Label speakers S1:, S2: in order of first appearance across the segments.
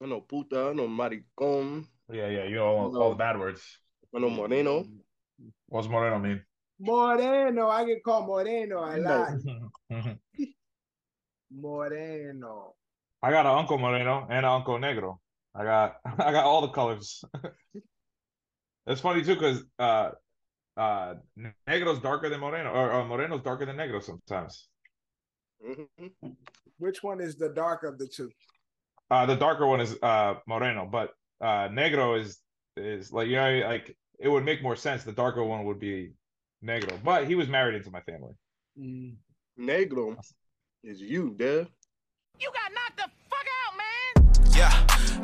S1: no puta, no maricón,
S2: Yeah, yeah, you know all, all the bad words.
S1: no
S3: Mm.
S1: moreno.
S2: What's Moreno mean?
S3: Moreno, I get called Moreno a lot.
S2: Mm-hmm.
S3: Moreno.
S2: I got an Uncle Moreno and an Uncle Negro. I got I got all the colors. it's funny too because uh uh Negro's darker than Moreno or, or Moreno's darker than Negro sometimes.
S4: Mm-hmm.
S1: Mhm.
S3: Which one is the dark of the two?
S2: Uh the darker one is uh Moreno, but uh Negro is is like you know like it would make more sense. The darker one would be Negro, but he was married into my family.
S1: Negro is you, there.
S5: You got knocked the fuck out, man.
S6: Yeah,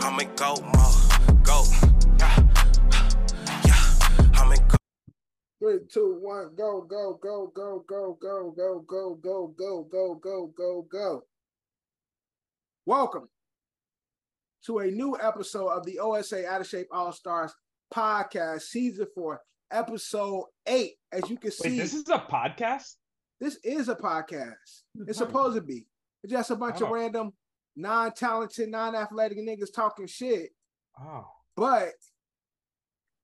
S6: I'm a goat mo, goat. Yeah, yeah, I'm a goat.
S3: Three, two, one, go, go, go, go, go, go, go, go, go, go, go, go, go, go. Welcome to a new episode of the OSA Out of Shape All Stars podcast, season four, episode eight. As you can
S2: Wait,
S3: see,
S2: this is a podcast?
S3: this is a podcast. It's supposed to be. It's just a bunch of
S2: Oh.
S3: random, non-talented, non-athletic niggas talking shit.
S2: Oh.
S3: But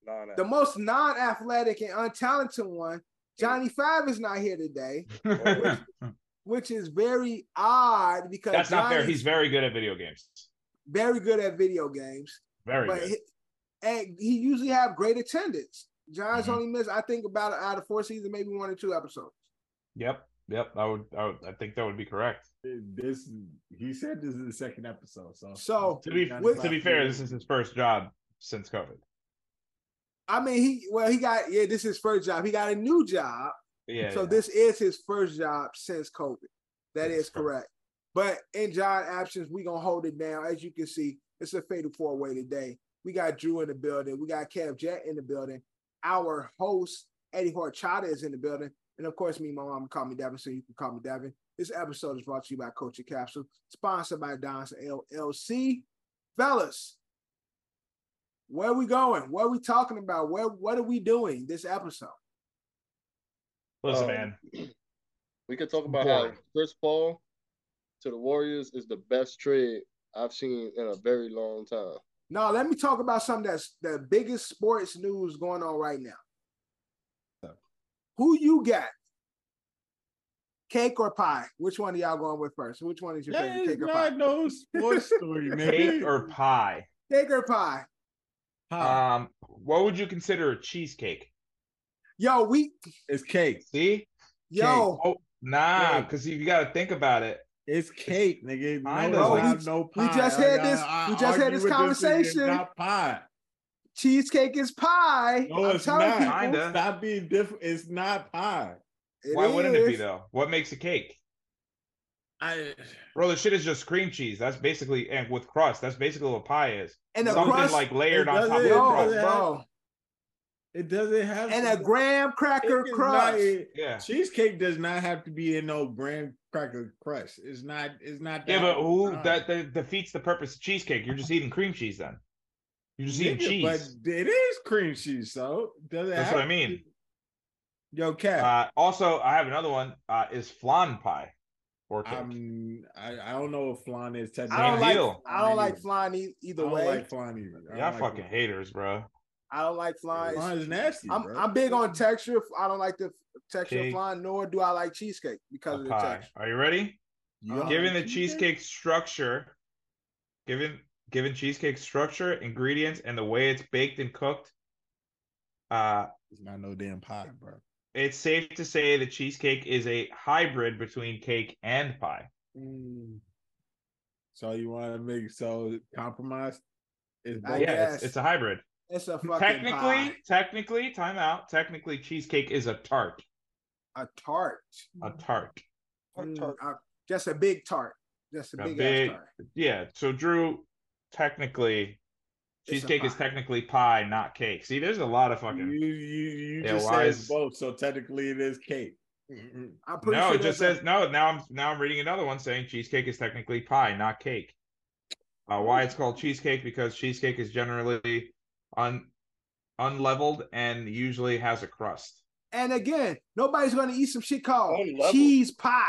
S1: Nah, nah.
S3: the most non-athletic and untalented one, Johnny Five, is not here today, which is very odd because
S2: That's not fair.
S3: Johnny's
S2: He's very good at video games.
S3: very good at video games,
S2: Very
S3: but
S2: good.
S3: he, and he usually have great attendance. John's
S2: Mhm.
S3: only missed, I think, about out of four seasons, maybe one or two episodes.
S2: Yep, yep. I would, I would, I think that would be correct.
S7: This he said this is the second episode, so
S3: So,
S2: To be
S3: With-
S2: to be fair, this is his first job since COVID.
S3: I mean, he well, he got yeah, this is his first job. He got a new job.
S2: Yeah.
S3: So
S2: yeah.
S3: this is his first job since COVID. That
S2: Since
S3: is correct. But in John absence, we gonna hold it down. As you can see, it's a fatal four way today. We got Drew in the building. We got Kev Jet in the building. Our host Eddie Horchata is in the building, and of course, me, my mom call me Devin, so you can call me Devin. This episode is brought to you by Culture Capsule, sponsored by Don's LLC. Fellas, where we going? What are we talking about? Where what are we doing this episode?
S2: Listen,
S1: Um,
S2: man.
S4: We could talk about how
S2: Boring.
S4: Chris Paul to the Warriors is the best trade I've seen in a very long time.
S3: No, let me talk about something that's the biggest sports news going on right now. Who you got? Cake or pie? Which one are y'all going with first? Which one is your
S7: that
S3: favorite?
S7: is
S3: Cake or pie?
S7: not no sports story, man.
S2: Cake or pie?
S3: Cake or pie?
S7: Huh,
S2: Um, what would you consider a cheesecake?
S3: Yo, we
S7: it's cake.
S2: See?
S3: yo,
S2: Oh, nah,
S7: Cake.
S2: because if you got to think about it,
S7: It's cake, nigga. No,
S2: I
S7: it's
S2: know.
S7: not
S3: We-
S7: no
S3: we
S7: pie.
S3: just
S7: I-
S3: had
S7: I-
S3: this-
S7: I
S3: we just had
S7: argue
S3: this
S7: with and it's
S3: conversation.
S7: not pie.
S3: cheesecake is pie.
S7: No,
S3: I'm
S7: it's
S3: telling
S7: not.
S3: people,
S2: kinda.
S7: Stop being different. It's not pie.
S2: Why wouldn't it be
S3: is.
S2: though? What makes a cake?
S7: I
S2: Bro, the shit is just cream cheese. That's basically and with crust. That's basically what pie is.
S3: And a
S2: Something
S3: crust,
S2: like layered
S7: it
S2: on top of
S7: doesn't-
S2: the
S7: it
S3: yo,
S2: crust.
S7: doesn't-
S3: bro,
S7: it doesn't have
S3: and
S7: to
S3: a
S7: be-
S3: graham
S7: cake
S3: cracker
S7: is
S3: crust.
S7: Not, it-
S2: Yeah.
S7: cheesecake does not have to be in no graham cracker crust. It's not. It's not.
S2: Yeah, but who
S7: Uh,
S2: that, that defeats the purpose of cheesecake? You're just eating cream cheese then. You're just eating
S7: nigga,
S2: cheese.
S7: But it is cream cheese, so does it
S2: That's
S7: have
S2: what I
S7: to
S2: mean.
S7: be- Yo, Cap.
S2: Uh, also, I have another one. Uh, is flan pie or cake?
S7: I'm, I, I don't know what flan is technically.
S3: I don't
S2: Same
S3: like
S2: deal.
S3: I don't like
S7: flan.
S3: flying e- either
S7: either. I don't
S3: way.
S7: like flan either. I
S2: Y'all
S7: don't like
S2: fucking
S7: flan.
S2: haters, bro.
S3: I don't like flying.
S7: Flan is nasty.
S3: I'm
S7: bro.
S3: I'm big on texture. I don't like the texture
S2: Cake.
S3: of flan, nor do I like cheesecake because of the
S2: Pie.
S3: texture.
S2: Are you ready?
S7: You don't
S2: Given the
S7: like
S2: cheesecake structure, given given cheesecake structure, ingredients, and the way it's baked and cooked, uh,
S7: It's not no damn pie, bro.
S2: it's safe to say the cheesecake is a hybrid between cake and pie.
S3: Mm.
S7: So you want to make so compromise? Is
S3: I
S2: yeah,
S3: guess.
S2: it's, it's a hybrid.
S3: It's a fucking
S2: technically,
S3: pie.
S2: technically, time out. Technically, cheesecake is a tart.
S3: a tart.
S2: A
S3: Mm-hmm.
S2: tart.
S3: Mm, a- just a big tart. Just a,
S2: A
S3: big,
S2: big-
S3: ass tart.
S2: Yeah. So Drew, technically,
S3: It's a
S2: cheesecake is
S3: pie.
S2: technically pie, not cake. See, there's a lot of
S7: you
S2: fucking.
S7: you you
S2: Yeah,
S7: just
S2: why
S7: said it's
S2: is-
S7: both, so technically it is cake.
S3: I'm pretty
S2: No,
S3: sure
S2: it just
S3: there's
S2: says
S3: a-
S2: no. Now I'm now I'm reading another one saying cheesecake is technically pie, not cake. Uh, why it's called cheesecake? Because cheesecake is generally un unleveled and usually has a crust.
S3: And again, nobody's gonna eat some shit called
S4: One level.
S3: cheese pie.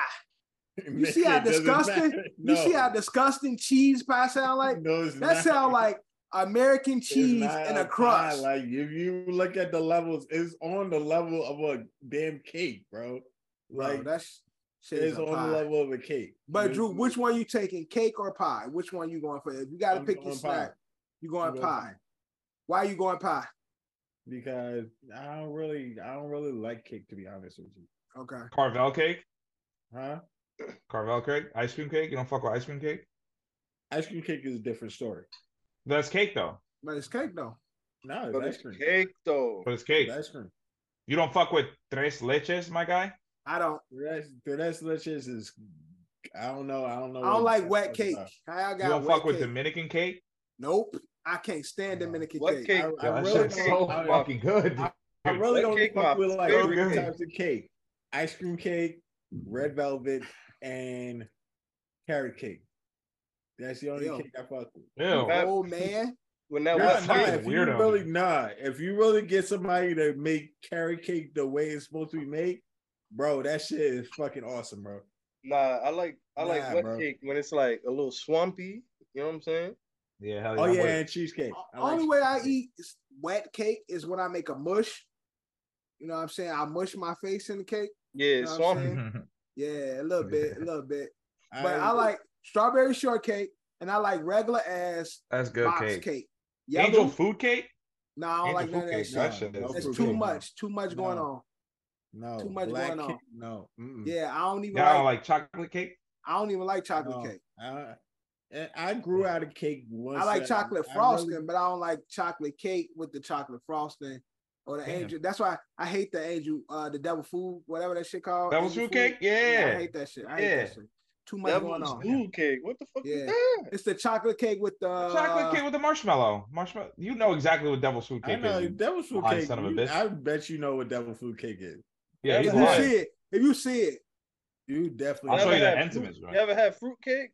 S3: You see how
S7: It doesn't
S3: disgusting?
S7: matter.
S3: You see how
S7: No.
S3: disgusting cheese pie sound like?
S7: No, it's
S3: That
S7: not.
S3: sound like American
S7: It's
S3: cheese
S7: not
S3: in a
S7: pie.
S3: crust.
S7: Like if you look at the levels, it's on the level of a damn cake, bro.
S3: Bro,
S7: Like
S3: that sh- shit is
S7: it's
S3: a
S7: on
S3: pie.
S7: the level of a cake.
S3: But
S7: There's
S3: Drew,
S7: no-
S3: which one you taking, cake or pie? Which one you going for? If you got to
S7: I'm
S3: pick your
S7: going
S3: snack,
S7: pie.
S3: you going
S7: I'm going
S3: pie. Why you going pie?
S7: because I don't really, I don't really like cake to be honest with you,
S3: Okay.
S2: Carvel cake,
S7: huh?
S2: Carvel cake, ice cream cake. You don't fuck with ice cream cake.
S7: Ice cream cake is a different story.
S2: That's cake though,
S3: But it's cake though.
S7: No,
S4: But it's
S7: it's ice cream.
S4: cake though.
S2: but it's cake.
S7: It's Ice cream.
S2: You don't fuck with tres leches, my guy.
S3: I don't.
S7: That's that's delicious. Is I don't know. I don't know.
S3: I don't
S7: what
S3: like
S7: Oh, that's
S3: wet cake.
S7: about.
S3: I
S2: you
S3: got
S2: don't
S3: wet
S2: fuck with
S3: cake.
S2: Dominican cake.
S3: Nope. I can't stand
S7: No.
S3: Dominican
S4: What
S3: cake.
S4: cake?
S7: I,
S2: Yo,
S7: I
S2: that
S7: really
S2: shit's so
S7: don't. I,
S2: fucking good. dude.
S7: I really
S4: Wet
S7: don't
S4: cake
S7: fuck
S4: my
S7: with like
S4: favorite
S7: three
S2: cake.
S7: types of cake: ice cream cake, red velvet, and carrot cake. That's the only
S3: Ew.
S7: cake I fuck with.
S2: Ew.
S4: That-
S3: Oh man,
S4: When that
S2: Nah,
S7: Nah,
S4: wet
S2: that's
S7: nah,
S2: fucking
S7: if you
S2: weirdo.
S7: really nah, if you really get somebody to make carrot cake the way it's supposed to be made, bro, that shit is fucking awesome, bro.
S4: nah, I like I like
S7: Nah,
S4: wet
S7: bro.
S4: cake when it's like a little swampy. You know what I'm saying?
S2: Yeah, hell yeah.
S7: Oh
S2: I'm
S7: yeah,
S2: with it.
S7: and cheesecake. I like
S3: only way I
S7: cheesecake.
S3: eat s- wet cake is when I make a mush. You know what I'm saying? I mush my face in the cake.
S4: Yeah,
S3: Know what I'm
S4: swampy.
S3: saying? Yeah, a little bit, a little bit.
S7: I
S3: But I like strawberry shortcake and I like regular ass
S2: That's good
S3: box
S2: cake.
S3: cake. cake.
S2: Angel
S3: Yellow?
S2: food cake.
S3: No, I don't
S2: Angel
S3: like none
S2: food
S3: of that
S2: cake.
S3: shit.
S2: That shit
S7: No,
S2: is-
S7: no
S3: It's
S7: food
S3: too
S7: cake.
S3: much. Too much going
S7: No.
S3: on.
S7: no
S3: too much
S7: black
S3: going on.
S7: cake, No, mm-mm.
S3: Yeah, I don't even
S2: Mm. Y'all
S3: like.
S2: don't like chocolate cake?
S3: I don't even like chocolate
S7: No.
S3: cake.
S7: I, and I grew out of cake once.
S3: I like
S7: that
S3: chocolate
S7: I
S3: frosting,
S7: really-
S3: but I don't like chocolate cake with the chocolate frosting or the
S2: Damn.
S3: angel. That's why I hate the angel, uh, the devil food, whatever that shit called.
S2: Devil
S3: angel
S2: food cake?
S3: I
S2: Yeah.
S3: hate that shit. I hate
S2: Yeah.
S3: that shit. Too much
S4: That
S3: going
S4: was
S3: on.
S4: food cake. What the fuck
S3: Yeah.
S4: is that?
S3: It's the chocolate cake with the uh,
S2: Chocolate cake with the marshmallow. Marshmallow. You know exactly what devil's food
S7: I
S2: cake
S7: know
S2: is.
S7: devil food
S2: lying
S7: cake.
S2: son of a
S7: you-
S2: bitch.
S7: I bet you know what devil food cake is.
S2: Yeah, he's
S3: If
S4: That's
S3: you
S4: why.
S2: lying.
S3: see it, if you see it,
S7: You definitely.
S2: I'll show
S4: Never
S2: you that
S4: had
S2: Entenmann's,
S4: fruit-
S2: right?
S4: You ever had fruit cake?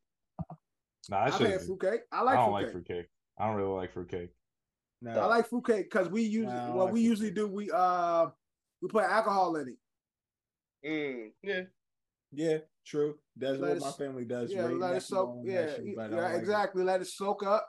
S2: Nah, that
S3: I've
S2: shit
S3: had
S2: is-
S3: fruitcake. I
S2: I
S3: like
S2: don't
S3: fruitcake.
S2: like fruit cake. I don't really like fruit cake.
S7: No.
S3: I like fruitcake because we usually
S7: I don't
S3: what
S7: like
S3: we
S7: fruitcake.
S3: usually do we uh we put alcohol in it.
S4: Mm, yeah.
S7: Yeah, true. That's
S3: Let
S7: what my
S3: us-
S7: family does.
S3: yeah,
S7: Raise
S3: let it
S7: nothing
S3: soak.
S7: on that
S3: Yeah,
S7: shit,
S3: y-
S7: but I
S3: yeah,
S7: don't like it.
S3: exactly. Let it soak up.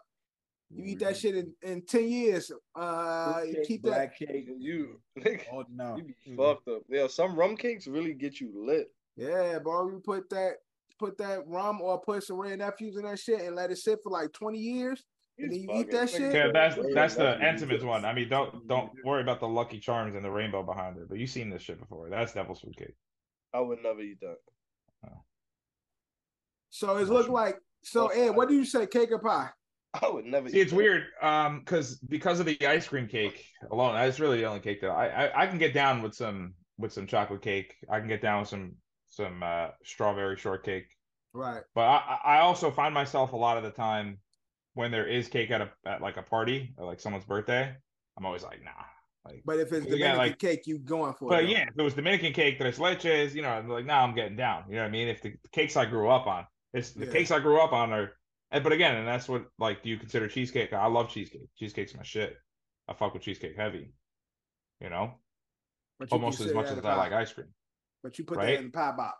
S3: You eat
S2: Mm-hmm.
S3: that shit in, in ten years. Uh,
S7: Fruit
S3: you
S7: cake,
S3: keep that.
S7: black cake.
S4: You nigga,
S7: Oh no,
S4: you be
S7: Mm-mm.
S4: fucked up. Yeah, some rum cakes really get you lit.
S3: Yeah, bro. You put that put that rum or put some red nephews in that shit and let it sit for like twenty years. And then you eat that shit?
S2: Yeah, that's that's the Entenmann's one. I mean, don't don't worry about the Lucky Charms and the rainbow behind it. But you've seen this shit before. That's devil's food cake.
S4: I would never eat that.
S3: So it's look
S2: Awesome.
S3: like. So
S4: Awesome.
S3: Ed, what
S2: uh,
S3: do you say, cake or pie?
S4: I would never.
S2: See,
S4: eat
S2: it's
S4: that.
S2: weird, um, because because of the ice cream cake alone, that's really the only cake that I, I I can get down with some with some chocolate cake. I can get down with some some uh, strawberry shortcake.
S3: Right.
S2: But I I I also find myself a lot of the time when there is cake at a at like a party or like someone's birthday, I'm always like nah. Like,
S3: But if it's
S2: You
S3: Dominican
S2: got, like-
S3: cake, you going for it.
S2: but
S3: though.
S2: yeah, if it was Dominican cake, tres leches, you know, I'm like now I'm getting down. You know what I mean? If the, cakes I grew up on, it's the
S3: Yeah.
S2: cakes I grew up on are. and- But again, and that's what like do you consider cheesecake? I love cheesecake. Cheesecake's my shit. I fuck with cheesecake heavy. You know,
S3: But you
S2: almost as
S3: consider
S2: much
S3: that
S2: as
S3: a
S2: I
S3: pie.
S2: like ice cream.
S3: But you put
S2: right?
S3: that in the pie box.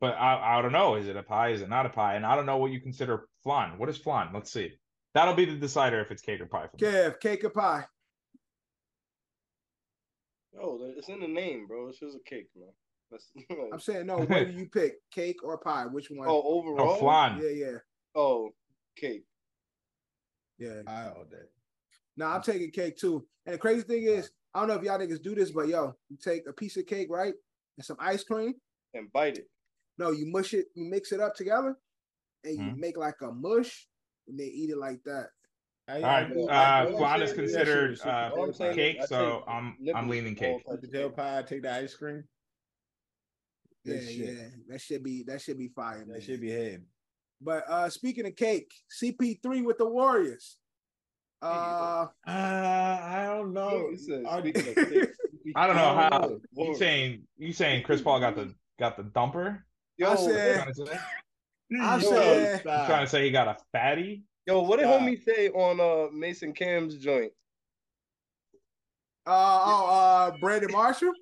S2: But I, I don't know. Is it a pie? Is it not a pie? And I don't know what you consider flan. What is flan? Let's see. That'll be the decider if it's cake or pie. For me.
S3: Kev, cake or pie?
S4: Yo, that- it's in the name, bro. It's just a cake, man. That's
S3: I'm saying no. What do you pick, cake or pie? Which one?
S4: oh,
S2: No,
S4: overall.
S2: flan.
S3: yeah, yeah,
S4: Oh, cake.
S3: yeah.
S7: I all day.
S3: No, I'm taking cake too. And the crazy thing is, I don't know if y'all niggas do this, but yo, you take a piece of cake, right, and some ice cream.
S4: And bite it.
S3: No, you mush it, you mix it up together, and you
S7: Mm-hmm.
S2: Mhm.
S3: make like a mush, and they eat it like that.
S7: I,
S2: All right.
S4: Yeah, I-
S2: Uh,
S4: what I'm
S2: flan is
S4: saying is-
S2: considered uh,
S4: All I'm saying is
S2: cake,
S4: I
S2: so
S4: take
S2: I'm I'm
S4: nipples and
S2: leaning
S4: all
S2: cake.
S4: types of
S7: potato pie. I take the ice cream.
S3: Yeah,
S7: Good shit.
S3: yeah, that should be that should be fire. man.
S7: That should be head.
S3: But uh speaking of cake, CP3 with the Warriors. Uh,
S7: Uh, I don't know.
S4: You said
S7: Are-
S4: speaking of cake,
S2: I don't know
S7: I
S2: how
S7: don't
S2: you saying you saying Chris Paul got the got the dumper.
S4: Yo,
S3: I said-
S2: Trying to say-
S3: I
S7: Yo,
S3: said-
S7: stop.
S2: trying to say he got a fatty.
S4: yo, what did
S7: Stop.
S4: homie say on uh Mason Cam's joint?
S3: uh, oh, uh, Brandon Marshall.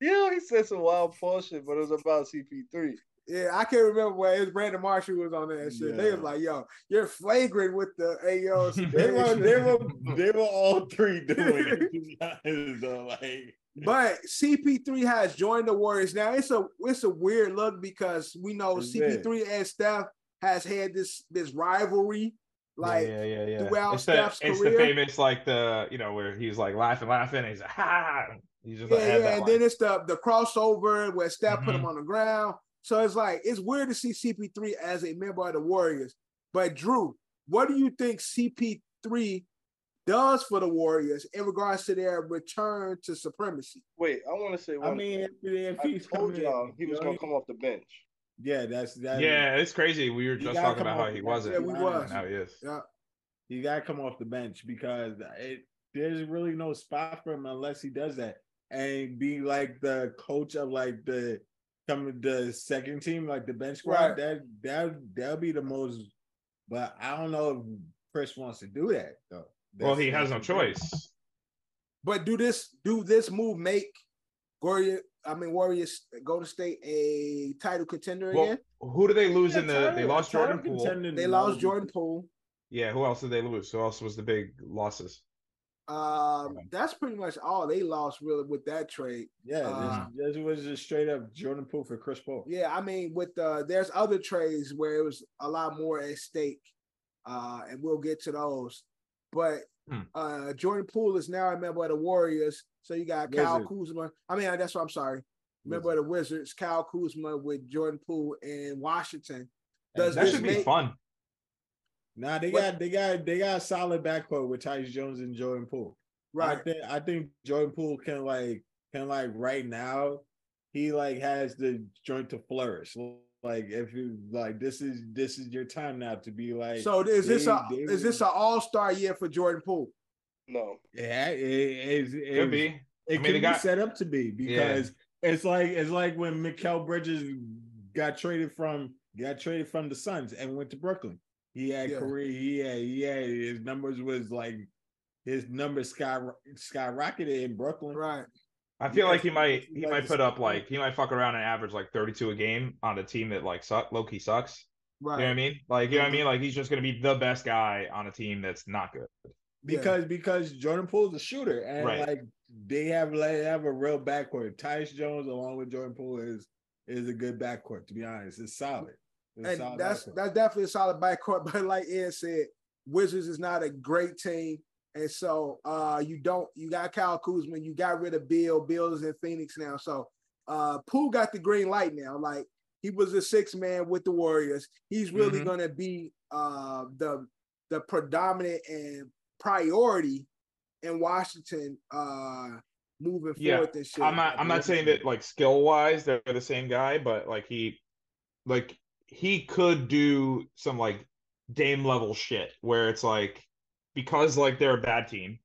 S4: Yeah, he said some wild bullshit, but it was about CP3.
S3: Yeah, I can't remember where it was Brandon Marshall was on that shit. They was
S7: Yeah.
S3: like, yo, you're flagrant with the AOs.
S7: They were, they were, they were all three doing it. To be honest, though, like
S3: But CP3 has joined the Warriors now. It's a it's a weird look because we know
S7: It's
S3: CP3 and Steph has had this this rivalry. Like
S2: yeah, yeah, yeah. yeah.
S3: throughout
S2: It's, the,
S3: Steph's
S2: it's the
S3: career.
S2: famous like the you know where he's like laughing, laughing, and he's like, ha. ha." He just
S3: yeah,
S2: like, had
S3: yeah.
S2: that
S3: And
S2: line.
S3: then it's the the crossover where Steph put
S2: Mhm.
S3: him on the ground. So it's like it's weird to see CP3 as a member of the Warriors. But Drew, what do you think CP3 does for the Warriors in regards to their return to supremacy?
S1: Wait, I want to say one.
S7: I mean, if, if
S1: I
S7: he's
S1: told
S7: coming
S1: y'all
S7: in,
S1: he was
S7: you know,
S1: gonna come off the bench.
S7: Yeah, that's that.
S2: yeah, it's crazy. We were
S7: You
S2: just
S7: gotta
S2: talking
S7: come
S2: about how
S7: off
S2: he
S7: the-
S2: wasn't.
S3: yeah, we was.
S2: and Now he is.
S3: Yeah.
S7: you gotta come off the bench because it there's really no spot for him unless he does that and be like the coach of like the coming the second team, like the bench squad.
S3: Right.
S7: That that that'll be the most. But I don't know if Chris wants to do that though.
S2: Well,
S7: That's-
S2: he has no
S7: that's the thing.
S2: choice.
S3: But do this do this move make Warrior I mean Warriors Golden State a title contender
S2: Well,
S3: again?
S2: who do they lose
S7: Yeah,
S2: in the? They
S7: title-
S2: lost
S7: title
S2: Jordan Poole.
S7: contender
S3: They
S7: is
S3: lost
S7: always-
S3: Jordan Poole.
S2: Yeah, who else did they lose? Who else was the big losses?
S3: Um, that's pretty much all they lost really with that trade.
S7: Yeah,
S3: Uh,
S7: this, this was just straight up Jordan Poole for Chris Paul.
S3: Yeah, I mean, with uh there's other trades where it was a lot more at stake. Uh, and we'll get to those. But
S2: Hmm.
S3: uh Jordan Poole is now a member of the Warriors. So you got Kyle Kuzma. I mean, that's what I'm sorry. Member of the Wizards, Kyle Kuzma with Jordan Poole in Washington. Does
S2: That
S3: this
S2: should be
S3: make-
S2: fun.
S7: Nah, they
S3: What-
S7: got they got they got a solid backcourt with Tyus Jones and Jordan Poole.
S3: Right.
S7: I think I think Jordan Poole can like can like right now, he like has the joint to flourish. Like if you like this is this is your time now to be like
S3: So is this a
S7: they- they-
S3: is this an all star year for Jordan Poole?
S1: No,
S7: yeah, it, it, it,
S2: Could be.
S7: it
S2: mean,
S7: can
S2: they
S7: be
S2: got-
S7: set up to be
S2: Yeah.
S7: because it's like it's like when Mikel Bridges got traded from got traded from the Suns and went to Brooklyn. He had
S3: Yeah.
S7: career, he had, he had his numbers was like his numbers sky skyrocketed in Brooklyn.
S3: Right.
S2: I feel
S7: Yeah,
S2: like he
S7: so
S2: might
S7: it's
S2: he
S7: like
S2: might
S7: the
S2: put up
S7: same-
S2: like he might fuck around and average like 32 a game on a team that like suck low key sucks.
S3: Right.
S2: You know what I mean? Like you know what I mean? Like he's just gonna be the best guy on a team that's not good.
S3: Yeah.
S7: because because Jordan Poole's a shooter, and
S2: Right.
S7: like they have like they have a real backcourt. Tyus Jones along with Jordan Poole is is a good backcourt. To be honest, it's solid. It's
S3: and
S7: solid
S3: that's
S7: backcourt.
S3: that's definitely a solid backcourt. But like Ed said, Wizards is not a great team, and so uh, you don't you got Kyle Kuzma, you got rid of Bill. Bill is in Phoenix now, so uh, Poole got the green light now. Like he was a six man with the Warriors, he's really
S2: Mhm.
S3: gonna be uh, the the predominant and priority in Washington uh, moving
S2: Yeah,
S3: forward and shit.
S2: I'm not I'm not saying that like skill wise they're the same guy, but like he like he could do some like Dame level shit where it's like because like they're a bad team,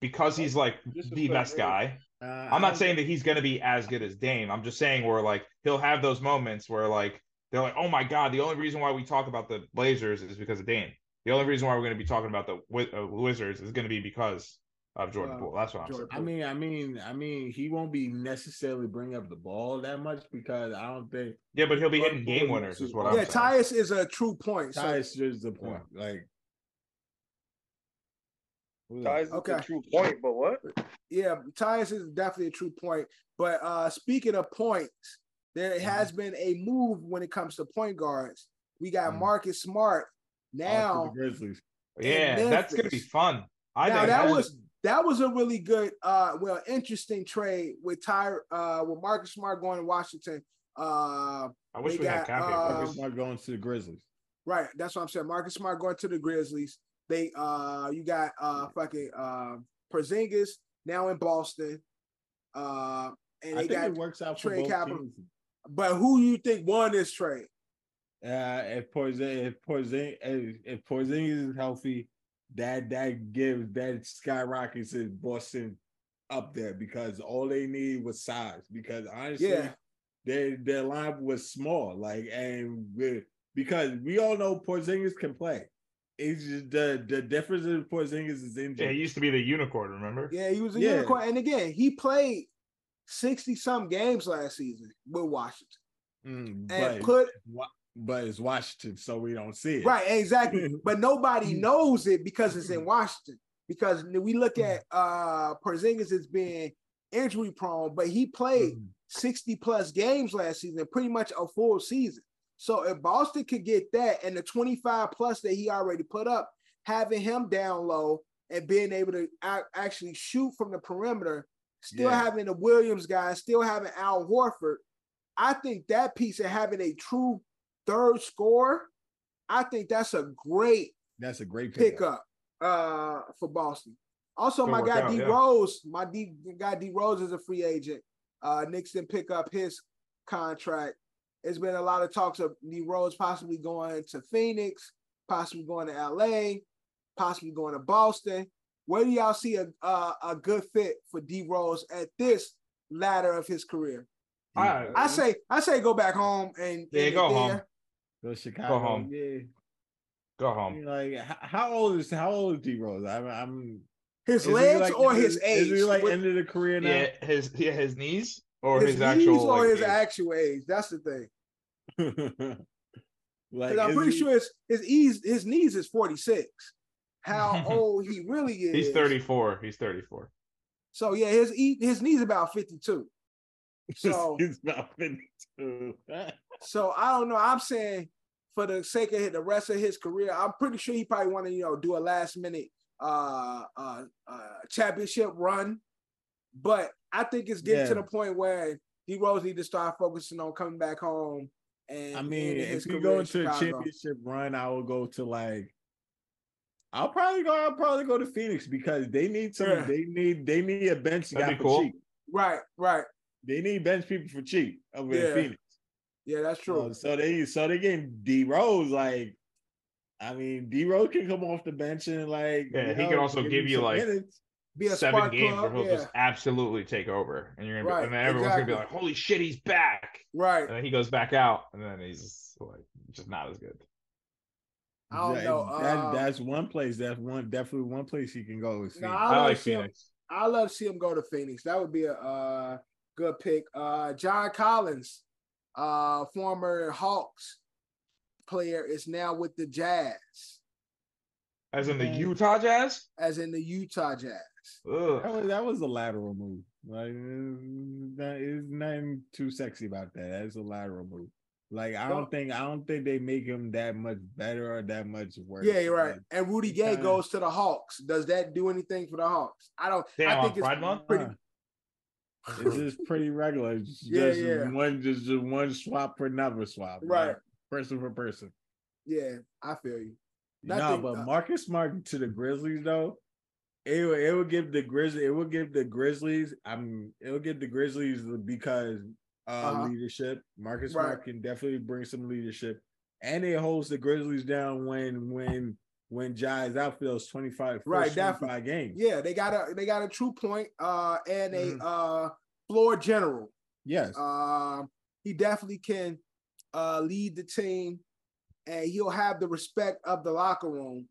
S2: because he's like
S1: This is
S2: the
S1: so
S2: best
S1: weird.
S2: guy.
S7: Uh,
S2: I'm
S7: I
S2: not
S7: don't-
S2: saying that he's going to be as good as Dame. I'm just saying where like he'll have those moments where like they're like, oh my god, the only reason why we talk about the Blazers is because of Dame. The only reason why we're going to be talking about the Wiz- uh, Wizards is going to be because of Jordan
S3: Uh,
S2: Poole. That's what I'm
S3: Jordan.
S7: I mean, I mean, I mean, he won't be necessarily bringing up the ball that much because I don't think
S2: saying. Yeah, but he'll be
S7: Jordan
S2: hitting
S7: Poole
S2: game
S7: is
S2: winners, is what I'm
S3: yeah,
S2: saying.
S3: Tyus is a true point. So
S7: Tyus is the point. Like, who's that?
S1: guys, it's
S3: Okay.
S1: a true point, but what?
S3: Yeah, Tyus is definitely a true point. But uh speaking of points, there
S7: Mm-hmm.
S3: has been a move when it comes to point guards. We got
S2: Mhm.
S7: Mm-hmm.
S3: Marcus Smart
S7: Oh, Off to
S3: now.
S7: the Grizzlies.
S2: yeah,
S3: in
S2: that's going to be
S3: Memphis.
S2: fun. I
S3: Now
S2: think
S3: that
S2: I-
S3: was that was a really good, uh well, interesting trade with Ty uh with Marcus Smart going to Washington. Uh
S2: I wish
S3: they
S2: we had
S3: got,
S2: Cappy.
S3: uh,
S7: Marcus Smart going to the Grizzlies.
S3: right, that's what I'm saying. Marcus Smart going to the Grizzlies. They uh you got uh fucking uh Porzingis now in Boston. Uh and
S7: I
S3: they
S7: think
S3: got
S7: it works out for
S3: trade
S7: both
S3: capital.
S7: teams.
S3: but who you think won this trade?
S7: Uh, if Porzing, if Porzing, if, if Porzingis is healthy, that that gives that skyrockets in Boston up there because all they need was size. Because honestly,
S3: Yeah.
S7: their their line was small. Like and we- because we all know Porzingis can play. It's just the the difference in Porzingis is
S2: Yeah, he
S7: injury.
S2: used to be the unicorn, remember?
S3: Yeah, he was a
S7: Yeah.
S3: unicorn. And again, he played 60 some games last season with Washington.
S7: Mm,
S3: and
S7: but,
S3: put
S7: Wa- but it's Washington, so we don't see it.
S3: Right, exactly. But nobody knows it because it's in Washington. Because we look at uh Porzingis as being injury prone, but he played
S7: Mm-hmm.
S3: 60 plus games last season, pretty much a full season. So if Boston could get that and the 25 plus that he already put up, having him down low and being able to ac- actually shoot from the perimeter, still
S7: Yeah.
S3: having the Williams guy, still having Al Horford, I think that piece of having a true third scorer, I think that's a great
S7: That's a great pickup.
S3: pickup uh, for Boston. Also,
S2: Could
S3: my
S2: work
S3: guy
S2: out,
S3: D
S2: yeah.
S3: Rose, my D guy D Rose is a free agent. Uh, Knicks didn't pick up his contract. There's been a lot of talks of D Rose possibly going to Phoenix, possibly going to LA, possibly going to Boston. Where do y'all see a a, a good fit for D Rose at this ladder of his career?
S2: I-
S7: Uh-huh.
S3: I say I say go back home and
S2: Yeah,
S3: and
S2: go
S3: if
S2: home.
S3: they're-
S7: Go Chicago.
S2: home.
S7: Yeah.
S2: Go
S7: I mean,
S2: home.
S7: Like h- how old is how old is D Rose? I'm I'm
S3: His
S7: is he
S3: legs
S7: like-
S3: or
S7: is-
S3: his age?
S7: Is he like
S3: What-
S7: end of the career now?
S2: Yeah, his yeah, his knees or his,
S3: his, knees
S2: actual
S3: or
S2: like,
S3: his
S2: age?
S3: actual age. That's the thing.
S7: like
S3: 'Cause I'm
S7: is
S3: pretty
S7: he-
S3: sure his his ease, his knees is 46. How old he really is?
S2: He's 34. He's 34.
S3: So yeah, his e- his knees about 52. So
S7: he's about 52.
S3: so I don't know. I'm saying for the sake of the rest of his career, I'm pretty sure he probably want to you know do a last minute uh, uh uh championship run, but I think it's getting to
S7: Yeah.
S3: the point where D Rose need to start focusing on coming back home. And
S7: I mean,
S3: ending his
S7: if you
S3: career
S7: go
S3: in
S7: into a
S3: Chicago.
S7: championship run, I will go to like I'll probably go. I'll probably go to Phoenix because they need some.
S3: Yeah.
S7: They need. They need a bench
S2: That'd
S7: guy
S2: be
S7: for
S2: cool.
S7: cheap.
S3: right, right,
S7: They need bench people for cheap over
S3: Yeah,
S7: in Phoenix.
S3: yeah, that's true.
S2: Uh,
S7: So, so they so they getting D Rose like, I mean D Rose can come off the bench and like
S2: Yeah,
S7: you
S2: he can also
S7: him
S2: give you,
S7: some
S2: like,
S7: minutes.
S3: Be a
S2: seven
S3: spark
S2: games
S3: plug,
S2: where he'll
S3: yeah.
S2: just absolutely take over, and you're gonna be,
S3: Right,
S2: and then everyone's gonna be
S3: exactly.
S2: like, "Holy shit, he's back!"
S3: Right.
S2: And then he goes back out, and then he's just, like, just not as good.
S3: I don't
S7: That-
S3: know,
S7: that-
S3: uh,
S7: that's one place. That's one definitely one place he can go. Is
S3: No,
S7: Phoenix.
S3: I
S2: I,
S3: like
S2: like
S3: him.
S2: Phoenix.
S3: I love to see him go to Phoenix. That would be a uh, good pick. Uh, John Collins, uh, former Hawks player, is now with the Jazz,
S2: As in the
S7: Okay.
S2: Utah Jazz.
S3: as in the Utah Jazz.
S7: That
S2: Ugh.
S7: was that was a lateral move. Like it's not- it's nothing too sexy about that. That's a lateral move. Like I don't
S3: Don't-
S7: think I don't think they make him that much better or that much worse.
S3: Yeah, you're right.
S7: Like,
S3: And Rudy Gay
S7: kinda-
S3: goes to the Hawks. Does that do anything for the Hawks? I don't.
S2: Damn,
S3: I
S2: on
S3: think it's
S2: Pride Month?
S3: pretty.
S7: huh. It's just pretty regular. It's
S3: Yeah,
S7: just
S3: yeah.
S7: one just, just one swap for another swap.
S3: Right.
S7: Like, person for person.
S3: Yeah, I feel you.
S7: no,
S3: Nothing-
S7: but
S3: uh,
S7: Marcus Smart to the Grizzlies though, it will, it will give the Grizzlies it will give the Grizzlies. I'm it'll give the Grizzlies because uh
S3: Uh-huh.
S7: leadership. Marcus
S3: Right.
S7: Smart can definitely bring some leadership, and it holds the Grizzlies down when when when Jai's outfields 25
S3: Right,
S7: right
S3: definitely.
S7: 25 games.
S3: Yeah, they got a they got a true point uh, and a
S2: Mm-hmm.
S7: Mhm.
S3: uh, floor general.
S7: Yes,
S3: Um, he definitely can uh, lead the team, and he'll have the respect of the locker room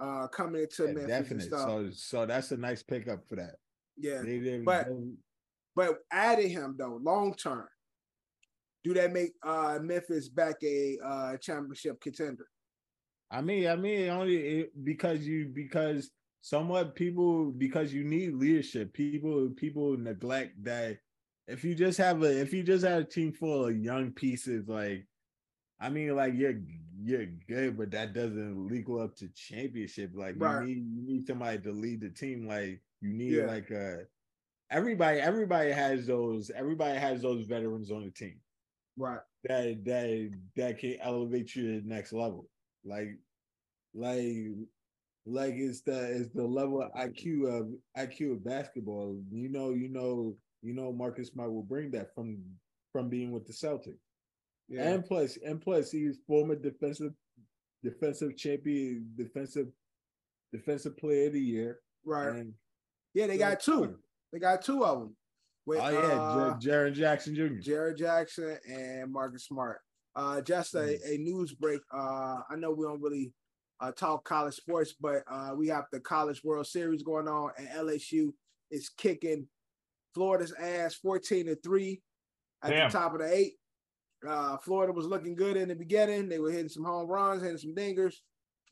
S3: uh, coming into
S7: yeah,
S3: Memphis and
S7: definite.
S3: stuff.
S7: So so that's a nice pickup for that.
S3: yeah,
S7: They didn't
S3: But-
S7: go-
S3: but adding him though, long term, do that make uh, Memphis back a uh, championship contender?
S7: I mean, I mean, it only it, because you because somewhat people because you need leadership. People people neglect that if you just have a if you just have a team full of young pieces, like I mean, like you're you're good, but that doesn't legal up to championship. Like
S3: Right.
S7: you need you need somebody to lead the team. Like you need
S3: Yeah.
S7: like a everybody everybody has those everybody has those veterans on the team
S3: Right.
S7: that that that can elevate you to the next level. Like, like, like it's the it's the level of IQ of IQ of basketball. You know, you know, you know. Marcus Smart will bring that from from being with the Celtics,
S3: Yeah.
S7: and plus, and plus, he's former defensive defensive champion, defensive defensive player of the year.
S3: right.
S7: And
S3: yeah, they got two. They got two of them.
S7: Oh
S3: With,
S7: yeah,
S3: uh,
S7: Jar- Jaren Jackson Jr.
S3: Jared Jackson and Marcus Smart. Uh, just a, a news break. Uh, I know we don't really uh, talk college sports, but uh, we have the College World Series going on, and LSU is kicking Florida's ass 14 to 3 at
S2: Damn.
S3: the top of the eight. Uh, Florida was looking good in the beginning. They were hitting some home runs, hitting some dingers,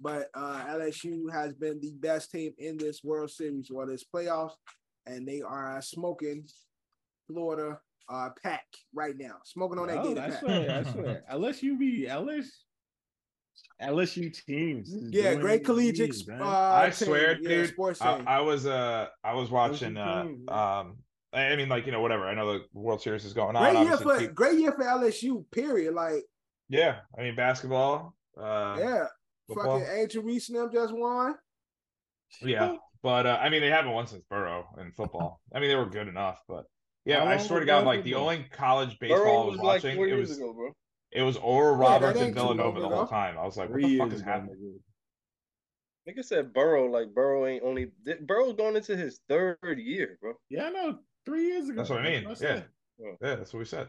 S3: but uh, LSU has been the best team in this World Series or this playoffs, and they are uh, smoking Florida uh, pack right now. Smoking on that
S7: No,
S3: gator
S7: I
S3: pack.
S7: swear, I swear. Unless you be unless unless you teams. is
S3: Yeah,
S7: doing
S3: great
S7: these
S3: collegiate.
S7: things,
S3: Uh,
S7: man.
S2: I
S3: team.
S2: swear,
S3: Yeah,
S2: dude.
S3: sports
S2: I,
S3: team.
S2: I was uh I was watching
S7: Those
S2: uh
S7: are cool.
S2: um I I mean like you know whatever. I know the World Series is going on.
S3: great year
S2: obviously,
S3: for
S2: keep-
S3: great year for LSU. Period. Like
S2: yeah, I mean basketball. Uh,
S3: yeah,
S2: football.
S3: fucking Angel Reese and them just won.
S2: Yeah, but uh, I mean, they haven't won since Burrow in football. I mean, they were good enough, but yeah,
S7: How
S2: I
S7: long
S2: swear to
S7: ago
S2: God, like the
S7: football?
S2: only college baseball
S1: Burrow
S2: I was
S1: was like
S2: watching,
S1: four
S2: it
S1: years
S2: was
S1: ago, bro.
S2: it was Oral
S3: Yeah, that
S2: Roberts
S3: ain't
S2: and
S3: too long
S2: Villanova the
S3: ago.
S2: whole time. I was like, what
S7: Three
S2: the fuck
S7: years
S2: is
S7: ago.
S2: happening?
S1: Nigga said Burrow, like Burrow ain't only th- Burrow's going into his third year, bro.
S7: Yeah, I know. Three years ago.
S2: That's what I mean.
S7: That's
S2: Yeah,
S7: it.
S2: yeah, that's what we said.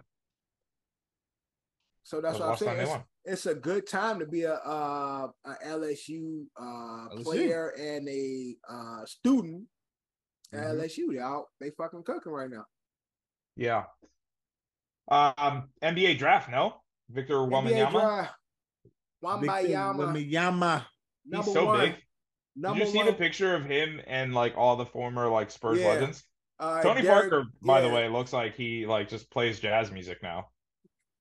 S3: So
S2: That was
S3: that's what I'm
S2: last time
S3: saying.
S2: they
S3: It's,
S2: won.
S3: it's a good time to be a, uh, a LSU uh,
S7: LSU.
S3: player and a uh, student at
S2: Mhm.
S3: LSU. They out they fucking cooking right now.
S2: Yeah. Um, NBA draft, no? Victor
S3: NBA
S2: Wembanyama.
S3: draft.
S7: Victor
S3: Wambayama,
S7: Wembanyama.
S2: He's
S3: number
S2: so
S3: one.
S2: big. Did
S3: Number
S2: you see
S3: one.
S2: the picture of him and like all the former like Spurs
S3: Yeah.
S2: legends?
S3: Uh,
S2: Tony
S3: Derek-
S2: Parker, by the
S3: yeah,
S2: way, looks like he like just plays jazz music now.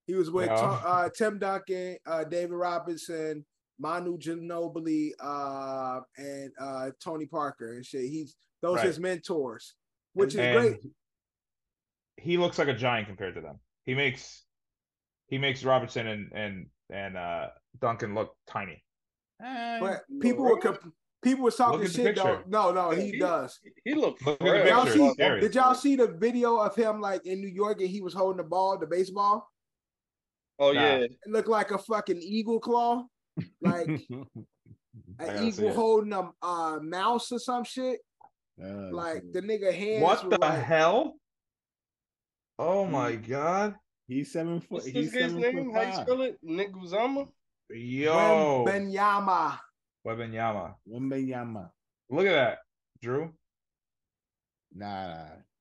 S3: He was with
S2: No.
S3: Tom- uh, Tim Duncan, uh, David Robinson, Manu Ginobili, uh, and uh, Tony Parker and shit. He's those
S2: Right.
S3: his mentors, which is
S2: And
S3: great.
S2: He looks like a giant compared to them. He makes he makes Robertson and and and uh Duncan look tiny.
S3: But people were comp- people was talking
S2: Look at the
S3: shit though.
S2: picture.
S3: No, no,
S1: Yeah,
S3: he,
S4: he-
S3: does.
S4: He looked
S2: Look at the
S4: fresh.
S3: Y'all
S2: picture.
S3: see-
S2: It's scary.
S3: Did y'all see the video of him like in New York and he was holding the ball, the baseball?
S4: Oh
S2: Nah.
S4: yeah,
S3: It looked like a fucking eagle claw, like
S2: I
S3: an
S2: gotta see
S3: eagle
S2: it.
S3: holding a uh, mouse or some shit. Like the nigga hands.
S2: What
S3: were
S2: the
S3: like,
S2: hell? Oh my god.
S7: he's seven foot.
S4: what's
S7: He's
S4: this guy's
S7: seven
S4: name?
S7: foot
S4: How you
S7: five.
S4: spell it? Nick Uzama?
S2: Yo.
S3: Ben- Benyama.
S2: Wembanyama.
S7: Wembanyama.
S2: Look at that, Drew.
S7: Nah.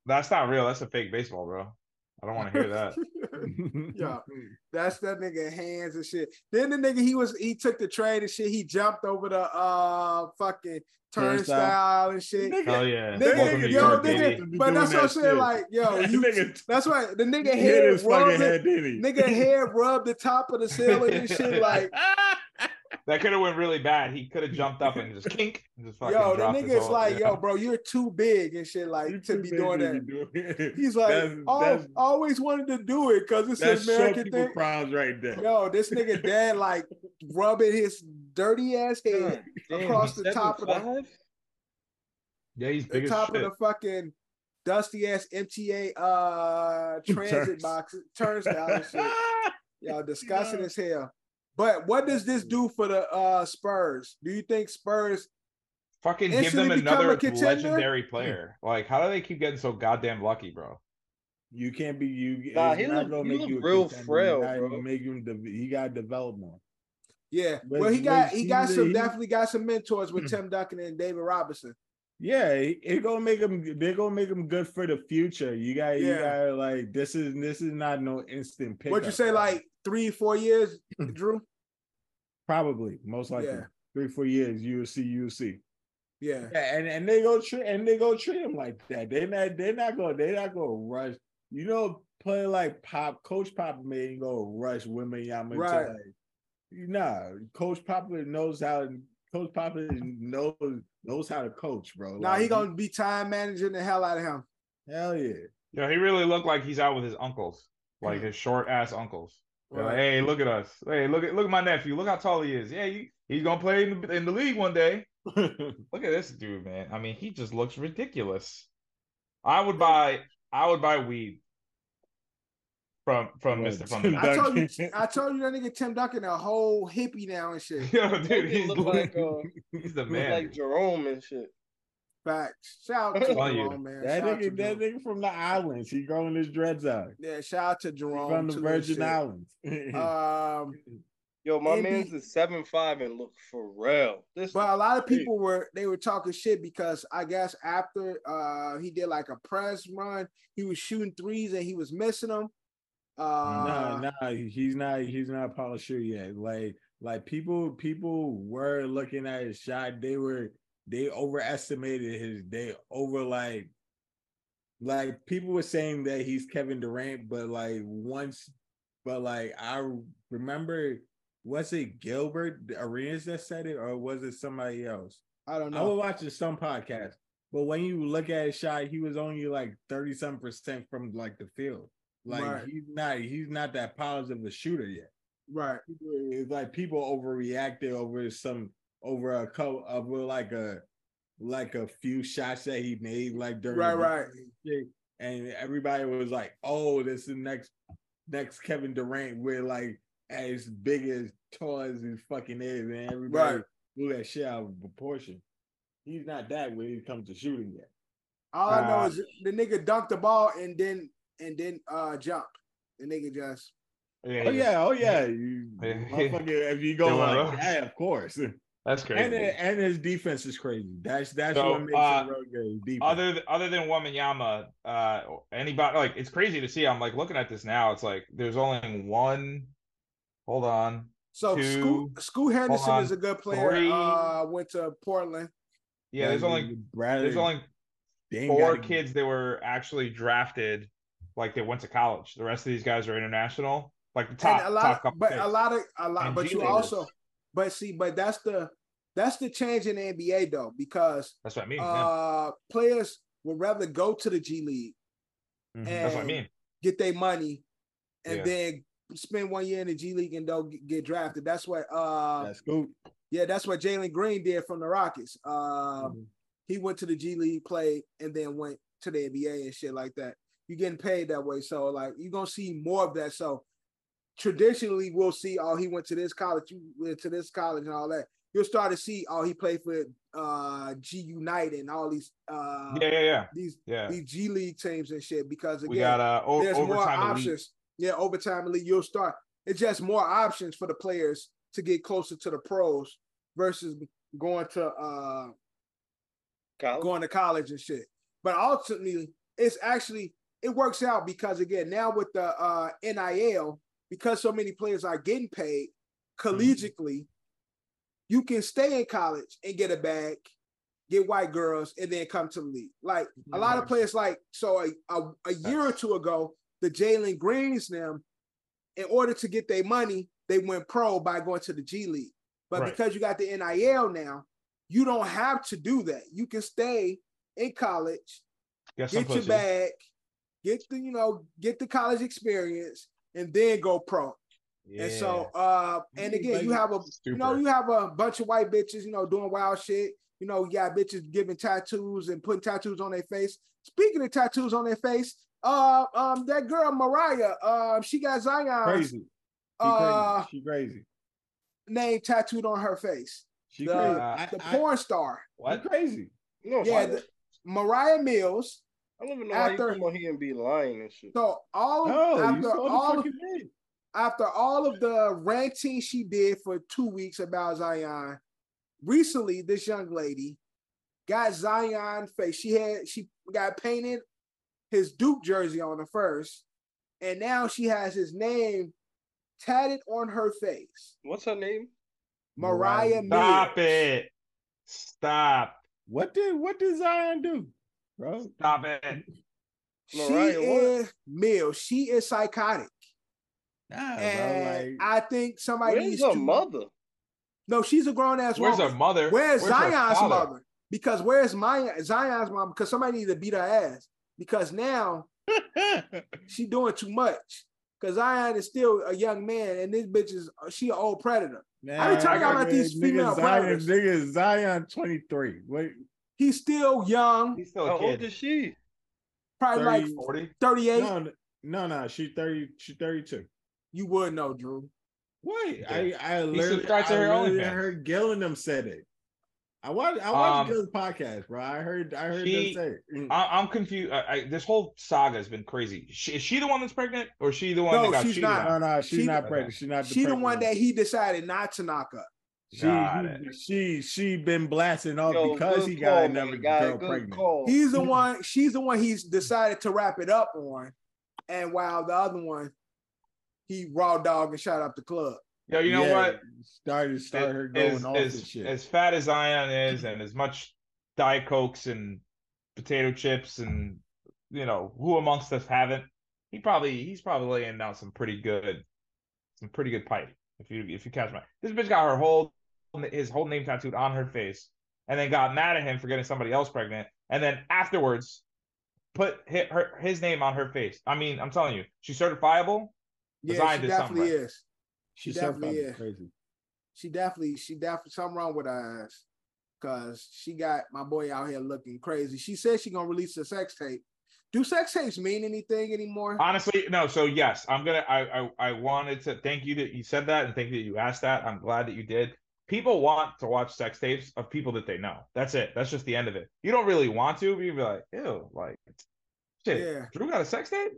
S2: That's not real. That's a fake baseball, bro. I don't want to hear that.
S3: Yeah, that's that nigga hands and shit. Then the nigga he was he took the train and shit. He jumped over the uh fucking
S7: Turnstile.
S3: turnstile and shit.
S2: Hell yeah.
S3: Nigga,
S2: Welcome to
S3: yo,
S2: York,
S3: nigga,
S2: baby.
S3: But that's what I'm saying.
S7: shit.
S3: Like, yo,
S7: That
S3: you,
S7: nigga-
S3: that's right. The nigga
S7: hit
S3: head
S7: his fucking
S3: rubbed
S7: head,
S3: it.
S7: did he?
S3: Nigga head rubbed the top of the ceiling and shit. Like,
S2: That could have went really bad. He could have jumped up and just kink and just fucking
S3: yo, the
S2: dropped his
S3: nigga's
S2: whole-
S3: like,
S2: yeah.
S3: yo, bro, you're too big and shit.
S7: You
S3: Like to
S7: too
S3: be
S7: big
S3: doing
S7: to
S3: that.
S7: be doing-
S3: He's like,
S7: that's,
S3: oh,
S7: that's,
S3: I always wanted to do it because it's
S7: that's
S3: an
S7: show
S3: American
S7: people
S3: thing.
S7: problems right there.
S3: Yo, this nigga dad like rubbing his dirty ass head
S4: Damn,
S3: across
S4: he's
S3: the top of the-
S4: 7'5"?
S2: Yeah, he's
S3: the
S2: big as
S3: top of
S2: shit.
S3: the fucking dusty ass MTA uh transit
S7: Turns.
S3: box turnstile and shit. Y'all disgusting
S7: Yeah.
S3: as hell. But what does this do for the uh Spurs? Do you think Spurs?
S2: Fucking give
S3: Instantly
S2: them
S3: become a
S2: another
S3: contender?
S2: legendary player. Like, how do they keep getting so goddamn lucky, bro?
S7: You can't be you.
S4: Nah,
S7: it's
S4: he look-
S7: not gonna
S4: he
S7: make
S4: look
S7: you a
S4: real
S7: contender.
S4: frail,
S7: He gotta
S4: bro.
S7: Make him. De- he got develop more.
S3: Yeah.
S7: But-
S3: well, he got
S7: but
S3: he got
S7: he-
S3: some
S7: he-
S3: definitely got some mentors
S7: Hmm.
S3: with Tim Duncan and David Robinson.
S7: Yeah, it it gonna make him. They're gonna make him good for the future. You got. You
S3: Yeah.
S7: got like this is this is not no instant pick. Hmm.
S3: What'd you say, like three, four years, Drew?
S7: probably most likely
S3: Yeah.
S7: three four years. You will see. You will see.
S3: Yeah.
S7: Yeah, and, and they go treat and they go treat him like that. They not they not go they not go rush. You know, play like Pop, Coach Pop made him go rush women Yama
S3: Right.
S7: to like nah. Coach Poplar knows how Coach Poplar knows knows how to coach, bro.
S3: Now he gonna be time managing the hell out of him.
S7: hell yeah.
S2: You know, he really looked like he's out with his uncles, like his short ass uncles. They're like, hey, look at us. Hey, look at look at my nephew. Look how tall he is. Yeah, he, he's gonna play in the, in the league one day. Look at this dude, man. I mean, he just looks ridiculous. I would buy I would buy weed from from
S7: Right.
S2: Mr. From the
S3: I
S2: back.
S3: told you,
S7: Duncan.
S3: I told you that nigga Tim Duncan a whole hippie now and shit.
S2: Yo, dude,
S4: Duncan
S2: he's,
S4: look like uh,
S2: he's the
S4: look
S2: man.
S4: like Jerome and shit.
S3: Facts. Shout out to
S4: I'm
S2: telling you.
S3: Jerome, man.
S7: that
S3: shout out to
S7: nigga, that
S3: Jerome.
S7: nigga from the islands. He growing his dreads out.
S3: Yeah, shout out to
S7: He
S3: Jerome.
S7: From the
S3: too and
S7: Virgin
S3: shit.
S7: Islands.
S3: Um,
S4: Yo, my
S3: Embiid-
S4: man's is seven five and look for real. This
S3: but a lot of people were they were talking shit because I guess after uh he did like a press run, he was shooting threes and he was missing them. Uh,
S7: Nah, nah, he's not. He's not polished sure yet. Like, like people, people were looking at his shot. They were, they overestimated his. They over like, like people were saying that he's Kevin Durant, but like once, but like I remember, was it Gilbert Arenas that said it, or was it somebody else?
S3: I don't
S7: I was
S3: know.
S7: watching some podcast, but when you look at his shot, he was only like thirty some percent from like the field. Like
S3: Right.
S7: he's not he's not that positive a shooter yet.
S3: Right.
S7: It's like people overreacted over some over a couple over like a like a few shots that he made like during the
S3: Right. Right.
S7: shit, and everybody was like, "Oh, this is the next next Kevin Durant, where like as big as tall as he fucking is, and everybody
S3: Right.
S7: blew that shit out of proportion." He's not that when it comes to shooting yet.
S3: All I know
S2: Uh,
S3: is the nigga dunked the ball and then and then uh jump. The nigga just
S2: Yeah,
S7: Oh yeah, oh yeah. You,
S2: Yeah.
S7: motherfucker, if you go
S2: They went
S7: like
S2: up.
S7: that, of course.
S2: that's crazy.
S7: And and his defense is crazy. That's that's
S2: So,
S7: what makes
S2: uh,
S7: him real good. Defense.
S2: other th- other than Wamanyama, uh, anybody like it's crazy to see. I'm like looking at this now. It's like there's only one. Hold on.
S3: so Scoot
S2: Two.
S3: Scoot Henderson
S2: on.
S3: is a good player.
S2: Three.
S3: Uh went to Portland.
S2: Yeah, there's only
S7: Bradley,
S2: there's only
S7: they ain't
S2: four
S7: got a-
S2: kids that were actually drafted, like they went to college. The rest of these guys are international, like the top
S3: and
S2: top
S3: a lot
S2: couple.
S3: but
S2: picks.
S3: a lot of a lot
S2: And
S3: but you
S2: G-leaguers.
S3: also but see, but that's the that's the change in the NBA though, because
S2: That's what I mean. yeah.
S3: uh players would rather go to the G League,
S7: Mhm.
S3: uh, and-
S2: That's what I mean.
S3: get their money, and
S2: Yeah.
S3: then spend one year in the G League and don't get- get drafted. That's what uh
S7: That's Scoot.
S3: Yeah, that's what Jalen Green did from the Rockets. Um,
S2: Mm-hmm.
S3: He went to the G League, played, and then went to the NBA and shit like that. You're getting paid that way, so like you're gonna see more of that. So traditionally, we'll see. Oh, he went to this college, you went to this college, and all that. You'll start to see. Oh, he played for uh, G United and all these uh,
S2: Yeah, yeah, yeah,
S3: these
S2: yeah.
S3: these G League teams and shit. Because again,
S2: we got uh, o-
S3: there's more
S2: overtime elite.
S3: options. Yeah, overtime elite, you'll start. It's just more options for the players to get closer to the pros versus going to uh
S1: College?
S3: going to college and shit. But ultimately, it's actually it works out because again, now with the uh NIL, because so many players are getting paid collegiately, you can stay in college and get a bag, get white girls, and then come to the league. Like a lot of players, like so a, a, a year or two ago, the Jalen Greens them, in order to get their money, they went pro by going to the G League. But
S2: Right.
S3: because you got the NIL now, you don't have to do that. You can stay in college,
S2: Got some
S3: get your
S2: pussy.
S3: bag, get the you know, get the college experience, and then go pro. And so, uh, and
S7: You
S3: again,
S7: like
S3: you have a you
S7: stupid.
S3: know, you have a bunch of white bitches, you know, doing wild shit. You know, you got bitches giving tattoos and putting tattoos on their face. Speaking of tattoos on their face, uh, um, that girl Mariah, um, she got Zion's
S7: crazy. She
S3: uh
S7: crazy. She crazy.
S3: name tattooed on her face.
S7: She
S3: the-
S7: crazy.
S2: uh,
S3: The
S7: I- I-
S3: porn star
S7: you
S2: what?
S7: crazy.
S1: No,
S3: Yeah,
S1: why
S3: the-
S1: not?
S3: Mariah Mills.
S1: I don't even know why you
S3: after-
S1: come on here and be lying and shit.
S3: So all
S7: No, Oh, you
S3: Oh, after
S7: saw the
S3: all
S7: fucking thing.
S3: after all of the ranting she did for two weeks about Zion, recently this young lady got Zion face. She had she got painted his Duke jersey on the first, and now she has his name tatted on her face.
S1: What's her name?
S3: Mariah,
S2: Stop
S3: Mills.
S2: it! Stop!
S7: What did what did Zion do, bro?
S2: Stop it!
S3: She
S1: Mariah what?
S3: is Mills. She is psychotic.
S7: Nah,
S3: And
S7: bro. Like,
S3: I think somebody
S1: Where's
S3: needs
S1: her
S3: to
S1: mother?
S3: No, she's a grown ass
S2: Where's
S3: woman.
S2: her mother?
S3: Where's,
S2: her
S3: Zion's
S2: father?
S3: mother? Because where's my Zion's mom? Because somebody needs to beat her ass. Because now she doing too much. Because Zion is still a young man, and this bitch is she an old predator. I be talking
S7: Nah,
S3: about these
S7: nigga,
S3: female
S7: Zion,
S3: players.
S7: nigga Zion twenty three. Wait,
S3: He's still young,
S2: He's still
S1: How
S2: a
S1: old
S2: kid.
S1: is she?
S3: probably like
S7: 30.
S2: Forty.
S3: thirty-eight.
S7: no, no, no. She thirty. She thirty two.
S3: You would know, Drew.
S7: Wait,
S2: Yeah.
S7: I I literally, I
S2: subscribed to her
S7: literally
S2: OnlyFans.
S7: heard Gil and them said it. I watched I watched
S2: Um,
S7: Gil's podcast, bro. I heard I heard
S2: she-
S7: them say it. Mm.
S2: I, I'm confused. I, I, this whole saga has been crazy. She, is she the one that's pregnant, or is she the one
S3: No,
S2: that got
S3: she's
S2: cheated
S3: not.
S7: no,
S2: on?
S7: no, she's
S3: she-
S7: not pregnant. She's not.
S3: She the one that
S7: pregnant.
S3: he decided not to knock up.
S2: Got
S7: she she she been blasting off
S1: Yo,
S7: because
S1: good
S7: he
S1: call,
S7: got another
S1: my guy.
S7: girl
S1: Good
S7: pregnant.
S2: Oh.
S1: call.
S3: He's the
S7: Mhm.
S3: one. She's the one. He's decided to wrap it up on, and while the other one he raw dog and shot up the club.
S2: Yo, you know
S7: Yeah,
S2: what?
S7: Started start her going
S2: As,
S7: off
S2: as,
S7: and shit.
S2: as fat as Ion is, and as much Diet Cokes and potato chips, and you know who amongst us haven't? He probably he's probably laying down some pretty good, some pretty good pipe. If you if you catch my, this bitch got her whole his whole name tattooed on her face, and then got mad at him for getting somebody else pregnant, and then afterwards put hit her his name on her face. I mean, I'm telling you, she's certifiable.
S3: Yeah,
S2: Zion
S3: she
S2: did something
S3: definitely
S2: right.
S3: is.
S7: she
S3: definitely
S7: definitely
S3: is.
S7: crazy.
S3: She definitely, she definitely something wrong with her ass. Cause she got my boy out here looking crazy. She said she gonna release a sex tape. Do sex tapes mean anything anymore?
S2: Honestly, no. So yes, I'm gonna. I, I I wanted to thank you that you said that, and thank you that you asked that. I'm glad that you did. People want to watch sex tapes of people that they know. That's it. That's just the end of it. You don't really want to, but you'd be like, ew, like, shit. Ah,
S3: Yeah.
S2: Drew got a sex tape.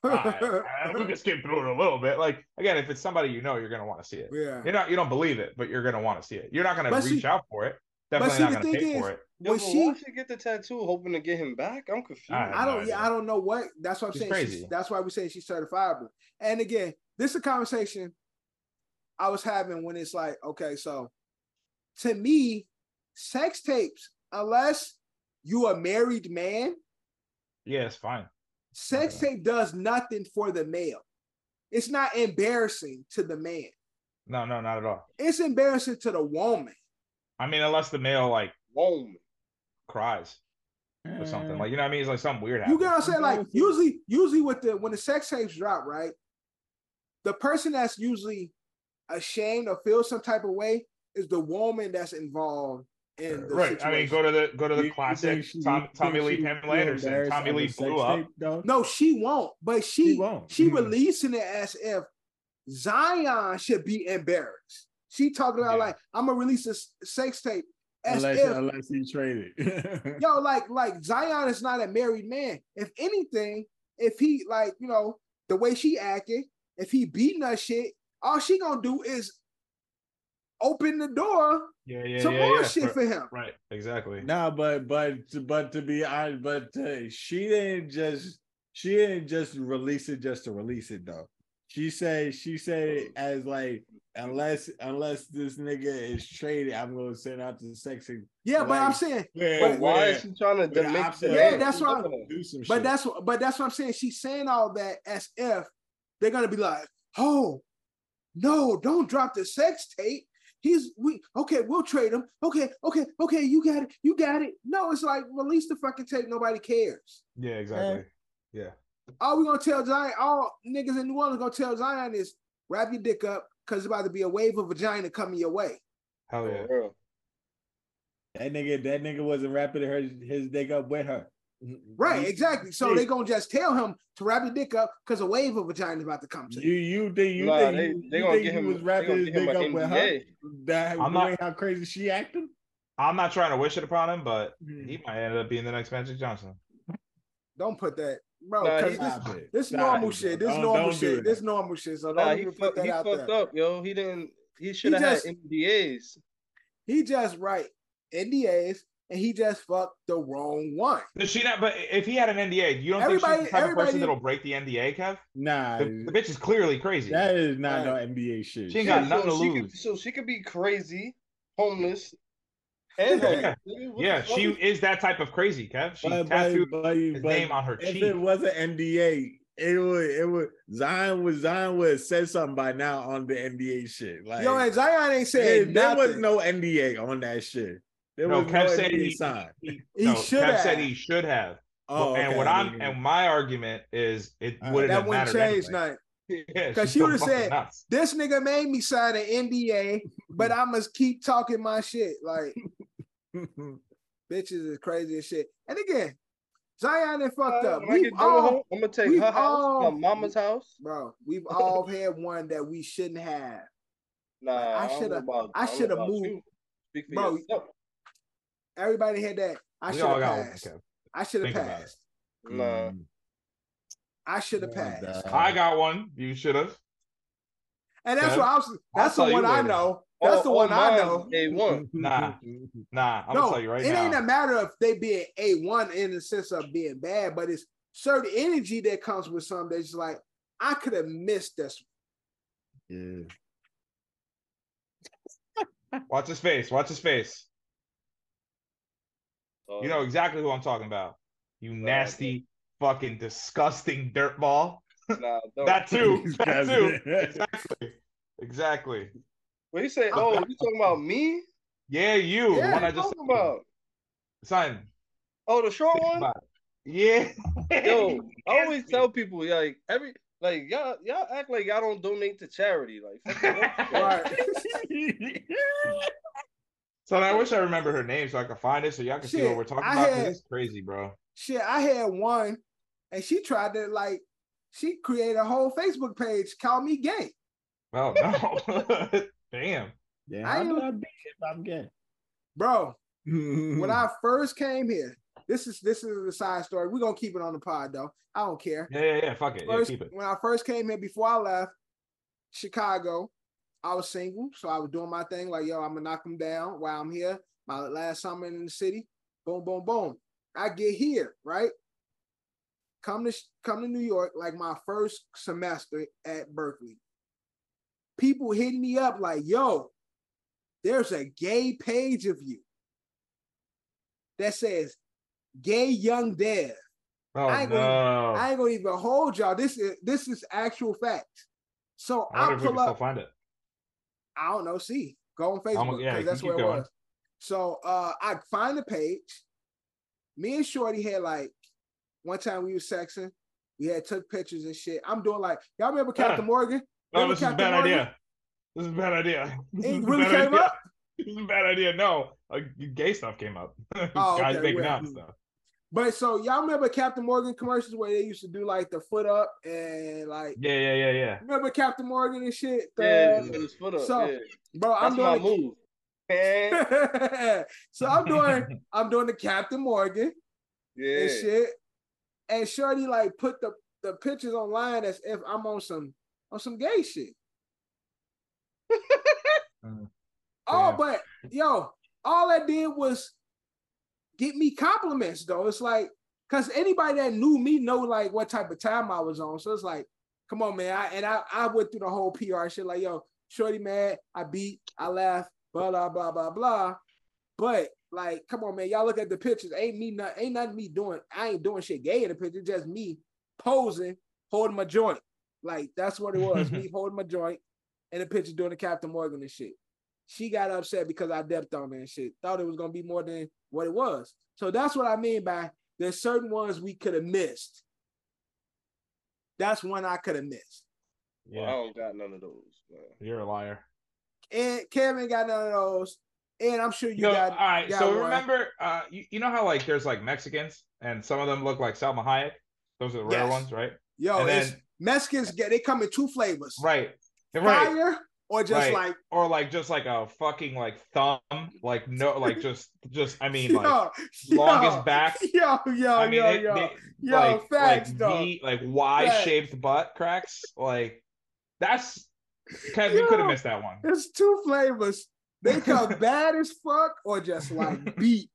S2: I, I, we can skip through it a little bit. Like again, if it's somebody you know, you're gonna want to see it.
S3: yeah.
S2: You're not. You don't believe it, but you're gonna want to see it. You're not gonna
S3: But see-
S2: reach out for it. Definitely
S3: see, the
S2: not gonna
S3: thing
S2: pay
S3: is-
S2: for it.
S3: When
S1: but
S3: she-
S1: why she get the tattoo hoping to get him back? I'm confused.
S2: I-
S3: I
S2: no
S3: don't.
S2: idea.
S3: yeah, I don't know what. That's what I'm
S2: She's
S3: saying. She's-
S2: crazy.
S3: that's why we say she's certifiable. And again, this is a conversation I was having when it's like, okay, so to me, sex tapes, unless you a married man,
S2: Yeah, it's fine.
S3: sex tape does nothing for the male. It's not embarrassing to the man.
S2: No, no, not at all.
S3: It's embarrassing to the woman.
S2: I mean, unless the male like
S4: Boom.
S2: cries. or something. Like you know what I mean? It's like something weird
S3: You
S2: happened.
S3: get what I'm saying? Like
S7: Embarrassing.
S3: usually, usually with the when the sex tapes drop, right? The person that's usually ashamed or feels some type of way is the woman that's involved in the
S2: right.
S3: situation.
S2: I mean, go to the go to the
S7: You- you think
S2: classic
S7: she- you
S2: Tom,
S7: think
S2: Tommy
S7: she
S2: Lee
S7: would
S2: Pamela
S7: feel
S2: Anderson.
S7: embarrassed
S2: Tommy
S7: on the
S2: Lee
S7: sex
S2: blew up.
S7: tape, though?
S3: no, she won't, but she
S7: She won't.
S3: she
S2: Mm-hmm.
S7: Mm.
S3: releasing it as if Zion should be embarrassed. She talking about
S2: Yeah.
S3: like I'm gonna release this sex tape as
S7: unless
S3: if
S7: unless he traded.
S3: yo, like like Zion is not a married man. If anything, if he like you know the way she acted, if he beating her shit, all she gonna do is open the door
S2: Yeah, yeah,
S3: to
S2: yeah,
S3: more
S2: yeah.
S3: shit
S2: Right,
S3: for him.
S2: right, exactly.
S7: nah, but but but to be honest, but uh, she didn't just she didn't just release it just to release it though. She said she said it as like unless unless this nigga is traded, I'm gonna send out the sex. tape.
S3: Yeah, but I'm
S7: Like,
S3: saying,
S7: Yeah,
S1: But why is she trying to
S7: But the
S1: make
S7: option-
S3: Yeah, that's why-
S7: do some
S3: but
S7: shit.
S3: that's what, but that's what I'm saying. She's saying all that as if they're gonna be like, oh, no, don't drop the sex tape. He's we okay. We'll trade him. Okay, okay, okay. You got it. You got it. No, it's like release the fucking tape. Nobody cares.
S2: Yeah,
S7: Eh.
S2: exactly.
S3: all we gonna tell Zion, all niggas in New Orleans gonna tell Zion is wrap your dick up because it's about to be a wave of vagina coming your way.
S2: Hell yeah.
S1: For real.
S7: that nigga. That nigga wasn't wrapping her his dick up with her.
S3: Right,
S7: You-
S3: exactly. So they gonna just tell him to wrap your dick up because a wave of vagina is about to come to you.
S7: You you think you
S1: Nah,
S7: think
S1: they
S7: you,
S1: they
S7: you
S1: gonna
S7: think
S1: get
S7: he
S1: him.
S7: was
S1: They
S7: wrapping
S1: gonna
S7: his
S1: get him
S7: dick
S1: an
S7: up with her?
S1: NDA.
S7: That
S2: I'm
S7: the
S2: not-
S7: way how crazy she acted.
S2: I'm not trying to wish it upon him, but
S7: Mm-hmm.
S2: he might end up being the next Magic Johnson.
S3: Don't put that, bro.
S1: Nah,
S3: 'cause
S1: he-
S3: this,
S7: Stop it.
S3: this
S7: Stop
S3: normal
S7: it,
S3: shit.
S7: bro.
S3: This
S7: Don't-
S3: normal
S7: don't do
S3: shit.
S7: that.
S3: This normal shit. So don't
S1: Nah, he
S3: even put
S1: fucked,
S3: that
S1: he
S3: out
S1: fucked
S3: there.
S1: up, yo. He didn't. He should have had
S3: just-
S1: NDAs.
S3: He just right NDAs and he just fucked the wrong one.
S2: Does she not? But if he had an NDA, you don't
S3: Everybody-
S2: think she's the type of
S3: everybody-
S2: person that'll break the NDA, Kev?
S7: Nah,
S2: The, the bitch is clearly crazy.
S7: that is not
S3: Right.
S7: no NBA shit.
S2: She ain't got
S1: Yeah,
S2: nothing
S1: so
S2: to
S1: she could-
S2: lose.
S1: so she could be crazy, homeless, and homeless. nigga. What the
S2: yeah,
S1: fuck
S2: she
S1: is-
S2: is that type of crazy, Kev. She
S7: but,
S2: tattooed
S7: but, but,
S2: his
S7: but
S2: name on her
S7: if
S2: cheek.
S7: it was an NDA, it would it would Zion was Zion would have said something by now on the NBA shit. Like
S3: Yo, and Zion ain't
S7: there,
S3: saying
S7: there was
S3: nothing.
S7: no NDA on that shit. There
S2: No,
S7: was
S2: Kev
S7: no
S2: said
S7: NDA
S2: he-
S7: sign.
S2: He,
S3: He
S2: no,
S3: should
S2: Kev said
S3: have.
S2: he should have.
S7: Oh,
S2: and
S7: okay,
S2: what
S7: I
S2: I'm
S7: didn't
S2: and
S7: know.
S2: my argument is it
S7: All right.
S2: wouldn't
S3: That
S2: have
S3: wouldn't
S2: mattered
S3: change
S2: anyway.
S3: nothing.
S2: Yeah,
S3: 'Cause
S2: she's
S3: she
S2: so
S3: would've
S2: fucking
S3: said-
S2: nuts.
S3: this nigga made me sign an NDA, but I must keep talking my shit. Like
S7: Mm-hmm.
S3: bitches is crazy as shit. And again, Zion and fucked up.
S1: When I
S3: We've
S1: get done with her,
S3: all,
S1: I'm gonna take
S3: we've
S1: her house,
S3: all-
S1: my mama's house.
S3: bro, we've all had one that we shouldn't have.
S1: Nah,
S3: I
S1: don't know
S3: shoulda-
S1: about-
S3: I
S1: don't know
S3: shoulda
S1: about
S3: moved.
S1: you. Speak for
S3: Bro,
S1: yourself.
S3: Everybody had that. I
S2: we
S3: should
S2: all
S3: have
S2: got one,
S3: passed.
S2: Kev.
S3: I should have
S2: Think about it.
S3: passed.
S2: Mm.
S1: Nah,
S3: I should have
S7: Oh,
S3: passed.
S7: God.
S2: I got one. You should have.
S7: Mm-hmm.
S3: And that's
S2: Kev,
S3: what I was. That's the
S2: tell you
S3: one I
S2: later.
S3: know. That's
S1: All-
S3: the
S1: all
S3: one I
S1: mine's
S3: know.
S1: A
S2: Mm-hmm.
S1: one.
S2: Nah.
S7: Mm-hmm.
S2: Nah, I'm gonna
S3: no,
S2: tell you right
S3: it
S2: now.
S3: ain't a matter of they being a one in the sense of being bad, but it's certain energy that comes with some that's just like I could have missed this.
S7: Yeah.
S2: Watch his face. Watch his face.
S1: Oh,
S7: Uh,
S2: You know exactly who I'm talking about. You nasty, fucking, disgusting dirtball.
S1: nah, no.
S2: That too. That
S7: Oh. That's
S2: too.
S7: it.
S2: Exactly. Exactly.
S1: When you say, "Oh, you talking about me?"
S2: Yeah, you. the
S1: yeah,
S2: one I
S1: you
S2: just
S1: talking about.
S2: son.
S1: Oh, the short
S2: think
S1: one.
S2: about it. Yeah.
S1: Yo, I always
S2: Nasty.
S1: tell people like every like y'all y'all act like y'all don't donate to charity. Like fuck it.
S3: All right.
S2: So I wish I remember her name so I could find it so y'all can see
S3: Shit,
S2: what we're talking
S3: I
S2: about. 'cause
S3: had-
S2: It's crazy, bro.
S3: Shit, I had one, and she tried to like, she created a whole Facebook page. Call me gay.
S2: Oh no. Damn.
S7: Yeah,
S3: I
S7: how do
S3: don't-
S7: I beat it if I'm gay?
S3: bro.
S7: Mm-hmm.
S3: When I first came here, this is this is a side story. We're gonna keep it on the pod though. I don't care.
S2: Yeah, yeah, yeah. Fuck it. Yeah,
S3: first,
S2: keep it.
S3: when I first came here before I left Chicago, I was single, so I was doing my thing. Like, yo, I'm gonna knock them down while I'm here. My last summer in the city, boom, boom, boom. I get here, right? Come to come to New York, like my first semester at Berkeley. People hitting me up like, yo, there's a gay page of you that says gay young dev.
S2: Oh
S3: I ain't
S2: no.
S3: I ain't gonna even hold y'all. This is this is actual facts. So
S2: I
S3: I
S2: wonder if we
S3: pull
S2: can still
S3: up.
S2: find it.
S3: I don't know. See, go on
S2: gonna-
S3: Facebook
S2: yeah,
S3: because
S2: you
S3: that's
S2: keep
S3: where it
S2: going.
S3: was. So uh, I find the page. Me and Shorty had like one time we was sexing. We had took pictures and shit. I'm doing like y'all remember Captain
S2: Huh.
S3: Morgan?
S2: No, Oh,
S3: Remember
S2: this is a
S3: Captain
S2: bad
S3: Morgan?
S2: idea. This is a bad idea. This
S3: It
S2: is a
S3: really
S2: bad
S3: came
S2: idea.
S3: up.
S2: This is a bad idea. No, like gay stuff came up. Guys
S3: okay,
S2: making
S3: well,
S2: out and
S3: hmm.
S2: stuff.
S3: But so y'all remember Captain Morgan commercials where they used to do like the foot up and like
S2: Yeah, yeah, yeah, yeah.
S3: remember Captain Morgan and shit.
S1: Yeah,
S3: The-
S1: just put his foot up.
S3: So,
S1: yeah.
S3: Bro, I'm
S1: That's
S3: doing
S1: my
S3: the-
S1: move. Man,
S3: so I'm doing I'm doing the Captain Morgan
S1: yeah.
S3: and shit. And Shorty like put the, the pictures online as if I'm on some on some gay shit.
S2: Mm,
S3: Oh,
S2: yeah.
S3: but yo, all I did was get me compliments though. It's like cause anybody that knew me know like what type of time I was on. So it's like, come on, man. I, and I, I went through the whole PR shit, like, yo, Shorty mad, I beat, I laugh, blah blah blah blah blah. But like, come on, man, y'all look at the pictures. Ain't me not ain't nothing me doing. I ain't doing shit gay in the picture. Just me posing, holding my joint. Like that's what it was. me holding my joint in the picture doing the Captain Morgan and shit. She got upset because I depth on her and shit. Thought it was gonna be more than what it was. So that's what I mean by there's certain ones we could have missed. That's one I could have missed.
S1: Well,
S2: Yeah,
S1: I don't got none of those. Man.
S2: you're a liar.
S3: And Kevin got none of those. And I'm sure you
S2: Yo,
S3: got
S2: all right.
S3: got
S2: So
S3: one.
S2: remember, uh, you, you know how like there's like Mexicans and some of them look like Salma Hayek. Those are the rare
S3: Yes.
S2: ones, right?
S3: Yo,
S2: and
S3: it's
S2: then-
S3: Mexicans get they come in two flavors.
S2: Right. Right.
S3: Fire or just
S2: Right.
S3: like
S2: Or like just like a fucking like thumb, like no, like just just I mean like
S3: yo,
S2: longest
S3: yo,
S2: back.
S3: Yo, yo,
S2: I mean,
S3: yo,
S2: it-
S3: yo.
S2: they-
S3: yo,
S2: like
S3: facts,
S2: like
S3: dog.
S2: V, like Y shaped butt cracks. Like that's Kev, you could
S3: Yo.
S2: have missed that one.
S3: It's two flavors. They come bad as fuck or just like beat.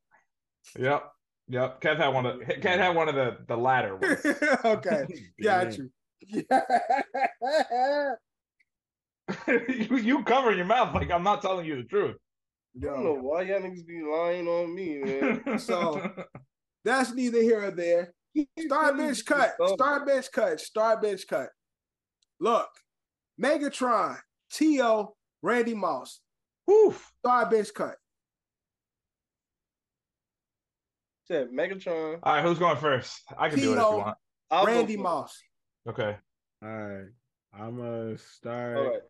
S2: Yep. Yep. Kev had one of Kev had one of the the latter ones.
S3: okay, got you.
S2: you you covering your mouth like I'm not telling you the truth.
S1: I don't know why y'all niggas be lying on me, man.
S3: So- That's neither here or there. Star bench cut. Star bench cut. Star bench cut. Look, Megatron, T.O., Randy Moss.
S2: Oof.
S3: Star bench cut.
S1: Said Megatron.
S2: All right, who's going first? I can do it if
S3: Tito.
S2: you want.
S1: I'll go
S3: Randy
S1: first.
S3: Moss.
S2: Okay.
S7: All right. I'm gonna start.
S1: All right.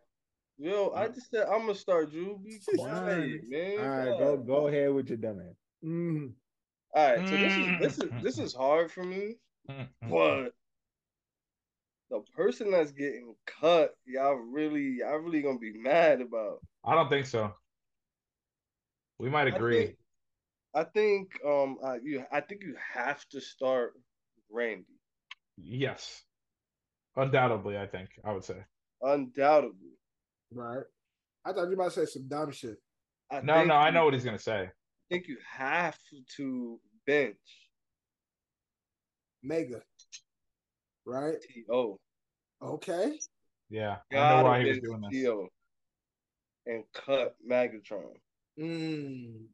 S1: Yo, I just said I'm gonna start, Drew. Be quiet, man.
S7: All right,
S1: God.
S7: go go ahead with your dumb ass. Mm.
S1: All right, so
S2: Mm.
S1: this is this is this is hard for me, but the person that's getting cut, y'all really, y'all really gonna be mad about.
S2: I don't think so. We might
S1: I
S2: agree.
S1: think- I think, um, uh, you, I think you have to start Randy,
S2: Yes. Undoubtedly, I think I would say.
S1: undoubtedly.
S3: Right. I thought you were about to say some dumb shit.
S1: I
S2: No,
S1: think
S2: no, I
S1: you-
S2: know what he's gonna say.
S1: I think you have to bench
S3: Mega. Right?
S1: T.O.
S3: Okay.
S2: Yeah, I know
S1: Gotta
S2: why he was
S1: get
S2: doing this.
S1: Theo and cut Megatron.
S3: Mm.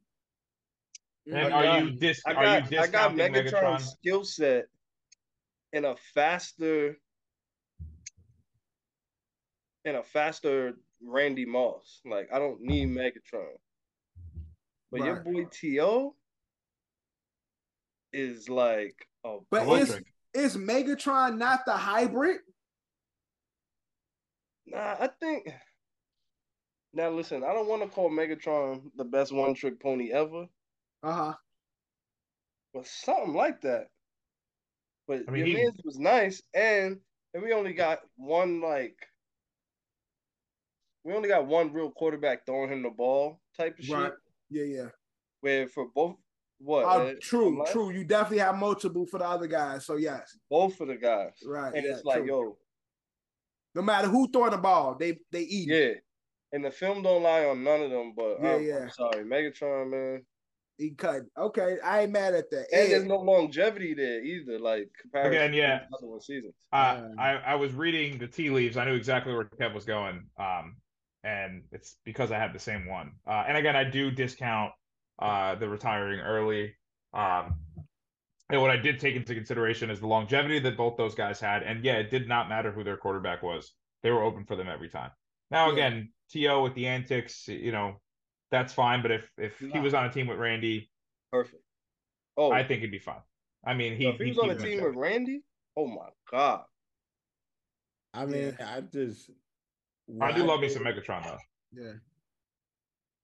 S2: And
S1: I
S2: are
S1: got-
S2: you dis?
S1: I
S2: are you
S1: got I got
S2: discounting
S1: Megatron's
S2: Megatron?
S1: skill set in a faster in a faster Randy Moss. Like I don't need Megatron. But your
S3: Right.
S1: boy T.O. is like a
S3: But
S1: bullet.
S2: Electric.
S3: Is Megatron not the hybrid?
S1: Nah, I think. Now listen, I don't want to call Megatron the best one-trick pony ever,
S3: Uh huh.
S1: but something like that. But
S2: I
S1: your
S2: mean, he-
S1: man's was nice, and and we only got one like. We only got one real quarterback throwing him the ball type of
S3: Right.
S1: shit.
S3: Yeah, yeah.
S1: Where for both, what?
S3: Oh,
S1: eh,
S3: true,
S1: online?
S3: true. You definitely have multiple for the other guys. So yes,
S1: Both of the guys,
S3: right.
S1: and
S3: yeah,
S1: it's like,
S3: true.
S1: yo,
S3: no matter who throwing the ball, they they eat. it.
S1: yeah. And the film don't lie on none of them, but
S3: Yeah,
S1: I'm,
S3: yeah.
S1: I'm sorry, Megatron, man.
S3: He cut. Okay, I ain't mad at that.
S1: And
S3: Ed,
S1: there's no longevity there either, like comparison
S2: Again,
S1: to
S2: yeah.
S1: the other one seasons.
S2: Uh,
S3: Um,
S2: I I was reading the tea leaves. I knew exactly where Kev was going. Um, and it's because I had the same one. Uh, and again, I do discount uh the retiring early. Um, and what I did take into consideration is the longevity that both those guys had. And yeah, it did not matter who their quarterback was; they were open for them every time. Now
S3: Yeah.
S2: again, To with the antics, you know, that's fine. But if if he
S3: Nah.
S2: was on a team with Randy,
S1: Perfect. Oh,
S2: I think it'd be fine. I mean, he
S1: if he was on a
S2: keeps him in
S1: team
S2: check.
S1: with Randy, oh my god.
S7: I mean, I just.
S2: I do
S7: when
S2: love me
S7: think-
S2: some Megatron though.
S3: yeah.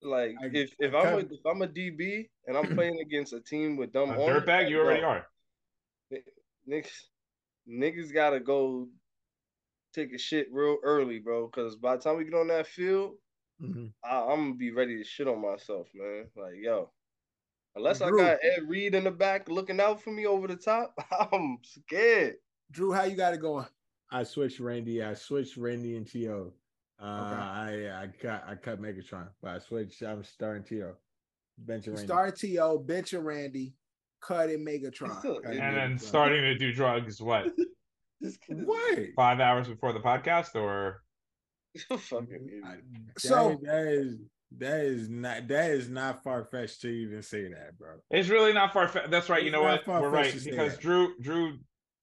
S1: Like
S7: I-
S1: if if
S7: I
S1: I'm a,
S7: kinda-
S1: if I'm a DB and I'm playing against a team with dumb
S2: A
S1: owners,
S2: dirtbag, you already
S1: yo,
S2: are.
S1: Niggas, niggas gotta go take a shit real early, bro. Because by the time we get on that field,
S7: Mhm.
S1: I, I'm gonna be ready to shit on myself, man. Like yo, unless
S3: Drew.
S1: I got Ed Reed in the back looking out for me over the top, I'm scared.
S3: Drew, how you got it going?
S7: I switched Randy. I switched Randy and To. Uh, I I cut I cut Megatron, but I switched. I'm starting To. Bench
S3: You
S7: Randy.
S3: start To, bench and Randy, cut and Megatron.
S1: This
S2: And
S7: Yeah,
S2: then
S7: so-
S2: starting to do drugs, what,
S1: kid is
S7: what?
S2: five hours before the podcast? Or
S1: a fucking idiot.
S7: I- that-
S3: So-
S7: that is that is not that is not far fetched to even say that, bro.
S2: it's really not far fetched. That's right. You
S7: It's
S2: know
S7: not
S2: what? We're right.
S7: far-fetched to say
S2: Because
S7: that.
S2: Drew Drew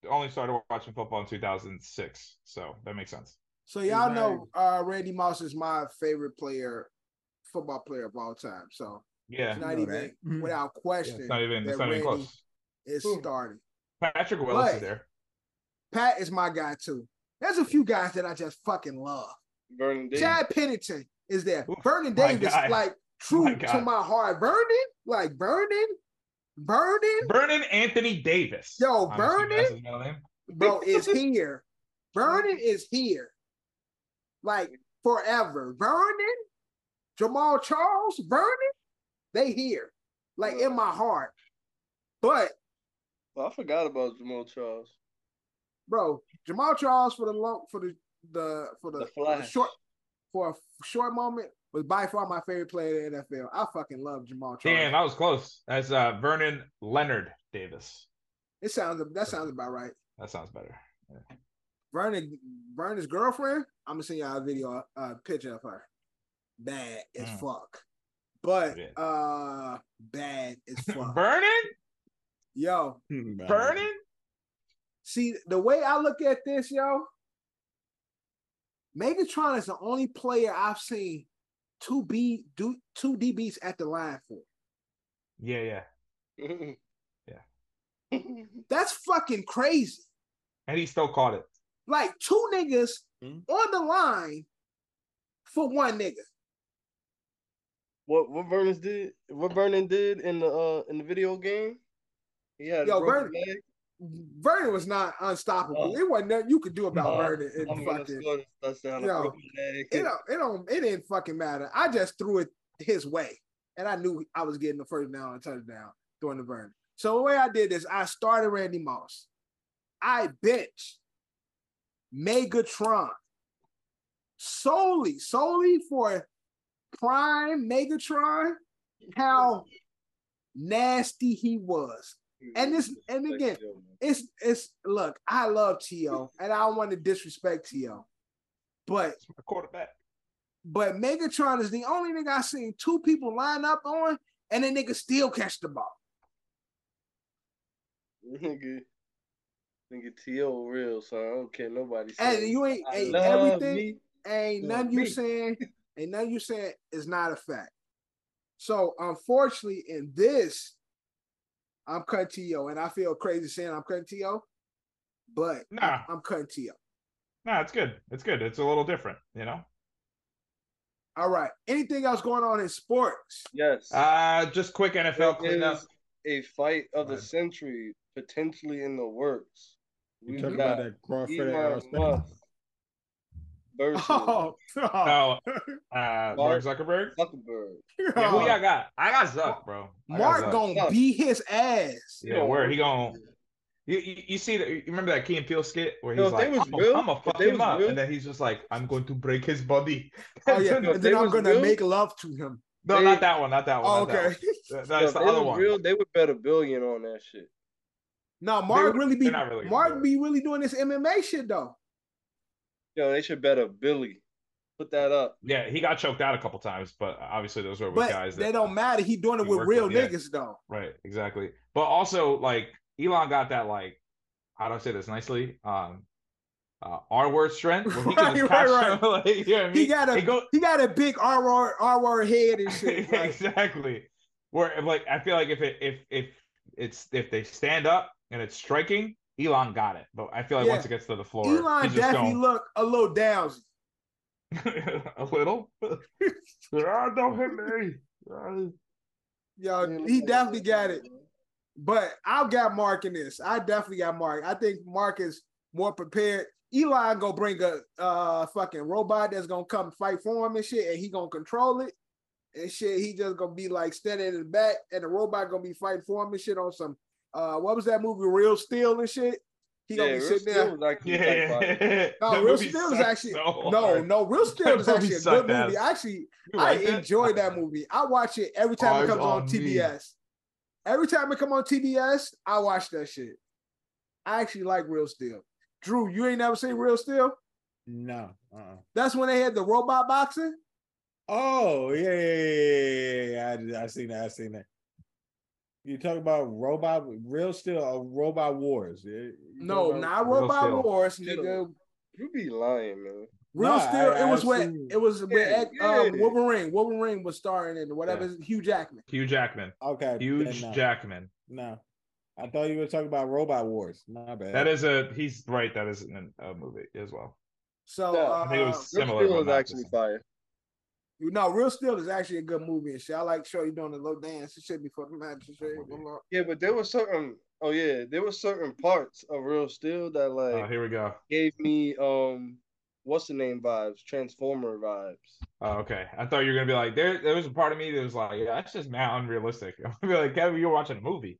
S2: only started watching football in 2006. So that makes sense.
S3: So y'all know uh Randy Moss is my favorite player, football player of all time. So
S2: Yeah.
S3: it's
S7: You
S3: not
S7: know
S3: even
S7: that. Mhm.
S3: without question
S2: It's not even, it's
S3: that
S2: not even
S3: Randy
S2: close.
S3: it's
S1: Ooh.
S3: starting.
S2: Patrick Willis
S3: But-
S2: is there.
S3: Pat is my guy too. There's a few guys that I just fucking love.
S1: Vernon Davis.
S3: Chad Pennington is there.
S2: Oof,
S3: Vernon
S2: my
S3: Davis,
S2: guy.
S3: like true
S2: My
S3: to
S2: God.
S3: my heart. Vernon, like Vernon, Vernon,
S2: Vernon Anthony Davis.
S3: Yo,
S2: I'm assuming
S3: Vernon?
S2: that's his middle name.
S3: bro, is here. Vernon is here. Like forever. Vernon, Jamal Charles, Vernon, they here. Like in my heart. But
S1: Well, I forgot about Jamal Charles.
S3: bro, Jamal Charles for the long for the the for the,
S1: The
S3: for the
S1: Flash.
S3: short for a f- short moment was by far my favorite player in the NFL. I fucking love Jamal Charles.
S2: Damn, I was close. That's uh, Vernon Leonard Davis.
S3: It sounds that sounds about right.
S2: That sounds better.
S3: Vernon Vernon's girlfriend. I'm gonna send y'all a video, uh, picture of her. Bad as
S2: Mm.
S3: fuck, but
S2: Yeah.
S3: uh, bad as fuck.
S2: Vernon?
S3: yo,
S7: Nah.
S2: Vernon?
S3: see the way I look at this, yo. Megatron is the only player I've seen two B do two DBs at the line for.
S2: Yeah, yeah.
S3: That's fucking crazy.
S2: And he still caught it.
S3: Like two niggas
S2: Hmm?
S7: Mhm.
S3: on the line for one nigga.
S1: what what Vernon's did? What Vernon did in the uh in the video game? He had a
S3: Yo,
S1: broken
S3: Vernon-
S1: leg.
S3: Vernon was not unstoppable.
S1: Oh.
S3: It wasn't nothing you could do about
S1: Oh,
S3: Vernon. It
S1: I'm gonna
S3: fucking
S1: score this touchdown.
S3: Yo,
S1: a broken leg.
S3: it don't it don't it didn't fucking matter. I just threw it his way, and I knew I was getting the first down and touchdown during the Vernon. So the way I did this, I started Randy Moss. I benched Megatron solely solely for prime Megatron. How nasty he was. And this- and again, It's it's look, I love T.O. and I don't want to disrespect T.O. But
S2: It's my quarterback.
S3: but Megatron is the only nigga I seen two people line up on, and the nigga still catch the ball.
S1: nigga, nigga, T.O. real son. I don't care nobody.
S3: And
S1: say.
S3: you ain't
S1: I
S3: ain't
S1: love
S3: everything
S1: me.
S3: ain't
S1: Yeah,
S3: nothing you
S1: me.
S3: saying, ain't nothing you saying is not a fact. So unfortunately, in this, I'm cutting T.O. and I feel crazy saying I'm cutting T.O. But
S2: Nah,
S3: I'm cutting T.O.
S2: nah, it's good. It's good. It's a little different, you know.
S3: All right. Anything else going on in sports?
S1: Yes.
S2: Uh just quick NFL
S1: It
S2: cleanup.
S1: is a fight of the
S2: Right.
S1: century potentially in the works.
S7: You
S1: We've
S7: talk
S1: got
S7: about that Crawford
S1: Elon
S7: aerospace.
S1: Musk versus
S3: Oh, oh,
S2: Oh, uh, Mark Zuckerberg.
S1: Zuckerberg.
S2: Yeah,
S3: oh.
S2: who y'all got? I got Zuck, bro. I got
S3: Mark
S2: Zuck.
S3: gonna
S1: Fuck.
S3: beat his ass.
S2: Yeah, where he gonna? You, you, you see that? You remember that Key and Peele skit where he's
S1: Yo, if they
S2: like,
S1: was
S2: "I'm
S1: real-
S2: gonna
S1: if
S2: fuck
S1: they
S2: him
S1: was
S2: up,"
S1: real-
S2: and then he's just like, "I'm going to break his body."
S3: Oh yeah,
S2: no,
S3: and
S1: they
S3: then I'm
S1: was
S3: gonna
S1: real-
S3: make love to him.
S2: no,
S1: they-
S2: not that one. Not that one.
S3: Oh,
S2: not that
S3: okay.
S2: one. Th-
S1: Yo,
S2: That's
S1: if
S2: the
S1: they
S2: other
S1: was
S2: one.
S1: real, they would bet a billion on that shit.
S3: No, Mark
S2: were-
S3: really be
S2: they're not really
S3: Mark
S2: good.
S3: be really doing this MMA shit though.
S1: Yo, they should bet a billy. Put that up.
S2: Yeah, he got choked out a couple times, but obviously those were with
S3: But
S2: guys
S3: they
S2: that
S3: don't matter. He doing it
S2: he
S3: with
S2: worked
S3: real
S2: with, yeah.
S3: niggas though.
S2: Right, exactly. But also, like Elon got that like how do I say this nicely? Um, uh, R word strength. Where he can just
S3: Right,
S2: catch
S3: right,
S2: him, like, you know what I
S3: He
S2: mean?
S3: got a-
S2: It go-
S3: He got a big R word R word head and shit. Like,
S2: exactly. Where like I feel like if it if if it's if they stand up and it's striking, Elon got it. But I feel like
S3: Yeah.
S2: once it gets to the floor,
S3: Elon
S2: he's just
S3: definitely
S2: going
S3: look a little downsy.
S2: a little. Ah, don't hit me. Ah.
S3: Yo, Uh, he definitely got it. But I've got Mark in this. I definitely got Mark. I think Mark is more prepared. Eli gonna bring a uh fucking robot that's gonna come fight for him and shit, and he gonna control it and shit. He just gonna be like standing in the back, and the robot gonna be fighting for him and shit on some uh what was that movie, Real Steel and shit. He gonna
S1: Yeah,
S3: be
S1: Real Steel
S3: sitting there.
S1: was actually
S2: Yeah.
S1: like,
S3: No,
S2: That
S3: Real
S2: movie
S3: Steel is
S2: sucks
S3: actually-
S2: so
S3: No,
S2: hard.
S3: no, Real Steel
S2: That
S3: is
S2: movie
S3: actually a good
S2: sucked ass.
S3: movie. Actually,
S2: You
S3: I
S2: liked it?
S3: enjoyed that movie. I watch it every time
S2: Eyes
S3: it comes on
S2: on
S3: TBS. Every time it come on TBS, I watch that shit. I actually like Real Steel. Drew, you ain't never seen Real Steel?
S7: No. Uh-uh.
S3: That's when they had the robot boxing.
S7: Oh yeah, yeah, yeah, yeah, yeah. I, I seen that. I seen that. You talk about robot, real still, uh, robot wars. yeah? You
S3: No,
S7: talking about-
S3: not
S2: Real
S3: robot
S2: Steel.
S3: wars, nigga.
S1: You be lying, man.
S3: Real
S7: Nah,
S3: Steel.
S7: I-
S3: it
S7: I
S3: was when
S7: seen-
S3: it was
S1: Yeah,
S3: when um,
S1: yeah.
S3: Wolverine. Wolverine was starring in whatever Hugh Jackman.
S2: Hugh Jackman.
S7: Okay,
S2: Huge
S1: uh,
S7: then no,
S2: Jackman.
S7: No, I thought you were talking about robot wars. My bad.
S2: That is a he's right. That is an, a movie as well.
S3: So
S1: Yeah,
S3: uh,
S2: I think it was
S1: Real
S2: similar.
S1: Steel
S2: but
S1: was
S2: not the
S1: actually
S2: same.
S1: fire.
S3: you know, Real Steel is actually a good movie and shit. I like Shorty doing the little dance and shit before the match and shit.
S2: Movie.
S1: Yeah, but there was certain. Oh yeah, there was certain parts of Real Steel that
S2: Oh,
S1: like
S2: here we go.
S1: gave me um, what's the name vibes, Transformer vibes.
S2: Oh, okay. I thought you were gonna be like there. There was a part of me that was like, yeah, that's just mad unrealistic. I'm gonna be like, Kevin, you're watching a movie.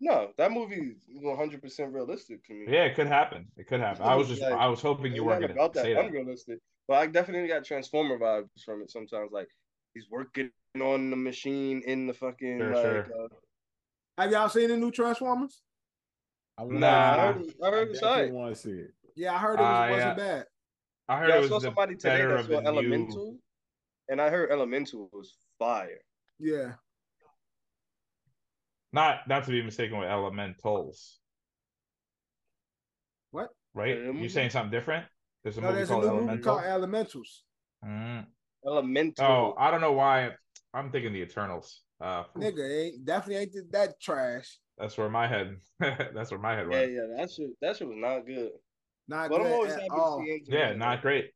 S1: No, that movie is one hundred percent realistic to me.
S2: Yeah, it could happen. It could happen. I was just, I was hoping you
S1: Ain't
S2: weren't
S1: nothing
S2: gonna
S1: about that
S2: say that.
S1: unrealistic. But I definitely got Transformer vibes from it sometimes. Like he's working on the machine in the fucking
S2: Sure,
S1: like.
S2: sure.
S1: Uh,
S3: Have y'all seen the new Transformers?
S7: I
S2: Nah.
S1: I
S7: wanna
S1: heard,
S7: see it.
S1: I heard
S7: I
S1: it's
S7: definitely
S1: alright.
S7: want to see it.
S3: Yeah, I heard it was,
S2: Uh,
S3: wasn't
S2: yeah.
S3: bad.
S2: I heard
S1: Yeah, I
S2: it
S1: saw
S2: was the
S1: somebody today
S2: better
S1: that
S2: of
S1: saw
S2: the
S1: Elemental,
S2: new.
S1: and I heard Elemental was fire.
S3: Yeah,
S2: Not, not to be mistaken with Elementals.
S3: What?
S2: Right?
S1: Yeah, the
S2: You
S1: movie-
S2: saying something different? There's a
S3: no,
S2: movie
S3: there's a
S2: called
S3: new movie
S2: Elemental.
S3: called Elementals.
S2: Mm.
S1: Elemental.
S2: Oh, I don't know why. I'm thinking the Eternals. Uh,
S3: Nigga, it ain't definitely ain't that trash.
S2: that's where my head. that's where my head
S1: yeah,
S2: went.
S1: yeah, that shit, that shit was not good.
S3: Not
S1: But I'm
S3: good
S1: always
S3: at
S1: happy
S3: all.
S1: to see Andrew.
S2: Yeah,
S1: in it.
S2: not great.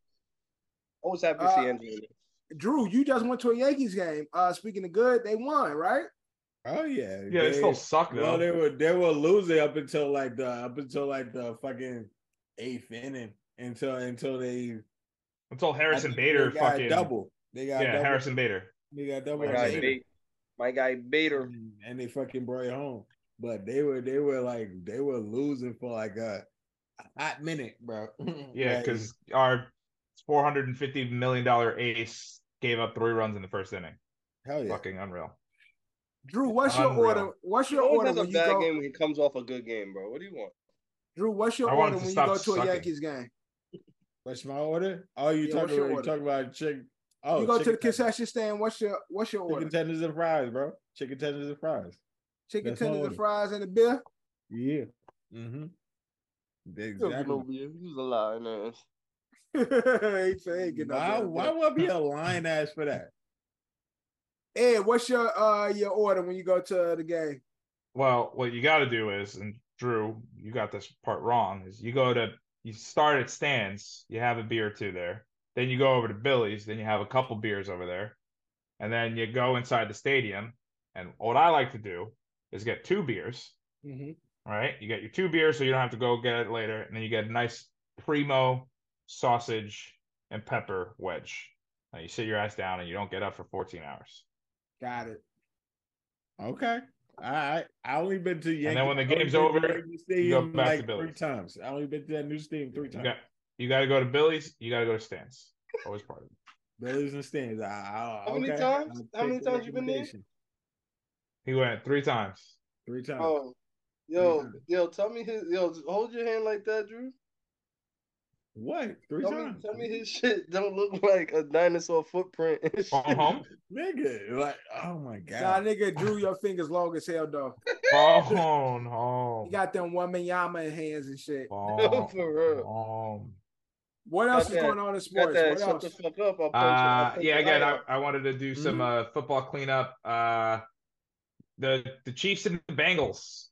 S1: Always happy to
S3: Uh,
S1: see Andrew. in it.
S3: Drew, you just went to a Yankees game. Uh, speaking of good, they won, right?
S7: Oh yeah,
S2: Yeah, they still suck though.
S7: Well, they were they were losing up until like the up until like the fucking eighth inning until until they
S2: Until Harrison
S7: I think
S2: Bader
S7: they got
S2: fucking
S7: double. They got
S2: yeah,
S7: double.
S2: Harrison Bader.
S7: They got double.
S1: My
S2: Like
S7: on
S1: guy,
S2: I
S7: the
S2: said.
S1: Bate, my guy Bader.
S7: and, and they fucking brought it home. But they were they were like they were losing for like a, a hot minute, bro.
S2: Yeah,
S7: Like,
S2: because our four hundred and fifty million dollar ace gave up three runs in the first inning.
S7: hell yeah,
S2: Fucking unreal.
S3: Drew, what's your
S2: Unreal.
S3: order? What's
S1: He
S3: your
S1: always
S3: order
S1: has a
S3: when you
S1: bad
S3: go?
S1: game when he comes off a good game, bro. What do you want?
S3: Drew, what's your
S2: I wanted to
S3: order when you
S2: stop
S3: go to a
S2: sucking.
S3: Yankees game?
S7: What's my order? Oh, you
S3: Yeah, what's
S7: talking
S3: your
S7: about you
S3: order?
S7: talking about chick? Oh,
S3: you go to
S7: chicken
S3: the concession stand. What's your what's your
S7: tenders-
S3: order?
S7: Chicken tenders and fries, bro. Chicken tenders and fries.
S3: Chicken
S7: that's my
S3: tenders, the
S7: order.
S3: fries, and the beer.
S7: Yeah. Mm-hmm. Exactly.
S1: He was a lying ass.
S3: He said, "Hey, get no
S7: Why?
S3: damn
S7: Why
S3: beer."
S7: would I be a lying ass for that?
S3: Ed, what's your uh your order when you go to the game?
S2: Well, what you got to do is, and Drew, you got this part wrong, is you go to, you start at Stan's, you have a beer or two there. Then you go over to Billy's, then you have a couple beers over there. And then you go inside the stadium. And what I like to do is get two beers, right? You get your two beers so you don't have to go get it later. And then you get a nice primo sausage and pepper wedge. And you sit your ass down and you don't get up for 14 hours.
S3: Got it.
S7: Okay. All right. I only been to Yankee.
S2: then when the
S7: I only
S2: game's
S7: been to
S2: over,
S7: Yankee Stadium,
S2: you go back to
S7: like three
S2: Billy's.
S7: times. I only been to that new stadium three
S2: You
S7: times.
S2: got, you got to go to Billy's, you got to go to Stan's. Always part of it.
S7: Billy's and stands. I, I,
S1: How many
S7: okay.
S1: times?
S7: I'll
S1: How many
S7: take the
S1: times you been there?
S7: recommendation.
S2: He went three times.
S7: Three times.
S1: Oh, yo, yo, tell me his, yo, hold your hand like that, Drew.
S7: What? Three
S1: Tell me,
S7: times.
S1: tell me his shit don't look like a dinosaur footprint. and shit.
S2: Phone home.
S7: Nigga, like, oh my
S3: Nah,
S7: god.
S3: nigga, Drew, your fingers long as hell though.
S2: Phone home.
S3: You got them Wamanyama hands and shit.
S2: Phone
S1: For real.
S2: home.
S3: What else
S1: Got
S3: is
S1: that-
S3: going on in
S1: Got
S3: sports?
S1: that?
S3: What
S1: Shut
S3: else?
S1: the fuck up! I'll punch
S2: Uh,
S1: you.
S2: yeah, again, I,
S1: I,
S2: I wanted to do some uh, football cleanup. Uh, the the Chiefs and the Bengals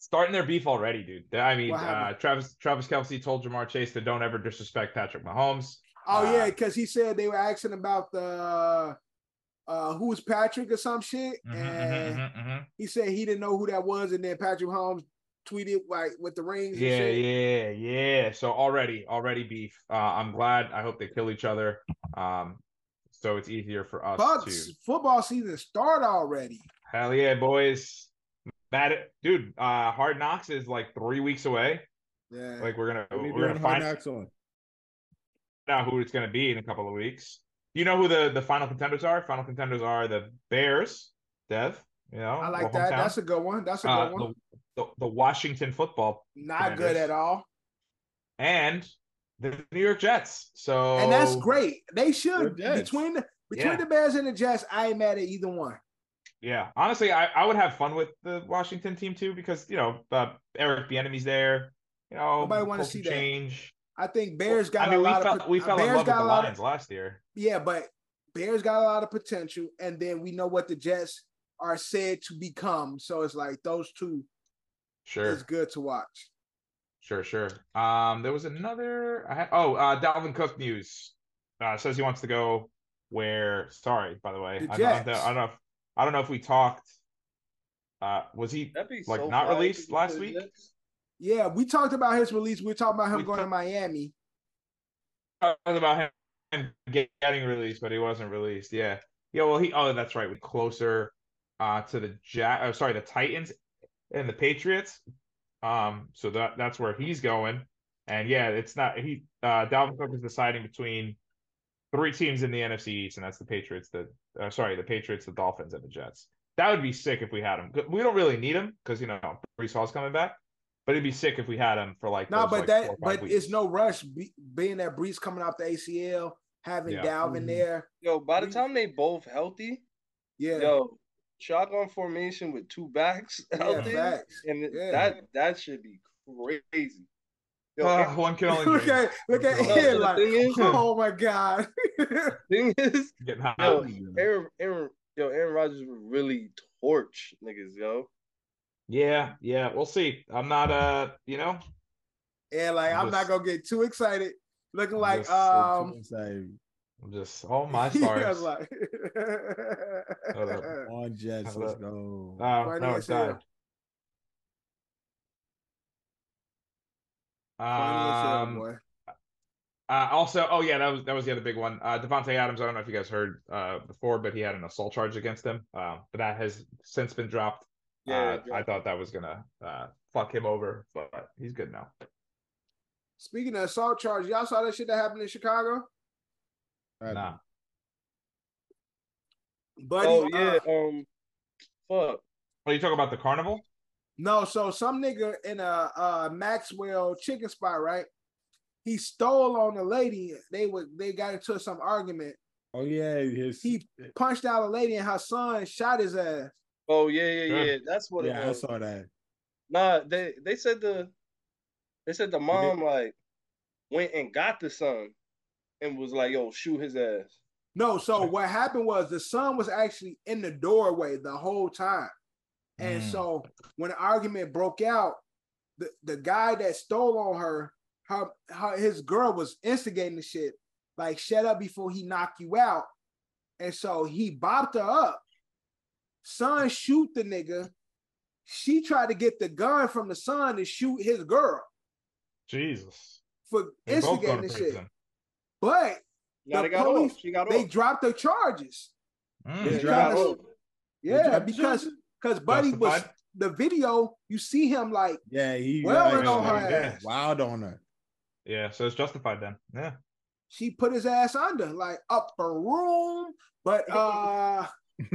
S2: starting their beef already, dude. I mean,
S3: What
S2: uh,
S3: happened?
S2: Travis Travis Kelsey told Jamar Chase to don't ever disrespect Patrick Mahomes.
S3: Oh
S2: Uh,
S3: yeah, because he said they were asking about the uh who's Patrick or some shit,
S2: Mhm,
S3: and
S2: mhm, mhm, mhm.
S3: he said he didn't know who that was, and then Patrick Holmes tweeted like with the rings. and
S2: Yeah,
S3: shit.
S2: yeah, yeah. So already, already beef. Uh, I'm glad. I hope they kill each other. Um, so it's easier for us
S3: Bucks
S2: to.
S3: football season start already.
S2: Hell yeah, boys. Bad dude, uh Hard Knocks is like three weeks away.
S3: Yeah,
S2: Like we're gonna
S7: What are you
S2: we're
S7: doing
S2: gonna
S7: hard
S2: find
S7: knocks on?
S2: out who it's gonna be in a couple of weeks. You know who the the final contenders are? Final contenders are the Bears, Dev. You know,
S3: I
S2: well,
S3: like that.
S2: hometown.
S3: That's a good one. That's a
S2: uh,
S3: good one.
S2: the, the, the Washington football
S3: Not good
S2: Commanders.
S3: at all,
S2: and the New York Jets. So
S3: and that's great. They
S7: We're
S3: should
S7: Jets.
S3: between the between
S2: Yeah.
S3: the Bears and the Jets. I ain't mad at either one.
S2: Yeah, honestly, I, I would have fun with the Washington team too because you know uh, Eric Bieniemy's there. You know,
S3: Nobody wanna
S2: culture
S3: see that.
S2: change.
S3: I think Bears got
S2: I mean,
S3: a
S2: we
S3: lot
S2: fell
S3: of pot-
S2: we fell in
S3: Bears
S2: love with
S3: got
S2: the
S3: a lot of-
S2: Lions last year.
S3: Yeah, but Bears got a lot of potential, and then we know what the Jets are said to become. So it's like those two
S2: Sure,
S3: is good to watch.
S2: sure, sure. Um, there was another. I had, oh, uh, Dalvin Cook news uh, says he wants to go where? Sorry, by the way,
S3: The
S2: I don't, know,
S3: Jets.
S2: I don't know. If, I don't know if we talked. Uh, was he?
S1: That'd be
S2: Like,
S1: so
S2: not
S1: fire if
S2: released
S1: he
S2: last
S1: did
S2: week?
S1: that.
S3: Yeah, we talked about his release. We talked about him
S2: We
S3: going to
S2: talked-
S3: Miami.
S2: talking about him- him get- getting released, but he wasn't released. Yeah, yeah. Well, he. Oh, that's right. We're closer uh, to the Jack. Oh, sorry, the Titans and the Patriots. Um, so that that's where he's going. And yeah, it's not he. Uh, Dalvin Cook is deciding between three teams in the NFC East, and that's the Patriots. The uh, sorry, the Patriots, the Dolphins, and the Jets. That would be sick if we had him. We don't really need him because you know Brees Hall's coming back, but it'd be sick if we had him for like
S3: No,
S2: those,
S3: but
S2: like,
S3: that
S2: four or five
S3: but it's
S2: weeks.
S3: no rush be, being that Brees coming off the ACL, having
S2: Yeah.
S3: Dalvin there.
S1: Yo, by the
S3: We-
S1: time they both healthy,
S3: Yeah,
S1: yo, shotgun formation with two backs
S3: yeah,
S1: healthy,
S3: facts.
S1: and
S3: Yeah.
S1: that that should be crazy. Yo,
S2: Uh, one can only
S3: look
S2: dream.
S3: at look at
S1: No,
S3: him
S1: the
S3: like,
S1: thing is-
S3: oh my god.
S1: thing is,
S2: Getting hot.
S1: yo, Aaron, Aaron, yo, Aaron Rodgers would really torch niggas, yo.
S2: Yeah, yeah, we'll see. I'm not uh, you know,
S3: and like,
S2: I'm
S3: I'm not
S2: just-
S3: gonna get too excited. Looking like
S2: just-
S3: um,
S7: It's like
S2: I'm just oh my
S3: Yeah, I
S2: stars.
S3: was like-
S2: Hold up.
S7: on Jets.
S2: Hold
S7: Let's
S2: up.
S7: go.
S2: Oh
S3: Funny
S2: no,
S3: as
S2: it died.
S3: Funny as hell,
S2: Um,
S3: boy.
S2: uh, also, oh yeah, that was that was the other big one. Uh, Devontae Adams. I don't know if you guys heard uh before, but he had an assault charge against him. Um, but that has since been dropped.
S1: Yeah,
S2: uh, I thought that was gonna uh fuck him over, but he's good now.
S3: Speaking of assault charge, y'all saw that shit that happened in Chicago,
S7: All right.
S2: Nah.
S3: buddy.
S1: oh
S3: uh,
S1: yeah, um, fuck?
S2: What are Oh, you talking about? The carnival?
S3: No, so some nigga in a, uh Maxwell chicken spot, right? He stole on the lady. They would they got into some argument.
S7: Oh yeah, his
S3: He punched out a lady and her son shot his ass.
S1: Oh yeah, yeah, yeah.
S2: Yeah.
S1: That's what it
S7: yeah, I
S1: was.
S7: saw that.
S1: Nah, they they said the they said the mom like went and got the son and was like, yo, shoot his ass.
S3: No, so what happened was the son was actually in the doorway the whole time. And
S2: Mm.
S3: so when the argument broke out, the, the guy that stole on her, her, her, his girl was instigating the shit, like shut up before he knock you out. And so he bopped her up. Son shoot the nigga. She tried to get the gun from the son to shoot his girl
S2: Jesus.
S3: for
S2: They both
S3: instigating
S2: going
S3: the
S2: to
S3: shit.
S2: prison.
S3: But
S1: Now
S3: The
S1: they got
S3: police-
S1: off. She got
S3: they
S1: off.
S3: dropped the charges.
S2: Mm.
S1: Yeah,
S7: They
S1: she got
S7: dropped-
S1: off.
S3: Yeah, because because Buddy was
S2: Justified.
S3: the video. You see him like
S7: Yeah, he
S3: Well,
S7: like,
S2: on her
S7: like,
S2: ass.
S7: wild on her.
S2: Yeah, so it's justified then. Yeah.
S3: she put his ass under, like up for room. But uh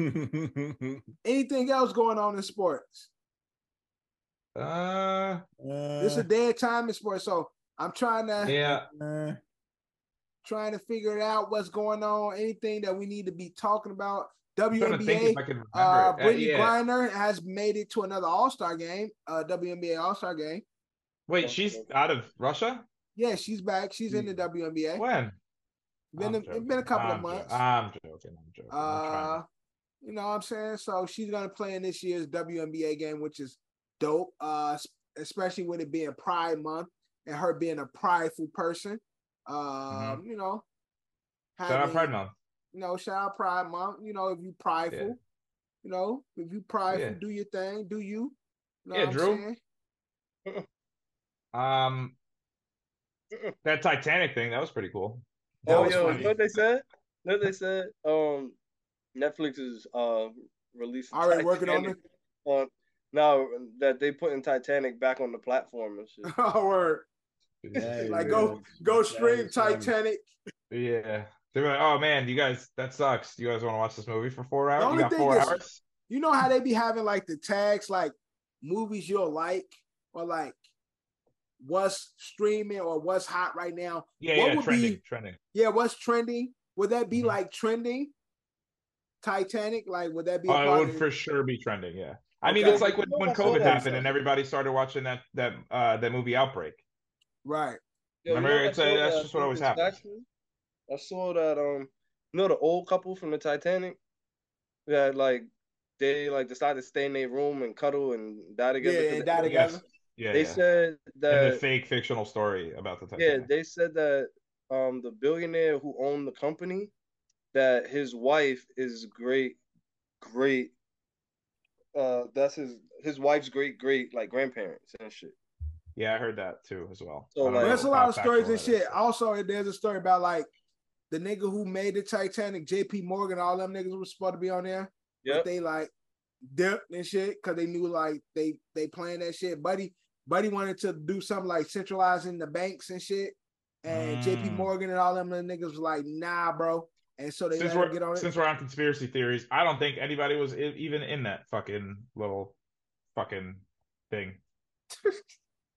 S3: anything else going on in sports?
S2: Uh,
S3: This is a dead time in sports, so I'm trying to
S2: yeah.
S7: Uh,
S3: trying to figure it out what's going on. Anything that we need to be talking about?
S2: I'm trying to think
S3: WNBA.
S2: if I can remember.
S3: Uh,
S2: it. Uh,
S3: Brittany
S2: yeah.
S3: Griner has made it to another All Star game, uh, WNBA All Star game.
S2: Wait, she's out of Russia?
S3: Yeah, she's back. She's in the WNBA.
S2: When?
S3: Been a,
S2: I'm
S3: it's been a couple of
S2: joking.
S3: months.
S2: I'm joking. I'm joking. I'm
S3: Uh,
S2: joking.
S3: you know what I'm saying? So she's gonna play in this year's WNBA game, which is dope. Uh, s- especially with it being Pride Month and her being a prideful person. Um, you know,
S2: I'm trying. Mm-hmm. Shout out
S3: having-
S2: Pride Month.
S3: You know, shout out Pride Month. You know, if you prideful, you know, if you prideful,
S2: Yeah.
S3: do your thing, do you? you know
S2: Yeah,
S3: what I'm
S2: Drew.
S3: saying?
S2: Um, that Titanic thing that was pretty cool. That
S1: Oh
S2: was
S1: yo,
S2: funny.
S1: you know what they said? You know what they said? Um Netflix is uh releasing
S3: Already working on
S1: Titanic on now that they putting Titanic back on the platform and shit.
S3: Oh, word.
S7: yeah,
S3: Like,
S7: yeah.
S3: go- Go
S7: That
S3: stream
S7: is funny.
S3: Titanic.
S2: Yeah. They were like, oh man, you guys, that sucks. You guys want to watch this movie for four hours?
S3: only
S2: You got
S3: thing
S2: four
S3: is-
S2: hours?
S3: You know how they be having like the tags like movies you'll like or like what's streaming or what's hot right now.
S2: Yeah,
S3: what
S2: yeah,
S3: would
S2: trending,
S3: be
S2: trending.
S3: yeah, what's trending? Would that be
S2: Mhm.
S3: like trending? Titanic, like would that be? a
S2: Oh,
S3: part
S2: it would
S3: of-
S2: for sure be trending. Yeah. I mean,
S3: Okay.
S2: it's like when, when
S1: Yeah,
S2: COVID
S1: yeah.
S2: happened and everybody started watching that that uh that movie Outbreak.
S3: right.
S1: Yo, you know
S2: Remember,
S1: I
S2: it's a-
S1: saw
S2: that's
S1: that
S2: just what always
S1: fucking
S2: happens.
S1: statue? I saw that um you know the old couple from the Titanic that like they like decided to stay in their room and cuddle and die together.
S3: Yeah,
S1: to
S3: and
S1: the
S3: die
S1: end?
S3: together.
S2: Yeah.
S1: They
S2: yeah.
S1: said
S2: and
S1: that
S2: the fake fictional story about the
S1: Yeah,
S2: Titanic.
S1: they said that um the billionaire who owned the company, that his wife is great, great. Uh, that's his his wife's great great like grandparents and shit.
S2: yeah, I heard that too as well.
S1: So,
S2: I don't
S1: like-
S2: know
S3: There's a
S2: how
S3: lot of stories
S2: factual that
S3: and
S2: is.
S3: shit. Also, there's a story about like the nigga who made the Titanic, JP Morgan, all them niggas was supposed to be on there.
S1: Yep.
S3: But they like dipped and shit because they knew like they they playing that shit. Buddy, Buddy wanted to do something like centralizing the banks and shit. And JP
S2: Mm.
S3: Morgan and all them little niggas was like, nah, bro. And so they
S2: Since
S3: let him
S2: we're
S3: get on it.
S2: since we're on conspiracy theories, I don't think anybody was I- even in that fucking little fucking thing.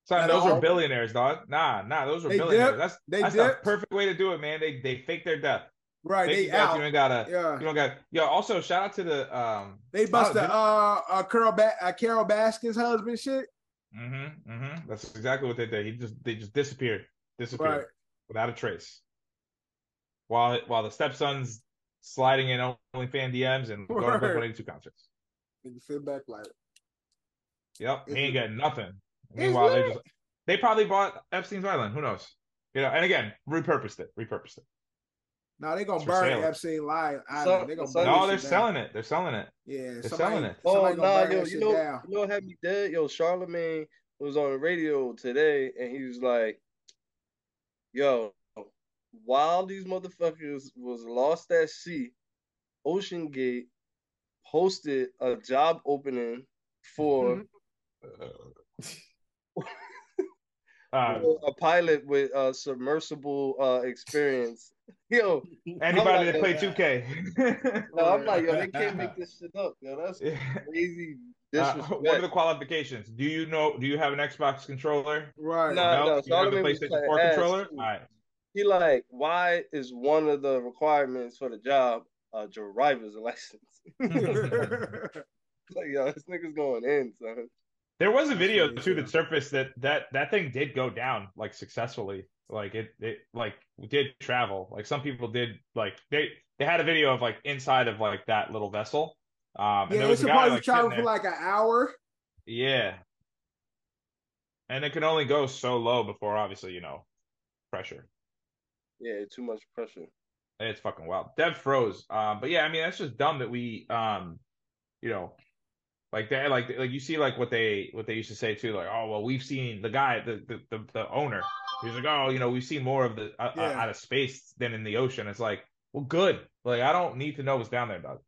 S2: Son,
S3: At
S2: those
S3: all?
S2: were billionaires, dog. Nah, nah, those were
S3: They
S2: billionaires.
S3: dipped.
S2: That's
S3: They
S2: that's
S3: dipped.
S2: the perfect way to do it, man. They they fake their death.
S3: Right,
S2: Fake
S3: they
S2: your death.
S3: out.
S2: You ain't gotta.
S3: Yeah.
S2: You don't got. Yo, also shout out to the um.
S3: They bust
S2: Wow,
S3: the uh, uh, Carol ba- uh Carol Baskin's husband shit.
S2: Mm-hmm, mm-hmm. That's exactly what they did. He just they just disappeared, disappeared
S3: Right.
S2: without a trace. While while the stepson's sliding in OnlyFan DMs and going to
S3: Word.
S2: Blink One Eighty Two concerts.
S3: Nigga sit back like
S2: Yep,
S3: Is
S2: he ain't
S3: it-
S2: getting nothing. Meanwhile, they
S3: lit.
S2: just they probably bought Epstein's Island. Who knows? You know, and again, repurposed it, repurposed it.
S3: No, they gonna
S2: It's for
S3: burn
S2: sale.
S3: Epstein live.
S1: So-
S3: they gonna
S1: so- Burn
S3: burn
S2: No,
S3: that
S2: they're
S3: shit down.
S2: selling it. They're selling it.
S3: Yeah,
S2: They're
S3: somebody,
S2: selling it.
S3: somebody
S1: Oh
S3: gonna
S1: nah,
S3: burn
S1: yo,
S3: that
S1: you
S3: shit
S1: know,
S3: down.
S1: you know what had me dead? Yo, Charlemagne was on the radio today and he was like, Yo, while these motherfuckers was lost at sea, Ocean Gate posted a job
S3: Mm-hmm.
S1: opening for
S2: Uh, Uh,
S1: a pilot with uh, submersible uh, experience. Yo, like
S2: anybody that play
S1: that.
S2: 2K.
S1: no, I'm like, yo, they can't make this shit up, yo. That's crazy
S2: Uh, what are
S1: disrespect.
S2: the qualifications? Do you know? Do you have an Xbox controller?
S3: Right.
S1: Nah, no,
S2: you have the
S1: Charlamagne was
S2: PlayStation
S1: playing
S2: 4
S1: ass,
S2: controller.
S1: too.
S2: All right.
S1: he like, why is one of the requirements for the job a driver's license? like, yo, this nigga's going in, son.
S2: There was a video
S7: Absolutely,
S2: too
S7: yeah.
S2: that surfaced that that that thing did go down like successfully. Like it it like did travel. Like some people did like they they had a video of like inside of like that little vessel. Um, and
S3: yeah,
S2: there
S3: it's
S2: was a guy
S3: supposed
S2: like
S3: to travel
S2: sitting
S3: for
S2: there.
S3: like an hour.
S2: yeah. And it can only go so low before obviously you know pressure.
S1: Yeah, too much pressure.
S2: It's fucking wild. Dev froze. Um, but yeah, I mean that's just dumb that we um, you know, like that, like like you see like what they what they used to say too, like oh well we've seen the guy the the the, the owner. He's like oh you know we've seen more of the uh, uh,
S3: Yeah.
S2: out of space than in the ocean. It's like well good. Like I don't need to know what's down there, dog.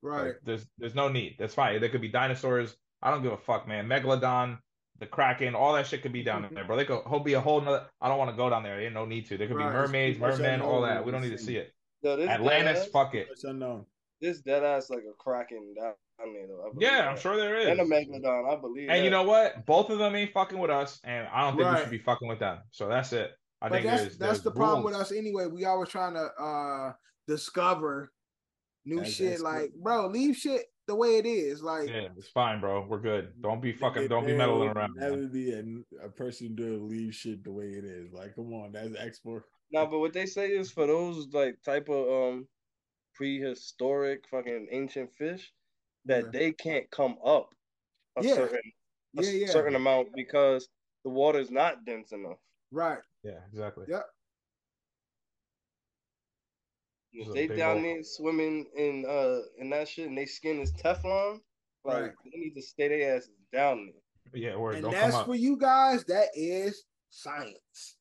S3: Right.
S2: Like, there's there's no need. That's fine. There could be dinosaurs. I don't give a fuck, man. Megalodon, the Kraken, all that shit could be down there, bro. They could ho- be a whole nother. I don't want to go down there. Ain't no need to. There could
S3: Right.
S2: be mermaids,
S7: It's- it's
S2: mermen, all
S3: "Oh,
S7: unknown.
S2: that. We don't need to see it.
S1: Yo, this
S2: Atlantis,
S1: deadass-
S2: fuck it.
S7: It's unknown.
S1: This dead ass like a kraken. down there, though. I believe
S2: Yeah, I'm
S1: that.
S2: sure there is.
S1: And a megalodon, I believe.
S2: And you
S1: that.
S2: know what? Both of them ain't fucking with us, and I don't think
S3: Right.
S2: we should be fucking with them. So that's it. I
S3: but
S2: think
S3: that's
S2: there's,
S3: that's
S2: there's
S3: the problem
S2: rules.
S3: with us anyway. We always trying to uh discover new
S7: That's-
S3: shit.
S7: that's
S3: Like,
S7: good.
S3: bro, leave shit the way it is. Like,
S2: Yeah, it's fine, bro. We're good. Don't be fucking.
S7: There-
S2: Don't be
S7: there
S2: meddling
S7: will
S2: around. man.
S7: Never be a, a person to leave shit the way it is. Like, come on, that's export.
S1: No, but what they say is for those like type of um prehistoric fucking ancient fish that
S3: Yeah.
S1: they can't come up a
S3: Yeah.
S1: certain a
S3: yeah, yeah,
S1: certain amount because the water's not dense enough.
S3: right.
S2: Yeah, exactly.
S3: Yeah.
S1: If
S2: Just a
S1: they
S2: big
S1: down
S2: old-
S1: there swimming in uh in that shit and they skin is Teflon, like
S3: Right.
S1: they need to stay their asses down
S2: Yeah, word.
S3: And
S2: don't
S3: that's
S2: come up.
S3: for you guys. That is science.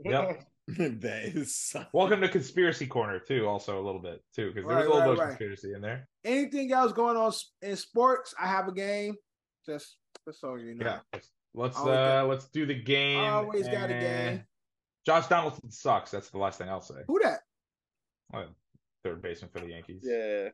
S1: there.
S2: Yep.
S7: that is so-
S2: Welcome to conspiracy corner too. Also a little bit too, because there was
S3: Right,
S2: a little
S3: right,
S2: bit of
S3: right.
S2: conspiracy in there.
S3: Anything else going on s- in sports? I have a game. Just just so you know.
S2: Yeah. Let's
S3: Always
S2: uh
S3: got-
S2: let's do the game.
S3: Always got a
S2: and-
S3: game.
S2: Josh Donaldson sucks. That's the last thing I'll say.
S3: Who that?
S2: Third baseman for the Yankees.
S1: yeah.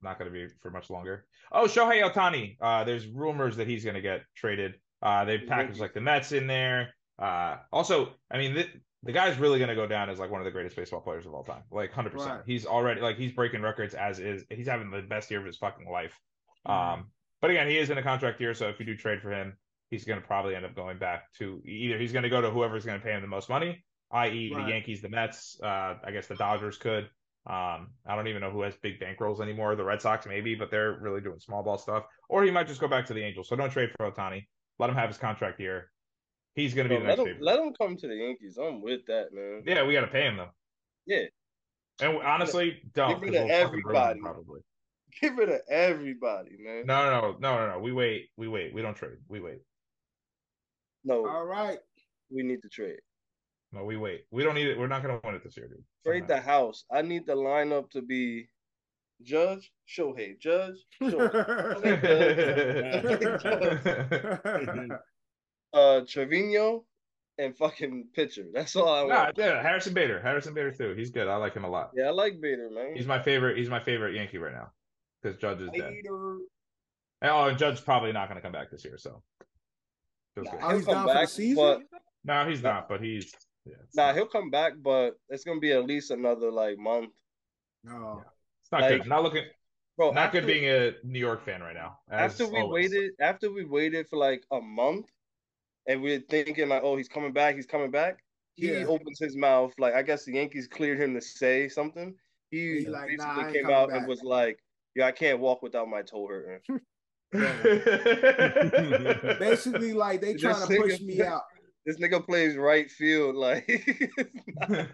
S2: Not going to be for much longer. Oh, Shohei Otani. Uh, there's rumors that he's going to get traded. Uh, they packaged like the Mets in there. Uh, also, I mean, th- the guy's really going to go down as like one of the greatest baseball players of all time. Like 100%.
S3: Right.
S2: He's already like he's breaking records as is. He's having the best year of his fucking life. Um, but again, he is in a contract year, so if you do trade for him, he's going to probably end up going back to either he's going to go to whoever's going to pay him the most money, i.e.,
S3: Right.
S2: the Yankees, the Mets. Uh, I guess the Dodgers could. Um, I don't even know who has big bankrolls anymore. The Red Sox maybe, but they're really doing small ball stuff. Or he might just go back to the Angels. So don't trade for Otani. Let him have his contract year. He's going to be
S1: Yo,
S2: the
S1: let
S2: next
S1: them
S2: favorite.
S1: let 'em come to the Yankees. I'm with that, man.
S2: Yeah, we got to pay him though.
S1: Yeah.
S2: And honestly, don't.
S1: rid
S2: 'cause
S1: of
S2: we'll fucking ruin him
S1: everybody.
S2: probably.
S1: Get rid of everybody, man.
S2: No, no, no, no, no, no. We wait. We wait. We don't trade. We wait.
S1: No,
S3: All right.
S1: we need to trade.
S2: No, we wait. We don't need it. We're not going to win it this year, dude. It's not
S1: Trade the house. I need the lineup to be Judge Shohei, Judge Shohei,
S2: happening.
S1: uh, Trevino, and fucking pitcher. That's all I
S2: Nah,
S1: want.
S2: yeah, Harrison Bader. Harrison Bader too. He's good. I like him a lot.
S1: Yeah, I like Bader, man.
S2: He's my favorite. He's my favorite Yankee right now because Judge is dead.
S1: Bader.
S2: And, Oh, and Judge's probably not going to come back this year. So, feels good.
S1: Nah,
S3: Oh, he's
S1: he'll
S3: down
S1: come
S3: for the
S1: back,
S3: season?
S1: but
S2: no, he's not. But he's yeah, it's
S1: nah,
S2: not-
S1: he'll come back, but it's gonna be at least another like month,
S3: No.
S2: it's not
S1: like-
S2: good. Not looking.
S1: bro.
S2: Not
S1: after,
S2: good being a New York fan right now. as
S1: after we
S2: always.
S1: waited, after we waited for like a month, and we are thinking like, oh, he's coming back, he's coming back. He
S3: Yeah.
S1: opens his mouth like I guess the Yankees cleared him to say something. He,
S3: He like,
S1: basically
S3: nah, I ain't
S1: came
S3: coming
S1: out and
S3: back.
S1: was like, "Yeah, I can't walk without my toe hurting."
S3: Basically, like they
S1: This
S3: trying to
S1: nigga-
S3: push me out.
S1: This nigga plays right field like coming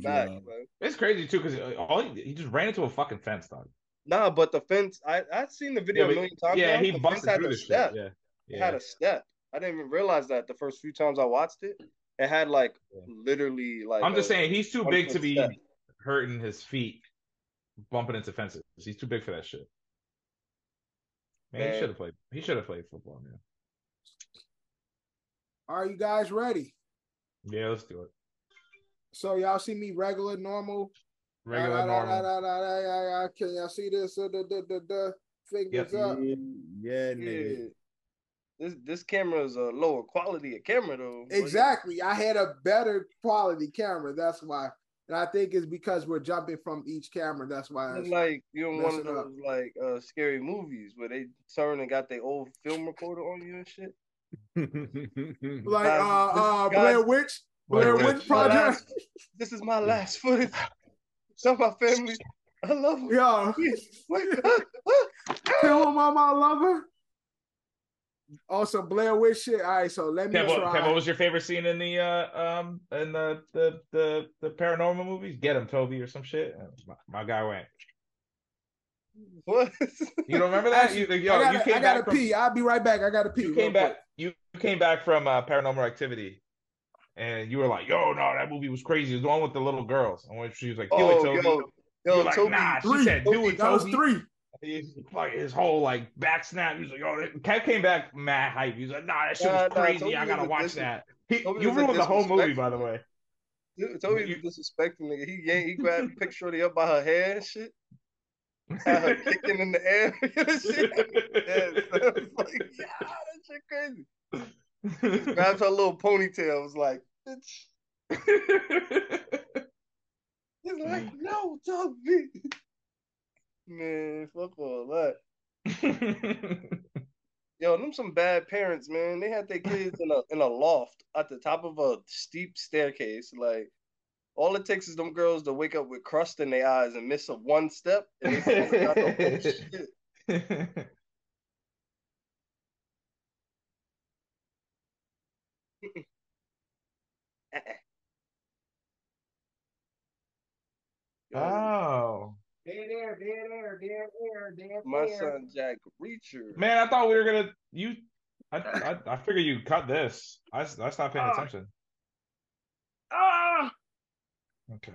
S1: back.
S7: Yeah.
S1: man.
S2: it's crazy too because all he, he just ran into a fucking fence, dog.
S1: Nah, but the fence. I I've seen the video
S2: Yeah,
S1: a
S2: but-
S1: million times.
S2: yeah,
S1: now.
S2: he
S1: The fence
S2: busted
S1: had
S2: through
S1: a
S2: this shit.
S1: step.
S2: Yeah,
S1: It had
S2: yeah.
S1: a step. I didn't even realize that the first few times I watched it. It had like
S2: Yeah.
S1: literally like.
S2: I'm just
S1: a-
S2: saying he's too
S1: one
S2: big to
S1: foot
S2: be
S1: step.
S2: hurting his feet, bumping into fences. He's too big for that shit. Man, he
S1: Man.
S2: should have played. He should have played football, man.
S3: Are you guys ready?
S2: Yeah, let's do it.
S3: So y'all see me regular, normal.
S2: Regular
S3: Ah, ah,
S2: normal.
S3: ah, ah, ah, ah, ah, ah. Can y'all see this? Uh, duh, duh, duh, duh. Fingers
S2: Yep.
S1: Mm-hmm.
S3: up.
S7: Yeah, yeah, nigga.
S1: Yeah. This this camera is a lower quality of camera though. but-
S3: Exactly. I had a better quality camera. That's why. And I think it's because we're jumping from each camera. That's why.
S1: It's
S3: It's,
S1: like you in one of
S3: mess it
S1: those
S3: up.
S1: like uh scary movies where they turn and got their old film recorder on you and shit.
S3: like
S1: Guys,
S3: uh uh
S1: guys-
S3: Blair Witch. Blair
S2: Blair
S3: Witch
S2: Witch.
S1: My
S3: Project.
S1: last- this is my last footage. Some of my family. I love them.
S3: Yo.
S1: Wait,
S3: Kill him on my lover. Also Blair Witch shit. All right, so let me
S2: Kev, what,
S3: try.
S2: Kev, what was your favorite scene in the uh um in the the the, the paranormal movies? Get him, Toby, or some shit. My, my guy went.
S1: what?
S2: You don't remember that? you, yo,
S3: I gotta,
S2: you came
S3: I gotta
S2: back. From,
S3: pee. I'll be right back. I gotta pee.
S2: you
S3: real
S2: came back.
S3: quick.
S2: You came back from uh, Paranormal Activity, and you were like, "Yo, no, that movie was crazy." It was the one with the little girls, and when she was like, "Do it,
S1: Oh,
S2: Toby."
S1: yo,
S2: you
S1: yo,
S2: were like,
S1: Toby.
S2: "Nah," she
S3: three.
S2: said, "Do it,
S3: That was
S2: Toby."
S3: three.
S2: He's like his whole like back snap. He's like, "Yo," that- Kev came back mad hype. He's like, "Nah, that shit
S1: Nah,
S2: was
S1: nah,
S2: crazy.
S1: Toby
S2: I gotta
S1: was a
S2: watch
S1: dis-
S2: that." He,
S1: Toby
S2: you
S1: was a
S2: ruined the whole movie,
S1: disrespect-
S2: by the way.
S1: Dude, Toby
S2: You-
S1: was disrespecting nigga. He yanked, he grabbed, he picked Shorty up by her hair and shit. Had her kicking in the air and shit. Yeah, so I was like, yeah, that shit crazy. Grabbed her little ponytail. Was like, bitch. He's like, no, Toby. Man, fuck all that. Yo, them some bad parents, man. They had their kids in a in a loft at the top of a steep staircase. Like, all it takes is them girls to wake up with crust in their eyes and miss a one step, and they fall out the whole shit. Yo,
S2: oh
S3: Dead air, dead air, dead air, dead
S1: my
S3: air.
S1: son Jack Reacher.
S2: man, I thought we were gonna you. I I, I figure you cut this. I s- I stopped paying
S3: Ah.
S2: attention.
S3: Ah,
S2: Okay.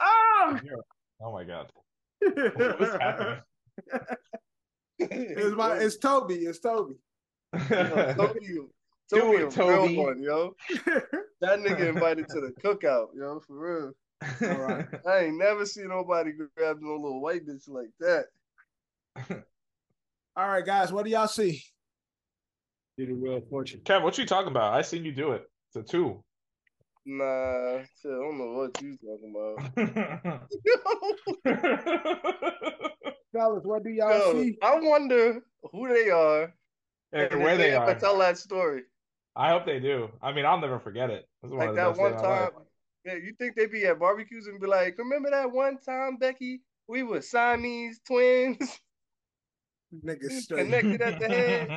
S3: ah.
S2: Oh my god. What's happening?
S3: It's my, it's Toby. It's Toby.
S1: Yo, Toby,
S2: Do
S1: Toby, a
S2: it,
S1: real
S2: Toby.
S1: one, yo. That nigga invited to the cookout, yo, for real.
S3: Alright.
S1: I ain't never seen nobody grab no little white bitch like that.
S3: All right, guys. What do y'all see?
S7: Did a real fortune.
S2: Kev, what you talking about? I seen you do it. It's a two.
S1: Nah, shit, I don't know what you talking about.
S3: Fellas, what do y'all
S1: Yo,
S3: see?
S1: I wonder who they are
S2: and
S1: if
S2: where they
S1: ever
S2: are.
S1: Tell that story.
S2: I hope they do. I mean, I'll never forget it. This is one
S1: Like
S2: of the
S1: that
S2: best
S1: one
S2: days of my life.
S1: time- Yeah, you think they be at barbecues and be like, "Remember that one time, Becky? We were Siamese twins,
S3: Nigga straight.
S1: connected at the head."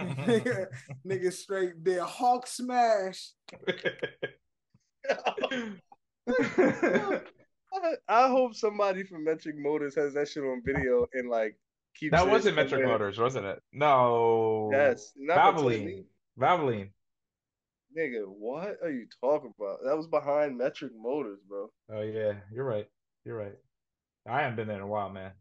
S3: Nigga straight did Hulk smash.
S1: I, I hope somebody from Metric Motors has that shit on video and like keeps.
S2: that
S1: it
S2: wasn't Metric
S1: somewhere.
S2: Motors, wasn't it? No.
S1: Yes, not for
S2: Valvoline.
S1: Timmy.
S2: Valvoline.
S1: Nigga, what are you talking about? That was behind Metric Motors, bro.
S2: Oh yeah, you're right. You're right. I haven't been there in a while, man.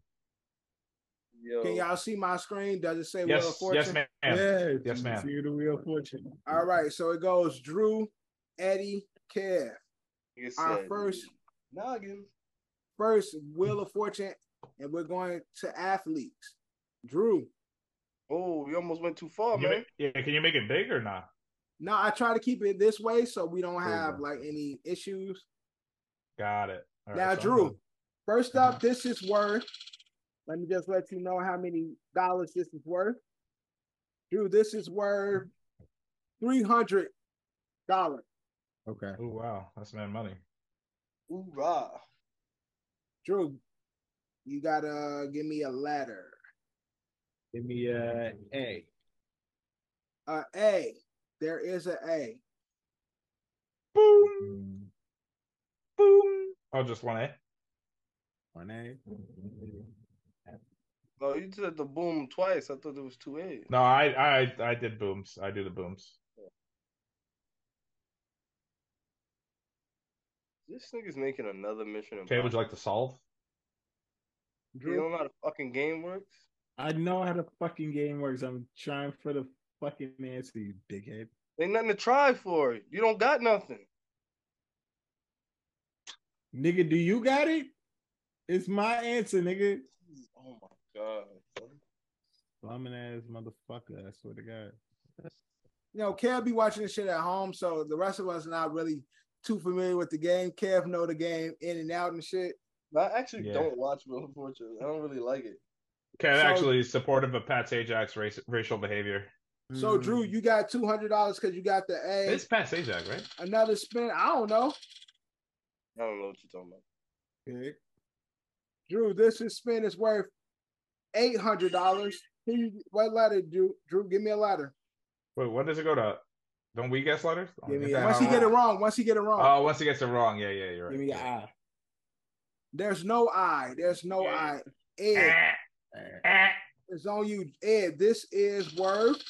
S1: Yo,
S3: Can y'all see my screen? Does it say Wheel of
S2: Yes,
S3: Fortune?
S2: yes, ma'am.
S7: Yeah,
S2: Yes, ma'am.
S7: See the real fortune.
S3: All right, so it goes Drew, Eddie, Kev.
S1: Nigga
S3: Our
S1: said,
S3: first
S1: noggin.
S3: first Wheel of Fortune, and we're going to athletes. Drew.
S1: Oh, you almost went too far,
S2: Can you
S1: man.
S2: make- yeah, can you make it big or not?
S3: Now I try to keep it this way so we don't
S2: you
S3: have
S2: go.
S3: like any issues.
S2: Got it. All right,
S3: now,
S2: so I'm
S3: Drew,
S2: gonna-
S3: first up, this is worth. Let me just let you know how many dollars this is worth. Drew, this is worth three hundred dollars.
S7: Okay.
S2: Oh wow, that's mad money.
S1: Ooh, rah.
S3: Drew, you gotta uh, give me a ladder.
S7: Give me a A.
S3: A A. There is a A.
S2: Boom, boom. Oh, just one A.
S7: One A.
S1: Oh, you said the boom twice. I thought it was two A's.
S2: No, I, I, I did booms. I do the booms.
S1: This nigga's making another mission.
S2: Okay, would
S1: impossible.
S2: you like to solve?
S1: you
S3: Drew,
S1: don't know how the fucking game works?
S7: I know how the fucking game works. I'm trying for the fucking answer, you dickhead.
S1: Ain't nothing to try for. You don't got nothing.
S7: Nigga, do you got it? It's my answer, nigga.
S1: Oh my god.
S7: Bumming ass motherfucker. I swear to God.
S3: You know, Kev be watching this shit at home, so the rest of us not really too familiar with the game. Kev know the game in and out and shit.
S1: I actually
S7: Yeah.
S1: don't watch Wheel of Fortune. I don't really like it.
S2: Kev
S3: So-
S2: actually is supportive of Pat Sajak's race, racial behavior.
S3: So Drew,
S7: Hmm.
S3: you got two hundred dollars because you got the A.
S2: It's Pat Sajak, right?
S3: Another spin. I don't know.
S1: I don't know what you're talking about.
S7: Okay.
S3: Drew, this is spin is worth eight hundred dollars. What letter, Drew? Drew, give me a letter.
S2: Wait, what does it go to? Don't we guess letters? Oh,
S7: Give me
S2: is
S7: a-
S2: that
S3: Once
S2: how
S3: he
S2: it
S3: get it
S2: works?
S3: wrong, once he get it wrong,
S2: Oh, once he gets it wrong, yeah, yeah, you're right.
S7: Give me your eye.
S3: there's no I. There's no I. Ed, it's on you. Ed, this is worth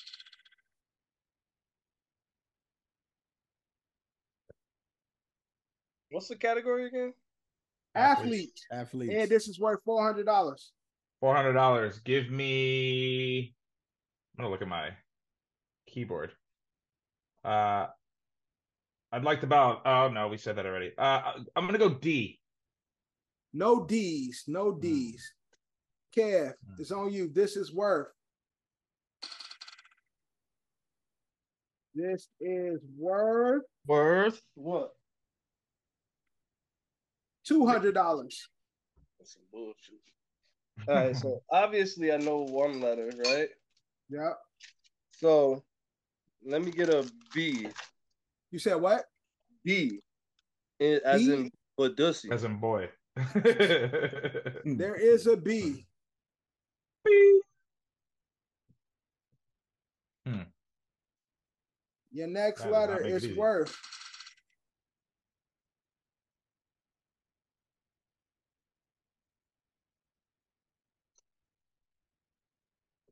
S1: What's the category again?
S3: athlete.
S7: Athlete.
S3: Ed, this is worth four hundred dollars.
S2: Four hundred dollars. Give me. I'm gonna look at my keyboard. Uh, I'd like to bow. Oh no, we said that already. Uh, I'm gonna go D.
S3: No D's. No D's. Kev,
S2: Mm.
S3: it's on you. This is worth. This is worth
S1: Worth what?
S3: two hundred dollars.
S1: That's some bullshit. All right, so obviously I know one letter, right?
S3: Yep.
S1: So let me get a B.
S3: You said what?
S1: B. eh, As
S3: B?
S1: in Badusi.
S2: as in boy.
S7: Hmm.
S3: There is a B.
S2: Hmm.
S3: Your next
S2: That does not
S3: letter
S2: make it
S3: is
S2: easy.
S3: worth.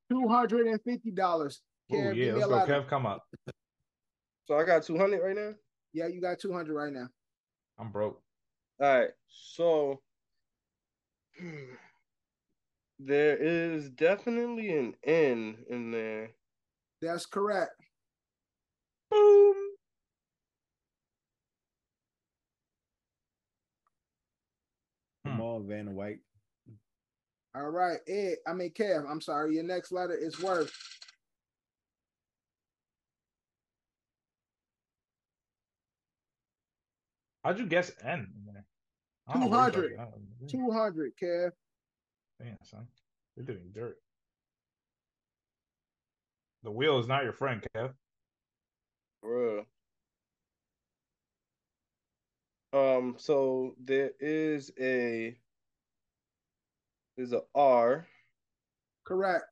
S3: Two hundred and fifty dollars.
S2: Ooh,
S3: Kev,
S2: yeah,
S3: give me
S2: let's
S3: a
S2: go,
S3: letter.
S2: Kev. Come up.
S1: So I got 200 right now?
S3: Yeah, you got two hundred right now.
S2: I'm broke.
S1: All right. So there is definitely an N in there.
S3: That's correct.
S2: Boom.
S7: Come on, Vanna White.
S3: All right, Ed. I mean Kev. I'm sorry. Your next letter is worth.
S2: How'd you guess N? in there? I don't know where you got
S3: 200.
S2: that from.
S3: Two hundred, Kev.
S2: Man, son, you're doing dirt. The wheel is not your friend, Kev.
S1: Bruh. Um, so there is a there's a R.
S3: Correct.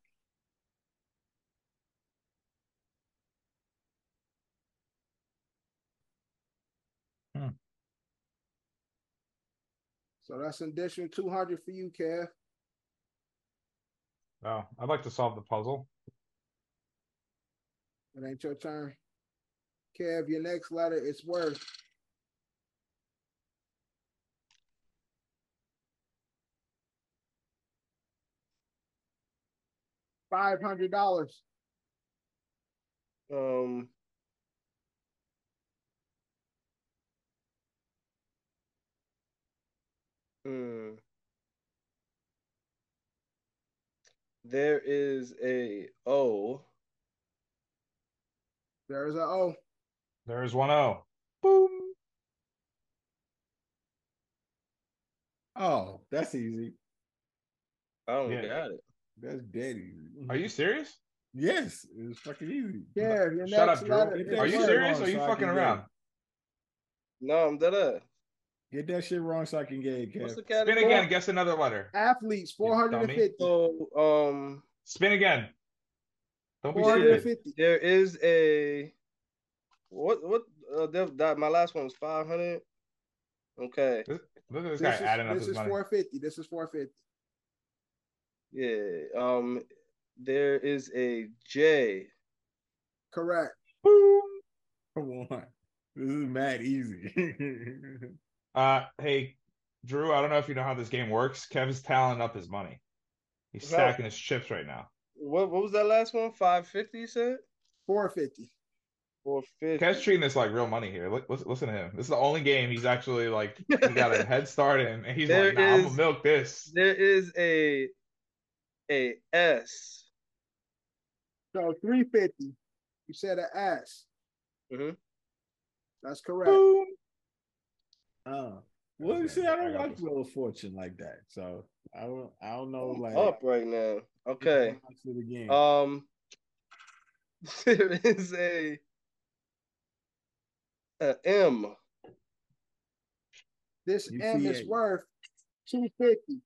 S2: Hmm.
S3: So that's an additional two hundred for you, Kev.
S2: Oh, I'd like to solve the puzzle.
S3: It ain't your turn. Kev, your next letter is worth five hundred dollars.
S1: Um hmm. There is a O.
S3: There's a O.
S2: There's one O. Boom.
S7: Oh, that's easy.
S1: I don't
S2: Yeah.
S1: got it.
S7: That's dead easy. Mm-hmm.
S2: Are you serious?
S7: Yes, it's fucking easy.
S3: Kev, your
S2: Shut
S3: next
S2: up,
S3: letter
S2: Drew.
S3: is
S2: Are you
S3: worth-
S2: serious? Are you
S7: So I
S2: fucking
S7: can
S2: around?
S1: No, I'm dead. ass.
S7: Get that shit wrong so I can get it, Kev.
S1: What's the
S2: Spin
S1: category?
S2: again. Guess another letter.
S3: Athletes, four hundred and fifty.
S1: So, um,
S2: Spin again. Don't be
S3: Four hundred and
S2: stupid.
S3: fifty.
S1: there is a what? What? Uh, that, that my last one was five hundred. Okay.
S2: Look at this,
S3: This
S2: guy
S3: is,
S2: adding up
S3: this
S2: his
S3: is
S2: money.
S3: four fifty. This is four fifty.
S1: Yeah. Um, there is a J.
S3: Correct.
S2: Boom.
S7: Come on. This is mad easy.
S2: Uh, hey, Drew. I don't know if you know how this game works. Kev's tallying up his money. He's
S1: How?
S2: stacking his chips right now.
S1: What? What was that last one? Five fifty. You said.
S3: Four fifty.
S1: Four fifty.
S2: Kev's treating this like real money here. Look, listen, listen to him. This is the only game he's actually like he got a head start in, and he's
S1: There
S2: like, "Nah, I'm
S1: is-
S2: gonna milk this."
S1: There is a a S.
S3: So three fifty. You said an ass.
S2: Mm-hmm.
S1: Mhm.
S3: That's correct.
S2: Boom.
S7: Uh, well, you
S2: Okay,
S7: see, I
S2: I
S7: don't
S2: got
S7: watch
S2: this.
S7: Wheel of Fortune like that, so I don't. I don't know. Like
S1: Oh, Up right now. Okay.
S7: how much of the game.
S1: Um. There is a a M.
S3: This
S7: You
S3: M
S7: see
S3: is
S7: it.
S3: worth two fifty.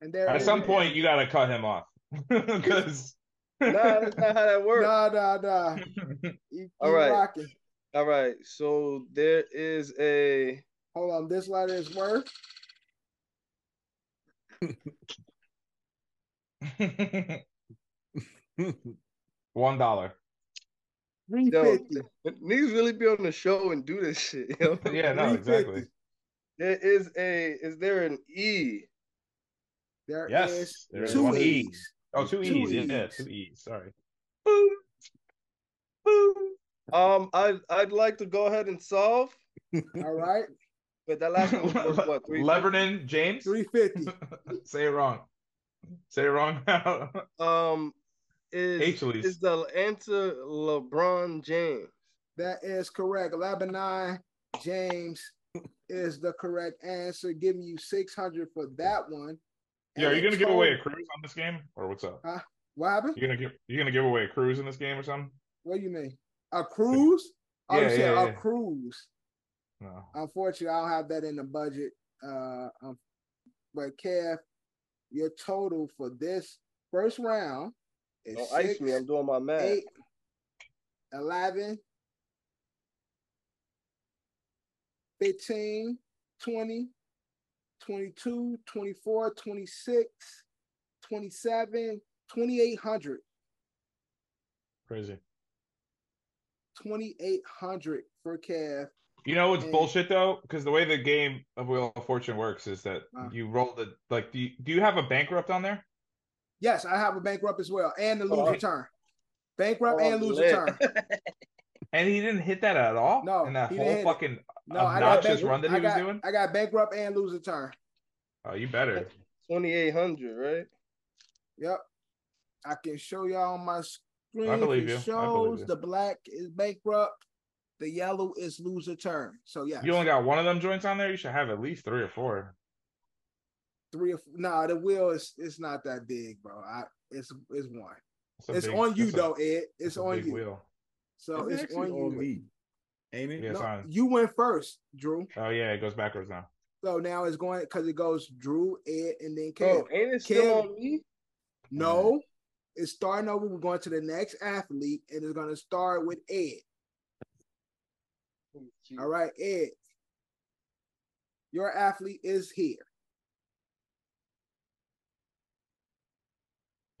S3: And there
S2: At
S3: is
S2: some
S3: an
S2: point, you gotta cut him off because.
S1: Nah, that's not how that works.
S3: Nah, nah, nah. You, you
S1: All right.
S3: rocking.
S1: All right. So there is a
S3: Hold on. This letter is worth.
S2: One dollar.
S3: Three
S1: yo.
S3: fifty.
S1: Niggas really be on the show and do this shit. yo.
S2: Yeah, no, exactly.
S1: There is a. Is there an E?
S3: There is
S2: Yes, there is
S3: two
S2: one E.
S3: E's.
S2: Oh, two
S3: Two
S2: E's. Yeah,
S3: E's.
S2: two E's. Sorry. Boom. Boom.
S1: Um, I I'd like to go ahead and solve,
S3: All right.
S1: but that last one was worth what? Three.
S2: Lebanon James.
S3: Three fifty.
S2: Say it wrong. Say it wrong now.
S1: Um, is
S2: H-Lease.
S1: is the answer LeBron James?
S3: That is correct. Lebanon James is the correct answer. Giving you six hundred for that one.
S2: Yeah, are
S3: And
S2: you gonna
S3: it's
S2: give away a
S3: total-
S2: cruise on this game, or what's up?
S3: What happened?
S2: You gonna give you gonna give away a cruise in this game or something?
S3: What do you mean? A cruise? Oh, you
S2: Yeah,
S3: said
S2: yeah,
S3: a
S2: yeah.
S3: cruise.
S2: No.
S3: Uh, Unfortunately, I don't have that in the budget. Uh, um, but Kev, your total for this first round is
S1: Don't
S3: six,
S1: Oh, ice me. I'm doing my math.
S3: eight, 11, 15, 20, 22, 24, 26, 27, 2800.
S2: Crazy.
S3: 2800 for Kev.
S2: You know what's
S3: Mm.
S2: bullshit though? Because the way the game of Wheel of Fortune works is that
S3: Uh.
S2: you roll the like. Do you, do you have a bankrupt on there?
S3: Yes, I have a bankrupt as well, and the
S1: Oh,
S3: loser
S1: I-
S3: turn. Bankrupt
S1: Oh,
S3: and loser
S1: lit.
S3: turn.
S2: And he didn't hit that at all.
S3: No,
S2: in that
S3: he didn't
S2: whole
S3: hit it.
S2: fucking.
S3: No, I got
S2: Obnoxious
S3: bankrupt-
S2: run that he
S3: I
S2: was
S3: got-
S2: doing?
S3: I got bankrupt and loser turn.
S2: Oh, you better.
S1: Twenty eight hundred, right?
S3: Yep, I can show y'all on my screen.
S2: believe
S3: It
S2: you. I believe
S3: shows
S2: you.
S3: the black is bankrupt, the yellow is loser turn. So yeah,
S2: You only got one of them joints on there. You should have at least three or four.
S3: three or f- nah, the wheel is it's not that big, bro. I it's it's one.
S2: a
S3: it's
S2: big-
S3: on you
S2: that's a-
S3: though, Ed. It's
S2: that's a
S3: on
S2: big
S3: you.
S2: Wheel.
S3: So
S7: It's
S3: it's,
S7: actually
S3: on you.
S7: on me, ain't it?
S2: Yeah, it's
S3: No,
S2: on.
S3: you went first, Drew.
S2: Oh yeah, it goes backwards now.
S3: So now it's going because it goes Drew, Ed, and then Kev.
S1: Bro,
S2: Oh,
S1: ain't it still
S3: Kev-
S1: on me?
S3: No, it's starting over. We're going to the next athlete, and it's going to start with Ed. All right, Ed. Your athlete is here.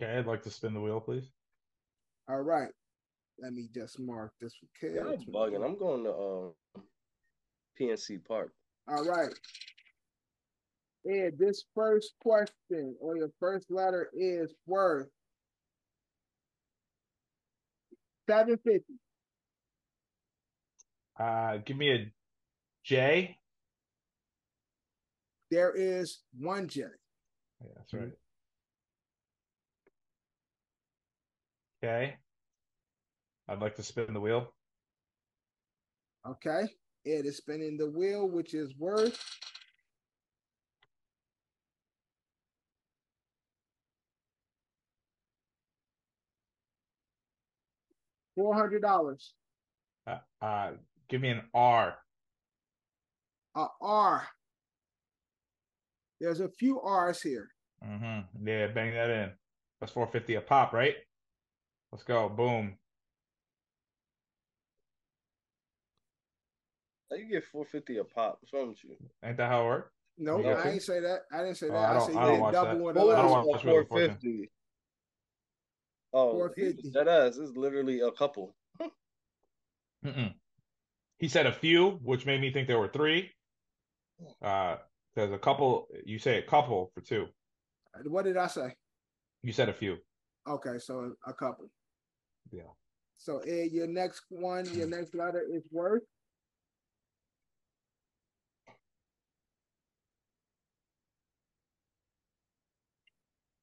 S2: Okay, I'd like to spin the wheel, please.
S3: All right. Let me just mark this for Kev.
S1: Yeah, I'm bugging. I'm going to um PNC Park.
S3: All right. Ed, this first question or your first letter is worth 750.
S2: Uh, give me a J.
S3: There is one J.
S2: Yeah, that's right. Okay. I'd like to spin the wheel.
S3: Okay. Ed is spinning the wheel, which is worth. Four hundred dollars.
S2: Uh, uh, give me an R.
S3: A R. There's a few R's here.
S2: Mm-hmm. Yeah, bang that in. That's 450 a pop, right? Let's go. Boom.
S1: How you get four fifty a pop? What's wrong with you?
S2: Ain't that how it works?
S3: No,
S1: Yeah.
S3: I ain't say that. I didn't say
S2: Oh,
S3: that.
S2: I
S3: I,
S2: don't-
S3: said
S2: I
S3: you
S2: don't
S3: didn't
S2: watch
S3: double
S2: that.
S3: one.
S2: I
S1: Bullet
S2: don't
S3: up.
S2: want
S1: was
S2: to
S1: four
S2: watch Wheel of
S1: fifty. Oh, he was
S3: 450.
S1: dead ass. It's literally a couple.
S2: Mm-mm. He said a few, which made me think there were three. Uh, there's a couple. You say a couple for two.
S3: What did I say?
S2: You said a few.
S3: Okay, so a couple.
S2: Yeah.
S3: So Ed, your next one, your next letter is worth.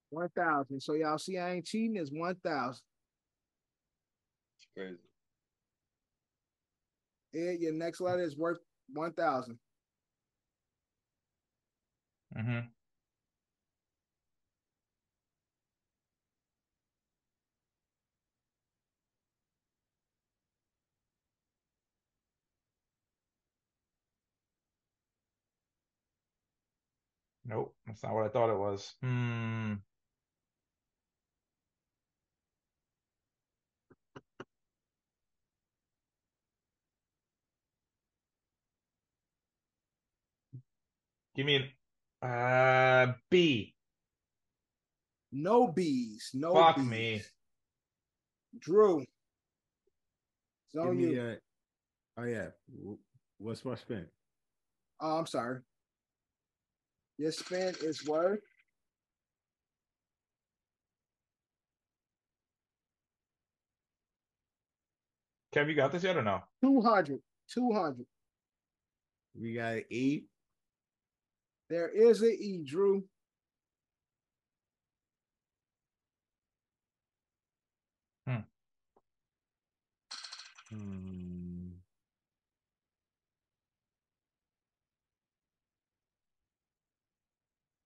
S3: One thousand. So y'all see, I ain't cheating. It's one thousand.
S1: It's crazy.
S3: Ed, your next letter is worth one thousand.
S2: Mhm. Nope, that's not what I thought it was. Hmm. Give me an uh B.
S3: No bees. No
S2: Fuck
S3: bees.
S2: me.
S3: Drew. It's
S7: Give
S3: on
S7: me
S3: you.
S7: a- oh yeah. Wh- What's my spin?
S3: Oh, I'm sorry. Your spin is worth.
S2: Kev, you got this yet or no?
S3: 200 200
S7: We got an E.
S3: there is a e drew
S7: Hmm.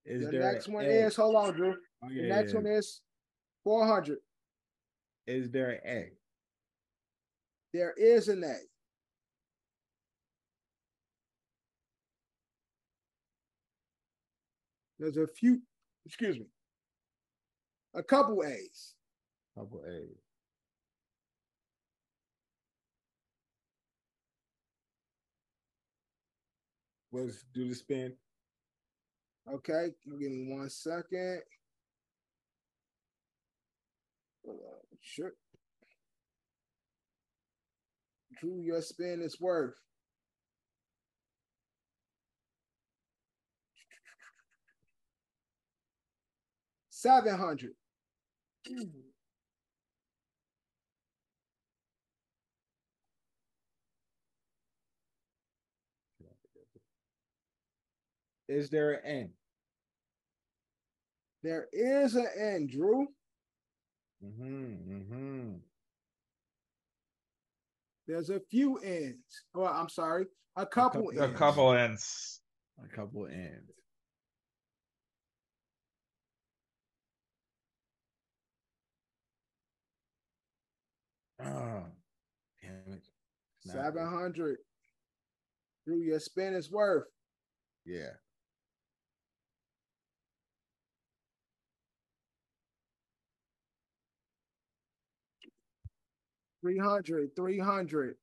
S7: Is
S3: the
S7: there
S3: next
S7: an
S3: one
S7: A?
S3: is hold on drew
S7: Oh,
S3: the
S7: yeah,
S3: next
S7: yeah.
S3: one is 400
S7: Is there an A?
S3: there is an a there's a few excuse me a couple a's
S7: Couple A. Let's do the spin.
S3: okay give me one second Hold on, sure drew your spin is worth Seven hundred.
S7: Is there an N?
S3: There is an N, Drew.
S7: Mm-hmm. Mm-hmm.
S3: There's a few ends. Well, I'm sorry, a couple
S7: couple-
S2: A
S7: Yeah.
S3: ends.
S2: couple ends.
S7: A couple N's. Ah, damn it. Nah, it-
S3: Seven hundred. Drew, your spin is worth.
S7: Yeah.
S3: Three hundred. Three hundred.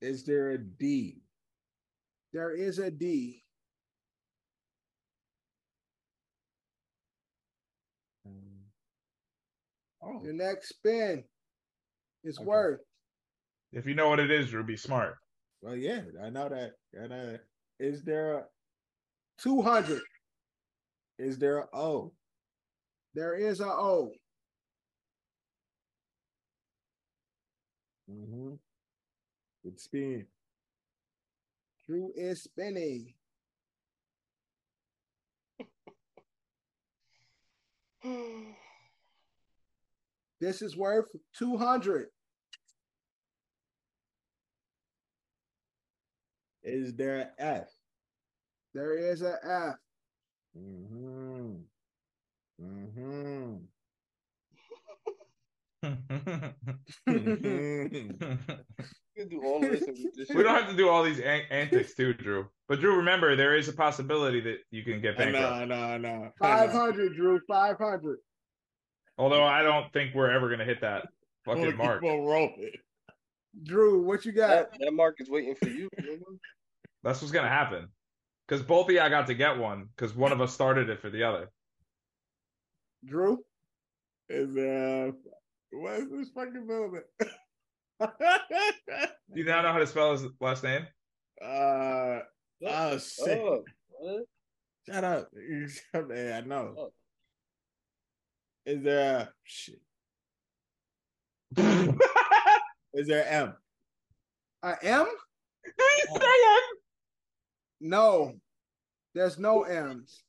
S7: Is there a D?
S3: There is a D.
S7: Um, Oh,
S3: Your next spin is
S7: Okay.
S3: worth.
S2: If you know what it is, Drew, be smart.
S7: well, yeah, I know that. I know that. Is there a
S3: Two hundred.
S7: is there a O?
S3: There is a O.
S7: Mm-hmm. Good spin.
S3: Drew is spinning. This is worth two hundred.
S7: Is there a F?
S3: There is a F.
S7: Mm-hmm. Mm-hmm. Mm-hmm.
S2: we
S1: You can do all of this. and we just
S2: don't have to do all these an- antics too, Drew. But Drew, remember there is a possibility that you can get
S7: I know,
S2: bankrupt.
S7: I know, I know.
S3: Five hundred, Drew. Five hundred.
S2: Although I don't think we're ever gonna hit that fucking
S7: Fucking
S2: mark.
S7: rolling.
S3: Drew, what you got?
S1: that, that mark is waiting for you. nigga.
S2: That's what's gonna happen. Because both of y'all got to get one, because one of us started it for the other.
S3: Drew.
S7: Is uh, what is this fucking Uh, building?
S2: Do you now know how to spell his last name?
S7: uh, oh shit!
S1: Oh, what?
S7: Shut up! Shut up. Hey, I know.
S1: Oh.
S7: Is there a, shit? Is there M?
S3: A M? No, there's no M's.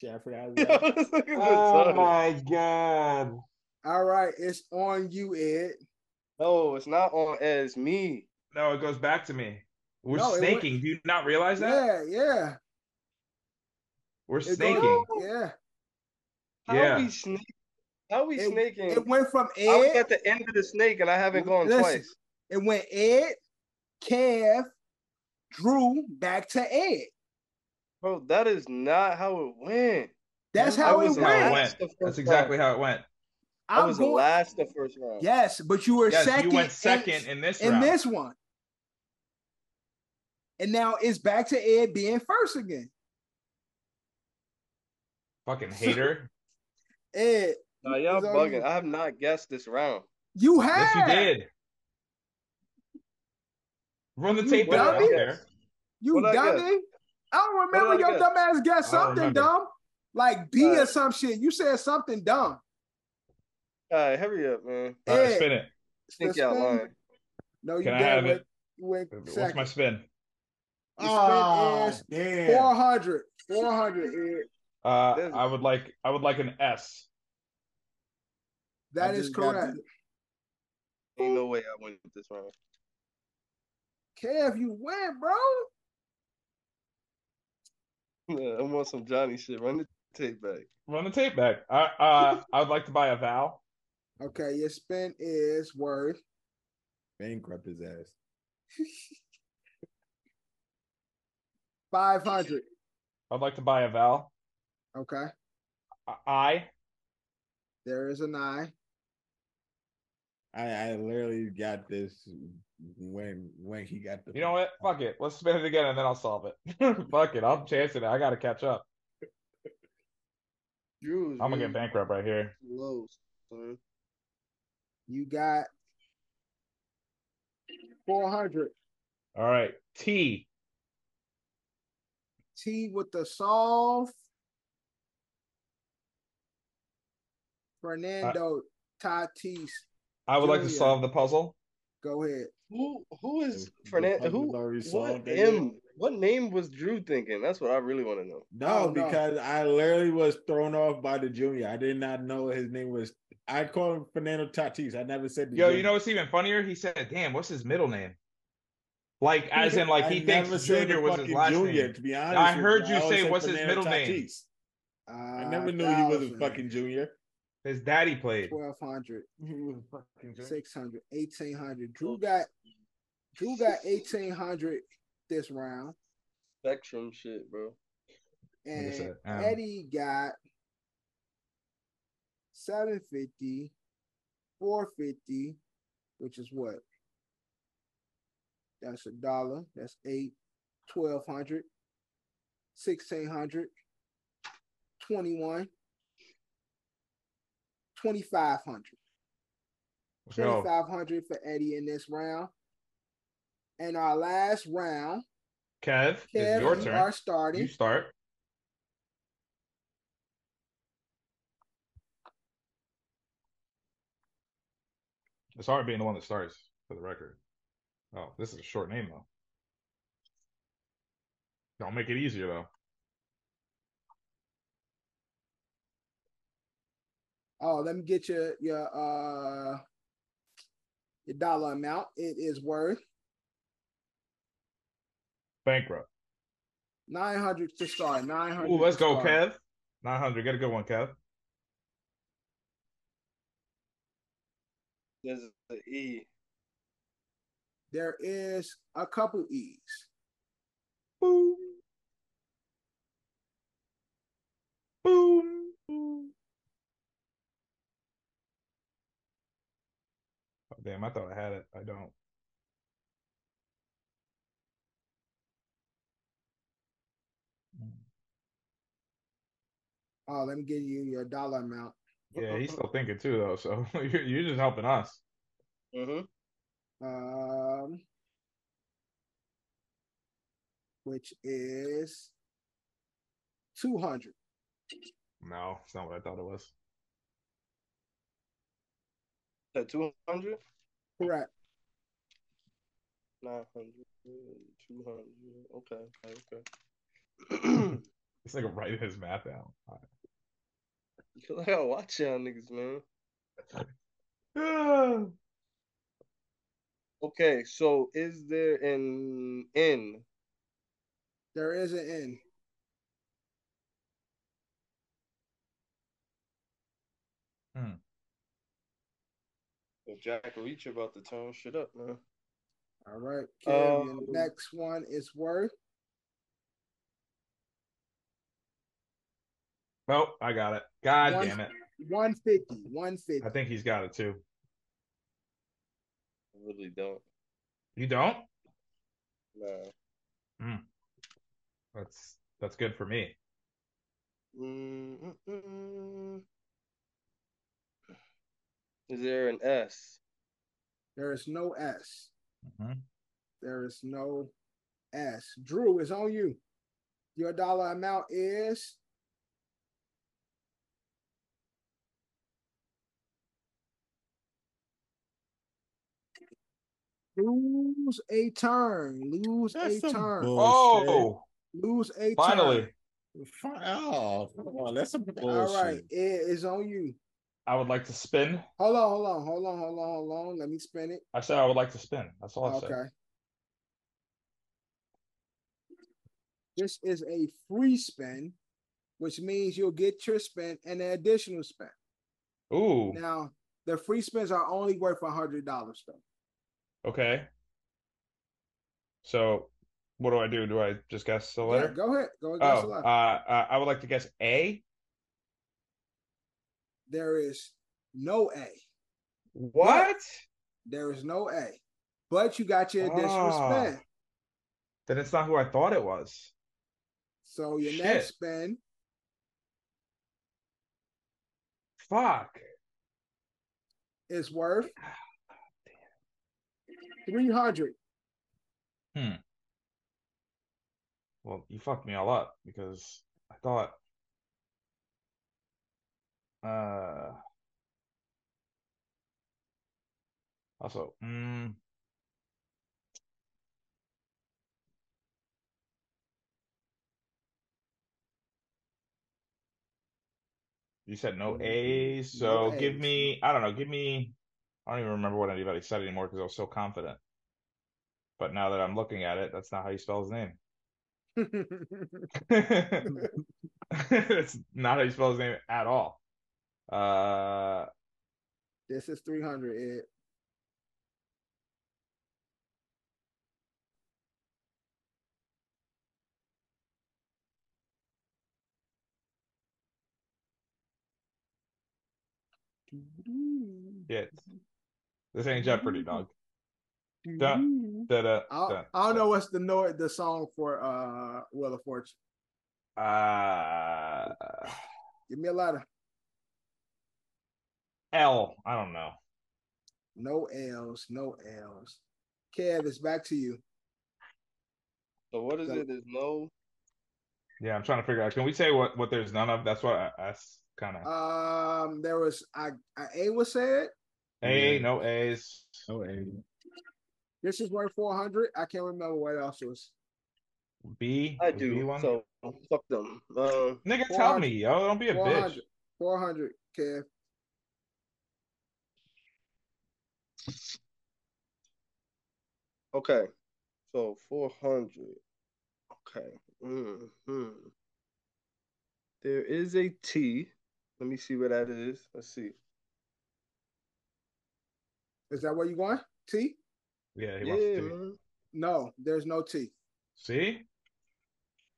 S7: Shit, I forgot.
S1: Yo, this nigga's
S2: Oh
S1: retarded.
S2: my god.
S3: All right, it's on you, Ed.
S1: No, it's not on Ed. It's me.
S2: No, it goes back to me. We're
S3: No, it went-
S2: snaking. Do you not realize that?
S3: Yeah, yeah.
S2: We're
S3: It
S2: snaking.
S3: goes- yeah.
S1: How
S2: Yeah.
S1: we sneak? How we
S3: It-
S1: snaking?
S3: It went from
S1: I was
S3: Ed.
S1: at the end of the snake and I haven't gone
S3: Listen.
S1: twice.
S3: It went Ed, Kev, Drew, back to Ed.
S1: Bro, that is not how it went.
S3: That's
S1: I
S3: how it
S1: was
S2: That's how it
S3: went.
S2: went.
S1: the first
S2: That's exactly how it went.
S1: I
S3: I'm
S1: was
S3: going.
S1: last the first round.
S3: Yes, but you were
S2: Yes,
S3: second.
S2: you went
S3: in-
S2: second in this
S3: in
S2: round.
S3: this one. And now it's back to Ed being first again.
S2: Fucking hater.
S3: Ed,
S1: Nah, y'all
S3: It's already-
S1: bugging. I have not guessed this round.
S3: you
S2: yes,
S3: have.
S2: you did. Run the
S3: You
S2: tape back. I
S3: dummy.
S2: don't care.
S3: You
S1: What'd I
S3: dummy.
S1: guess?
S3: I don't remember
S1: What'd I
S3: your
S1: guess?
S3: dumb ass
S2: I
S3: guess
S2: don't
S3: something
S2: remember.
S3: dumb. Like B or
S1: Alright.
S3: some shit. You said something dumb.
S1: All right, hurry up, man.
S2: All right,
S3: Ed,
S2: Uh, spin it.
S1: Think
S3: the
S1: y'all
S3: spin-
S1: lying.
S3: No, you
S2: Can I
S3: didn't
S2: have
S3: win.
S2: it?
S3: You went
S2: What's
S3: second.
S2: my spin?
S3: Your spin is
S7: damn.
S3: 400. 400, Ed.
S2: Uh,
S1: There's-
S2: I would like I would like an S.
S3: That is
S7: just got
S3: correct.
S1: Ain't no way I win this round.
S3: Kev, you win, bro.
S1: Yeah, I want some Johnny shit. Run the tape back.
S2: Run the tape back. I uh, I would like to buy a vowel.
S3: Okay, your spin is worth
S7: Bankrupt his ass.
S3: 500.
S2: I'd like to buy a vowel.
S3: Okay,
S2: I- I
S3: there is an I.
S7: I, I literally got this when when he got the
S2: You know what? Fuck it. Let's spin it again and then I'll solve it. Fuck it. I'm chancing it. I gotta catch up.
S1: Drew is
S2: I'm gonna
S1: really
S2: get
S3: Mm-hmm.
S2: bankrupt right here.
S1: close, son.
S3: You got 400.
S2: All right. T.
S3: T with the solve. Fernando Tatis.
S2: I would like to
S3: Junior.
S2: solve the puzzle.
S3: Go ahead.
S1: Who who is
S7: The- the
S1: Fernando?
S7: fucking
S1: Who
S7: Laurie song,
S1: what
S7: nigga.
S1: M? What name was Drew thinking? That's what I really want to know.
S3: Oh,
S7: No,
S3: no.
S7: because I literally was thrown off by the junior. I did not know his name was. I call him Fernando Tatis. I never said. The
S2: Yo,
S7: junior.
S2: you know what's even funnier? He said, "Damn, what's his middle name?" Like, as in, like he
S7: I never
S2: thinks
S7: said
S2: Junior
S7: the
S2: was his
S7: fucking
S2: last
S7: junior.
S2: name.
S7: To be honest,
S2: I
S7: with
S2: heard you
S7: always
S2: say,
S7: said
S2: "What's his
S7: Fernando
S2: middle name?"
S7: Tatis. I never knew he was a
S3: 5,000,
S7: fucking junior.
S2: His daddy played.
S3: 1200,
S7: He was a fucking junior.
S3: 600, 1800. Drew got Drew got 1800 this round.
S1: Spectrum shit, bro.
S2: Like I
S3: And
S2: said, um,
S3: Eddie got 750, 450, which is what? That's a dollar. That's eight, 1200, 1600, 21, 2500.
S2: let's go.
S3: 2500 for Eddie in this round. And our last round,
S2: Kev,
S3: Kev,
S2: it's your
S3: you
S2: turn.
S3: are starting.
S2: You start. It's hard being the one that starts, for the record. Oh, this is a short name though. Don't make it easier though.
S3: Oh, let me get your your uh your dollar amount. It is worth
S2: Bankrupt.
S3: nine hundred to start. Nine hundred.
S2: Ooh, let's go, Kev. Nine hundred. Get a good one, Kev.
S1: There's the E.
S3: There is a couple E's.
S2: Boom. Boom. Boom. Oh, damn, I thought I had it. I don't.
S3: Oh, let me give you your dollar amount.
S2: Yeah, he's still thinking too, though. So you're, you're just helping us.
S1: Mm-hmm.
S3: Um which is two hundred.
S2: No, it's not what I thought it was.
S1: At 200?
S3: Correct.
S1: 900, 200. Okay, okay, okay.
S2: It's like writing his math out.
S1: I gotta watch y'all niggas, man. Okay, so is there an N?
S3: There is an N.
S1: If Jack Reach about to turn shit up, man.
S3: All right. Kim, your
S1: Um,
S3: next one is worth.
S2: Nope, I got it. God
S3: One-
S2: damn it.
S3: 150. 150.
S2: I think he's got it too.
S1: I really don't.
S2: You don't?
S1: Nah.
S2: That's that's good for me.
S1: Mm, mm, mm. Is there an S?
S3: There is no S.
S2: Mhm.
S3: There is no S. Drew is on you. Your dollar amount is lose a turn. Lose
S7: That's
S3: a
S7: some
S3: turn.
S7: bullshit.
S2: Oh,
S3: Lose a
S2: finally.
S3: turn.
S7: Fi- Oh, come on, that's some bullshit.
S3: All right, it is on you.
S2: I would like to spin.
S3: Hold on, hold on, hold on, hold on, hold on. Let me spin it.
S2: I said I would like to spin. That's all I
S3: Okay.
S2: said.
S3: This is a free spin, which means you'll get your spin and an additional spin.
S2: Ooh.
S3: Now, the free spins are only worth $100, though.
S2: Okay. So, what do I do? Do I just guess the
S3: Yeah,
S2: letter?
S3: go ahead. Go
S2: oh,
S3: against the
S2: uh,
S3: left.
S2: uh, I would like to guess A.
S3: there is no A.
S2: What?
S3: There is no A. But you got your additional
S2: Ah.
S3: spin.
S2: Then it's not who I thought it was.
S3: So your
S2: Shit.
S3: next spin
S2: Fuck.
S3: is worth 300.
S2: Well, you fucked me all up because I thought. Uh. Also, mm, you said no A, so
S3: No
S2: give
S3: As.
S2: me, I don't know, give me, I don't even remember what anybody said anymore because I was so confident. But now that I'm looking at it, that's not how you spell his name. it's not how you spell his name at all. Uh,
S3: this is 300, Ed.
S2: shit. This ain't Jeopardy, dog. Da, da,
S3: I
S2: da,
S3: don't- I don't know what's the no the song for uh Wheel of Fortune.
S2: Uh,
S3: Give me a letter.
S2: L. I don't know.
S3: No L's, no L's. Kev, it's back to you.
S1: So what is
S3: So-
S1: it? There's no.
S2: Yeah, I'm trying to figure out. Can we say what, what there's none of? That's what I, kind of
S3: Um, there was I, I A was said.
S2: A,
S7: yeah.
S2: no A's.
S7: No A.
S3: This is worth four hundred. I can't remember what else was.
S2: B.
S1: I
S2: was B
S1: do.
S2: one?
S1: So fuck them. Um,
S2: Nigga, tell me, yo. Don't be a bitch.
S3: 400. Four hundred. Kev,
S1: okay. So 400. Okay. hmm There is a T. Let me see what that is. Let's see.
S3: is that where you going? T?
S2: Yeah, he wants
S1: Yeah,
S2: to do.
S1: man.
S3: No, there's no T.
S2: See?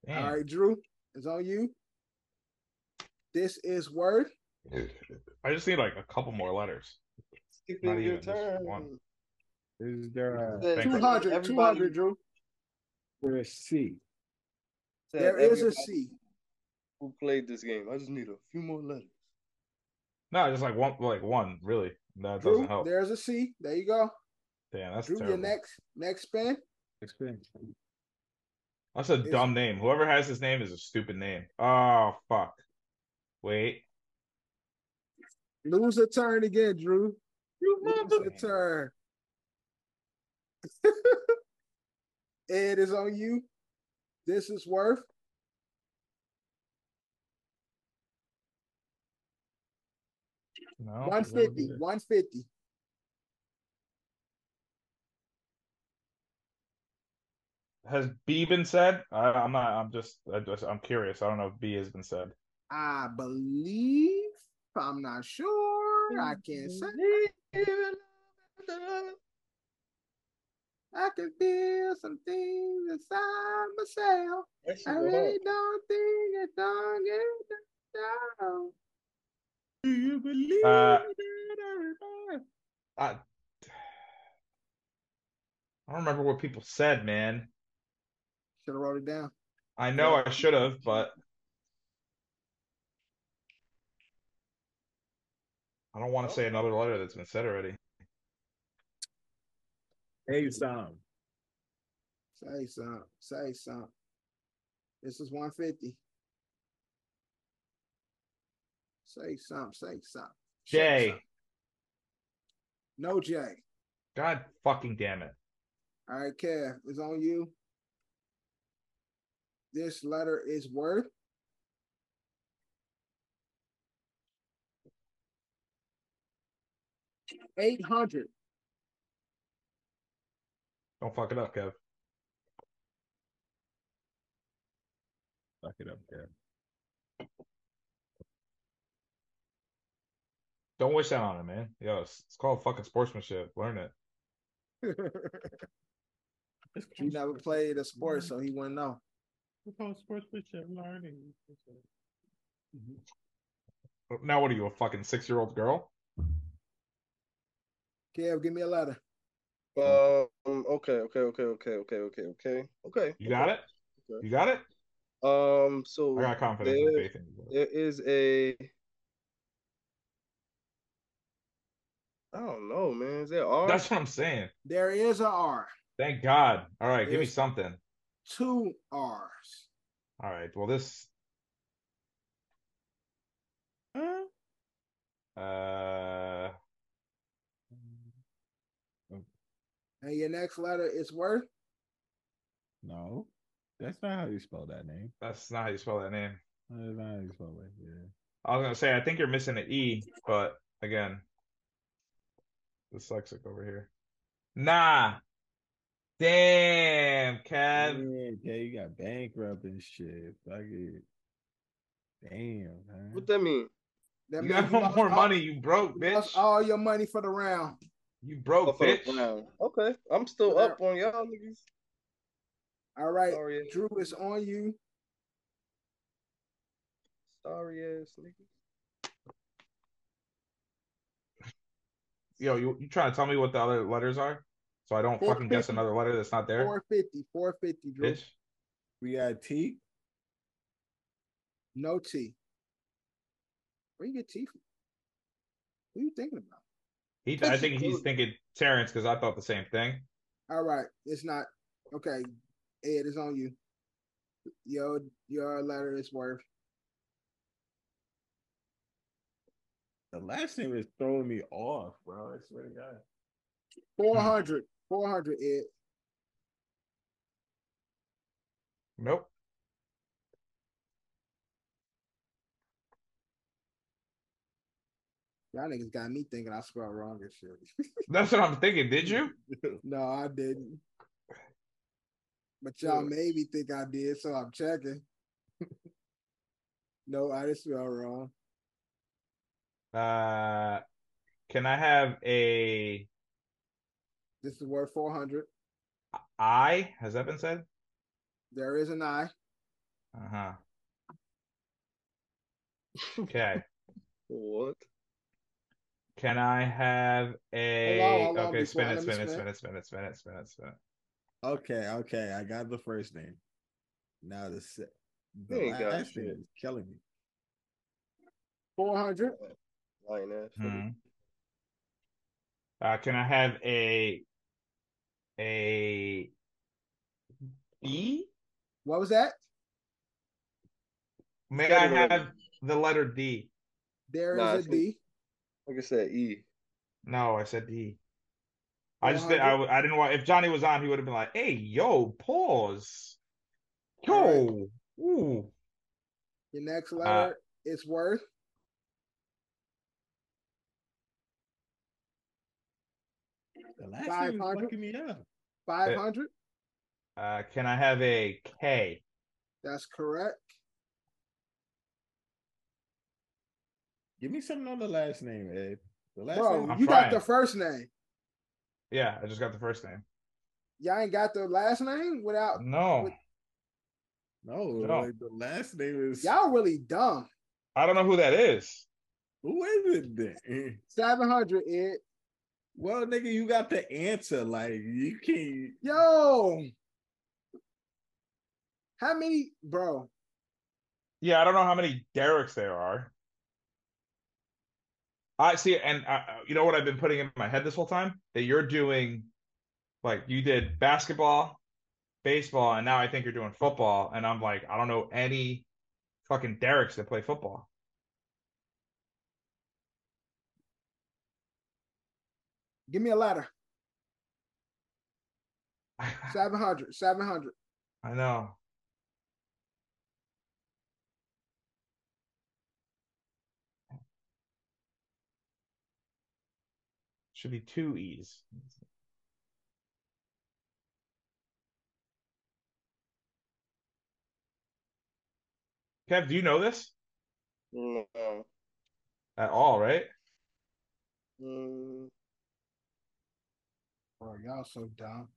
S2: Damn.
S3: All right, Drew, it's on you. This is worth.
S2: I just need like a couple more letters.
S1: Skipping
S2: Not
S1: your
S2: even, just
S1: turn.
S2: one.
S7: Is uh, there a,
S1: Said
S2: Thank you.
S3: 200,
S1: everybody-
S3: 200, Drew.
S7: there a C?
S1: said
S3: There is a
S1: everybody
S3: C.
S1: Who played this game? I just need a few more letters.
S2: No, just like one, like one, really. That
S3: Drew,
S2: doesn't help.
S3: there's a C. There you go.
S2: Damn, that's
S3: Drew, your
S2: terrible.
S3: next next spin.
S7: Experience.
S2: That's a
S3: is-
S2: dumb name. Whoever has his name is a stupid name. Oh fuck. Wait.
S3: Lose a turn again, Drew.
S2: You
S3: Your turn. Ed is on you. This is worth.
S2: No,
S3: 150. 150.
S2: Has B been said? I, I'm not. I'm just, I just. I'm curious. I don't know if B has been said.
S3: I believe. I'm not sure.
S1: Mm-hmm.
S3: I can't say. I can feel some things inside myself.
S1: That shit
S3: I
S1: go hard.
S3: really don't think it's on you. down. Do you believe
S2: Uh,
S3: it, everybody?
S2: I, I don't remember what people said, man.
S3: Should have wrote it down.
S2: I know I should have, but I don't
S3: Oh.
S2: want to say another letter that's been said already.
S7: Hey, Sam.
S3: Say something. Say something. This is 150. Say something. Say something. Say
S2: Jay,
S3: something. No Jay.
S2: God fucking damn it!
S3: All right, Kev, it's on you. This letter is worth. Eight hundred.
S2: Don't fuck it up, Kev.
S7: Fuck it up, Kev.
S2: Don't wish that on him, man. Yo, it's, it's called fucking sportsmanship. Learn it.
S3: He never played a sport, so he wouldn't know.
S2: Now, what are you, a fucking six year old girl?
S3: Kev, give me a letter.
S1: Um. Okay. Okay. Okay. Okay. Okay. Okay. Okay. Okay.
S2: You got it?
S1: Okay.
S2: You got it?
S1: Um. So
S2: I got confidence and
S1: there-
S2: faith in you. bro.
S1: there is a. I don't know, man. Is there R?
S2: That's what I'm saying.
S3: There is a R.
S2: Thank God. All right, give me
S3: Yes.
S2: something.
S3: Two R's.
S2: All right. Well, this. Uh,
S3: And your next letter is worth.
S7: No, that's not how you spell that name.
S2: that's not how you spell that name.
S7: That's not how you spell it. Yeah.
S2: I was gonna say I think you're missing an E, but again, dyslexic over here. Nah. Damn, Kev.
S7: yeah, okay, you got bankrupt and shit. Fuck it. Damn, huh?
S1: What that mean?
S3: That
S2: You
S3: means
S2: got no
S3: lost
S2: more
S3: all-
S2: money. You broke,
S3: you
S2: bitch.
S3: Lost all your money for the round.
S2: You
S1: Oh,
S2: broke,
S1: for the
S2: bitch.
S1: round. Okay. I'm still
S3: Whatever.
S1: up on y'all niggas.
S3: All right.
S1: Sorry. ass-
S3: Drew is on you.
S1: Sorry ass niggas.
S2: Yo, you you trying to tell me what the other letters are, so I don't fucking guess
S3: 450.
S2: another letter that's not there,
S3: 450. 450, Drew.
S2: bitch.
S7: We got T.
S3: No T. Where you get T from? What are you thinking about?
S2: He, I think he's thinking Terrence because I thought the same thing.
S3: All right. It's not. Okay. Ed is on you. Your your letter is worth.
S7: The last name is throwing me off, bro. I swear to God.
S2: Hmm.
S3: 400. 400, Ed.
S2: Nope.
S3: Y'all niggas got me thinking I spelled wrong and shit.
S2: That's what I'm thinking. Did you?
S3: no, I didn't. But y'all
S2: Yeah.
S3: made me think I did, so I'm checking. no, I didn't spell wrong.
S2: Uh, can I have a
S3: This is worth 400.
S2: I? Has that been said?
S3: There is an I.
S2: Uh huh. Okay.
S1: What?
S2: Can I have a
S3: Hold on, hold on,
S2: okay? Spin it,
S3: before-
S2: spin
S3: let
S2: it,
S3: me
S2: spin it, spin it, spin it, spin it, spin it.
S7: Okay, okay, I got the first name. Now the se- the
S1: You ain't got
S7: last name
S1: shit.
S7: is killing me.
S3: 400.
S1: Lying ass. niggas.
S2: Mhm. Uh, can I have a a E? B?
S3: What was that?
S2: May
S1: Said
S2: I
S1: it already.
S2: have the letter D?
S3: There is
S1: Nah,
S3: a
S1: it's-
S3: D.
S1: Like I said, E.
S2: No, I said he. I just
S3: Well,
S2: did,
S3: I
S2: I, w- I didn't want if Johnny was on, he would have been like, "Hey, yo, pause, yo, ooh,
S3: Your
S2: Uh,
S3: next letter is worth.
S7: The last
S3: Five
S7: name is
S3: hundred?
S7: fucking me up.
S3: Five hundred.
S2: uh, can I have a K?"
S3: That's correct.
S7: Give me something on the last name, Ed. The last
S3: Bro,
S7: name.
S2: I'm
S3: you got the
S2: trying.
S3: first name.
S2: Yeah, I just got the first name.
S3: Y'all ain't got the last name without.
S2: No,
S7: No,
S2: No.
S7: like, the last name is.
S3: Y'all really dumb.
S2: I don't know who that is.
S7: Who is it then?
S3: Seven hundred. It.
S7: Well, nigga, you got the answer. Like you can't.
S3: Yo. How many, bro?
S2: Yeah, I don't know how many Derek's there are. I see, and uh, you know what I've been putting in my head this whole time that you're doing, like you did basketball, baseball, and now I think you're doing football, and I'm like, I don't know any fucking Derek's that play football.
S3: Give me a letter.
S2: I
S3: 700. 700.
S2: know. Should be two E's. Kev, do you know this
S1: No.
S2: at all, right?
S1: Mm,
S3: Bro, y'all so dumb.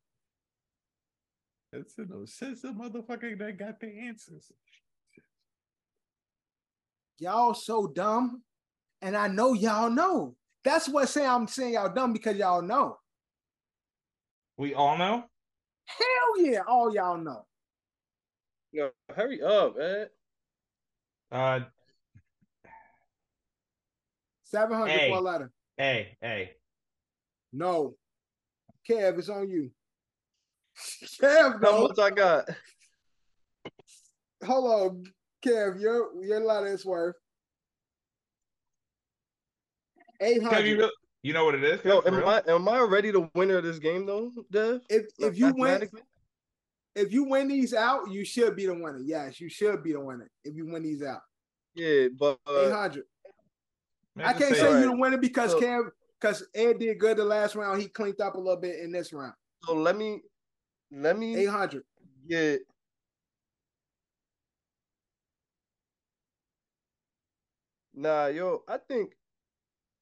S7: That's you know, says the motherfucker that got the answers.
S3: Y'all so dumb. And I know y'all know. That's what saying I'm saying y'all dumb because y'all know.
S2: We all know.
S3: Hell yeah, all y'all know.
S1: no, hurry up, Ed.
S2: Uh,
S3: 700
S2: Hey.
S3: for a letter.
S2: A, A.
S3: No. Kev, it's on you. Kev,
S1: How
S3: no.
S1: much I got?
S3: Hold on. Kev, your your letter is worth
S2: Kev, you,
S3: 800.
S2: really, you know what it is? Kev,
S1: Yo,
S2: for
S1: am
S2: real?
S1: I am I already the winner of this game though, Dev?
S3: If if
S1: Like,
S3: you win
S1: mathematically?
S3: if you win these out, you should be the winner. Yes, you should be the winner if you win these out.
S1: yeah, but
S3: Eight
S1: uh,
S3: hundred.
S2: Man,
S3: I
S2: just
S3: can't
S2: say
S3: say
S2: it.
S3: you the winner because
S1: So-
S3: Cam because Ed did good the last round. He cleaned up a little bit in this round.
S1: so let me let me
S3: Eight hundred.
S1: get Nah, yo, I think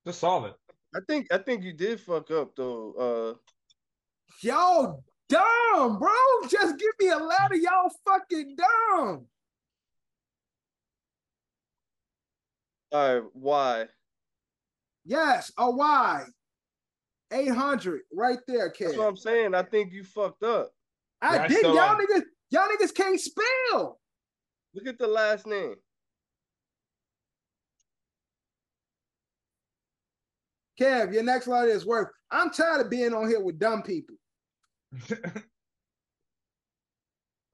S2: Just solve it.
S1: I think I think you did fuck up though. Uh
S3: Y'all dumb, bro. Just give me a letter. Y'all fucking dumb.
S1: uh, all right, why?
S3: Yes, a Y. Eight hundred right there,
S1: That's what
S3: Kev.
S1: I'm saying. I think you fucked up.
S3: I
S2: Yeah, I
S3: did.
S2: still
S3: Y'all
S2: am.
S3: niggas, y'all niggas can't spell.
S1: Look at the last name.
S3: Kev, your next letter is worth. I'm tired of being on here with dumb people.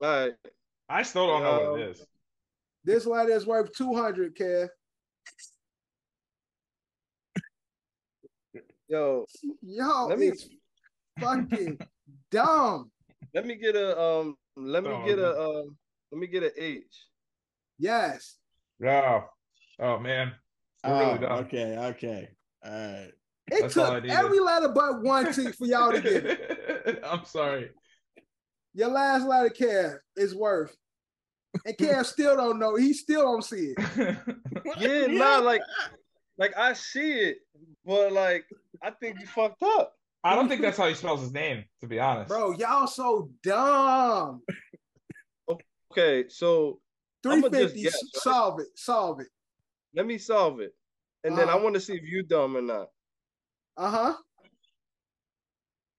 S1: All right.
S2: I still don't know
S1: Um,
S2: what it is.
S3: This letter is worth 200, Kev.
S1: Yo,
S3: Y'all
S1: Let me-
S3: is fucking dumb.
S1: let me get a um let me
S2: Oh,
S1: get a
S2: okay.
S1: um let me get a H.
S3: Yes.
S2: Yeah. Oh man. We're really
S7: Oh,
S2: dumb.
S7: okay, okay, all right.
S3: It
S2: That's all I
S3: took
S2: needed.
S3: every letter but one T for y'all to get it.
S2: I'm sorry.
S3: Your last letter, Kev, is worth. And Kev still don't know. He still don't see it.
S1: Yeah, nah, like like I see it, but like I think you fucked up.
S2: I don't think that's how he spells his name, to be honest.
S3: Bro, y'all so dumb.
S1: Okay, so I'ma just
S3: 350,
S1: guess, right?
S3: solve it, solve it.
S1: let me solve it. And then I
S3: Uh-huh.
S1: want to see if you dumb or not.
S3: Uh-huh.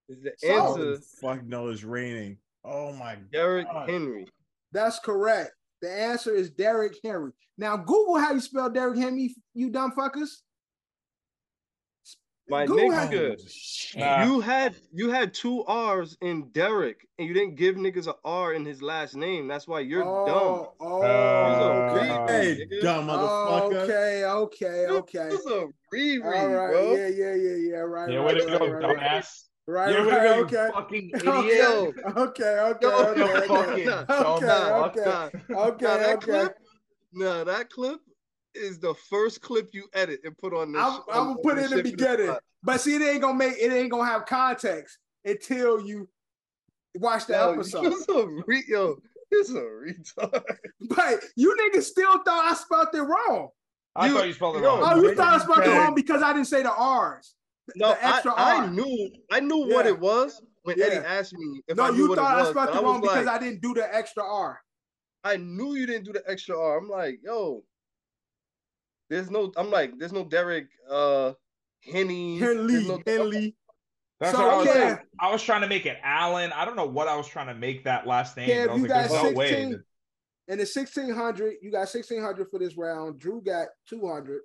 S1: Is the
S3: Solve
S1: answer
S7: Oh, fuck no, it's raining. Oh my
S1: Derrick
S7: God.
S1: Henry?
S3: That's correct. The answer is Derrick Henry. Now Google how you spell Derrick Henry, you dumb fuckers.
S1: My
S3: Go
S1: nigga,
S7: Oh, shit.
S2: Nah.
S1: you had you had two R's in Derek, and you didn't give niggas a R in his last name. That's why you're dumb.
S3: oh, oh,
S2: Uh,
S3: okay.
S1: Read
S7: Hey,
S1: nigga.
S7: dumb
S3: Oh,
S7: motherfucker.
S3: okay, okay, okay.
S1: This is a reread,
S3: All right,
S1: bro.
S3: yeah, yeah, yeah, yeah. Right,
S2: Yeah,
S3: right,
S2: way to
S3: right,
S2: go,
S3: right, right,
S2: dumbass.
S3: right,
S2: Yeah, way to
S3: right,
S2: go, you
S3: okay.
S2: fucking
S3: Okay,
S2: idiot.
S1: Yo,
S3: okay, okay,
S1: Yo,
S3: okay,
S2: You
S3: okay,
S2: fucking
S1: Nah,
S2: dumb
S3: okay,
S2: fuck.
S1: now
S3: okay,
S1: that
S3: okay.
S1: clip, now that clip is the first clip you edit and put on this.
S3: I'm,
S1: on-
S3: I'm
S1: on
S3: gonna put it
S1: this
S3: in the
S1: shit for
S3: beginning,
S1: spot.
S3: but see, it ain't gonna make it ain't gonna have context until you watch the
S1: Yo, this
S3: episode.
S1: is a re- yo, this is a retard.
S3: But you niggas still thought I spelled it wrong.
S2: I
S1: You-
S2: thought you spelled it
S1: yo,
S2: wrong.
S3: Oh, you thought I spelled it
S7: Okay.
S3: wrong because I didn't say the R's.
S1: No,
S3: the extra
S1: I, I
S3: R.
S1: knew I knew what
S3: Yeah.
S1: it was when
S3: Yeah.
S1: Eddie asked me if I
S3: no,
S1: knew
S3: you
S1: what it
S3: thought
S1: was.
S3: I spelled
S1: but
S3: it
S1: was
S3: wrong because
S1: like,
S3: I didn't do the extra R.
S1: I knew you didn't do the extra R. I'm like, yo, there's no. I'm like, there's no Derek uh Henny. there's
S3: Henley,
S1: no-
S3: Henley.
S2: That's
S3: So,
S2: what I was
S3: okay.
S2: saying. I was trying to make it Allen. I don't know what I was trying to make that last name.
S3: Kev,
S2: but I was
S3: you
S2: like,
S3: got
S2: there's no way.
S3: 16. And the 1600, you got 1600 for this round. Drew got 200.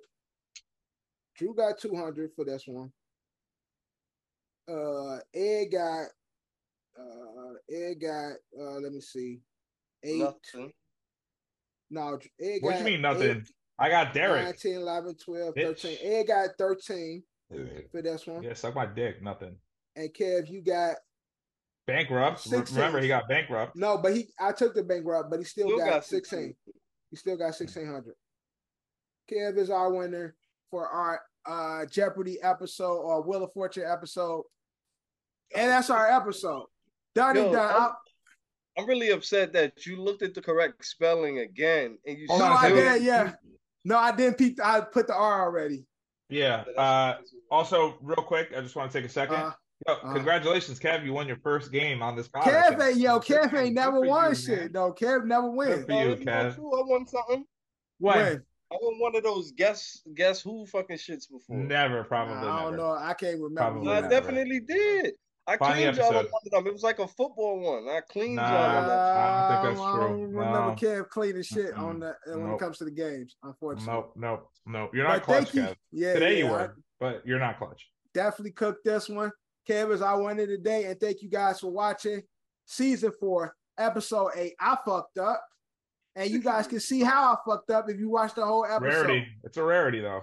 S3: Drew got 200 for this one. Uh, Ed got, uh, Ed got, uh, let me see, eight.
S1: Nothing.
S3: No, Ed
S2: What
S3: got
S2: do you mean nothing? I got Derek.
S3: 19, 11, 12,
S2: Bitch.
S3: 13. Ed got 13 for this one.
S2: Yeah, suck my dick. Nothing.
S3: And Kev, you got,
S2: Bankrupt. Re-
S3: 16.
S2: Remember, he got bankrupt.
S3: no, but he, I took the bankrupt, but he still,
S1: Still
S3: got,
S1: got
S3: 16.
S1: 16.
S3: He still got 1600. Kev is our winner for our uh Jeopardy episode or Wheel of Fortune episode. And that's our episode. Done
S1: Yo,
S3: and done.
S1: I'm-
S3: I-
S1: I'm really upset that you looked at the correct spelling again and you.
S2: Hold
S3: no,
S2: on a
S3: Oh, I
S2: second.
S3: did, yeah. No, I didn't peep. I put the R already.
S2: Yeah. Uh, also, real quick, I just want to take a second.
S3: Uh,
S2: Yo,
S3: uh.
S2: congratulations, Kev. You won your first game on this podcast.
S3: Kev ain't yo,
S2: Good
S3: Kev
S2: for you,
S3: ain't never
S2: man.
S3: won shit. No, Kev never
S2: Good
S3: win.
S2: for you,
S1: Already know
S2: Kev.
S1: too, I won something.
S2: When?
S1: I won one of those guess guess who fucking shits before.
S2: Never, probably
S3: Nah, I don't
S2: never.
S3: know. I can't remember.
S2: Probably
S1: I
S2: never.
S1: definitely did. I
S2: Find the
S1: cleaned y'all on
S2: episode.
S1: one of them. It was like a football one. I cleaned
S2: Nah.
S1: y'all on that.
S2: I don't think
S3: Um,
S2: that's
S3: I don't
S2: true.
S3: remember
S2: No.
S3: Kev cleaning shit on the
S2: Mm-mm.
S3: when
S2: Nope.
S3: it comes to the games, unfortunately.
S2: Nope, nope, nope. You're not
S3: But
S2: clutch,
S3: thank you.
S2: Kev.
S3: Yeah,
S2: Today you
S3: yeah, I-
S2: were, but you're not clutch.
S3: definitely cook this one. Kev is our winner today, and thank you guys for watching season four, episode eight. I fucked up, and you guys can see how I fucked up if you watch the whole episode.
S2: Rarity. It's a rarity though.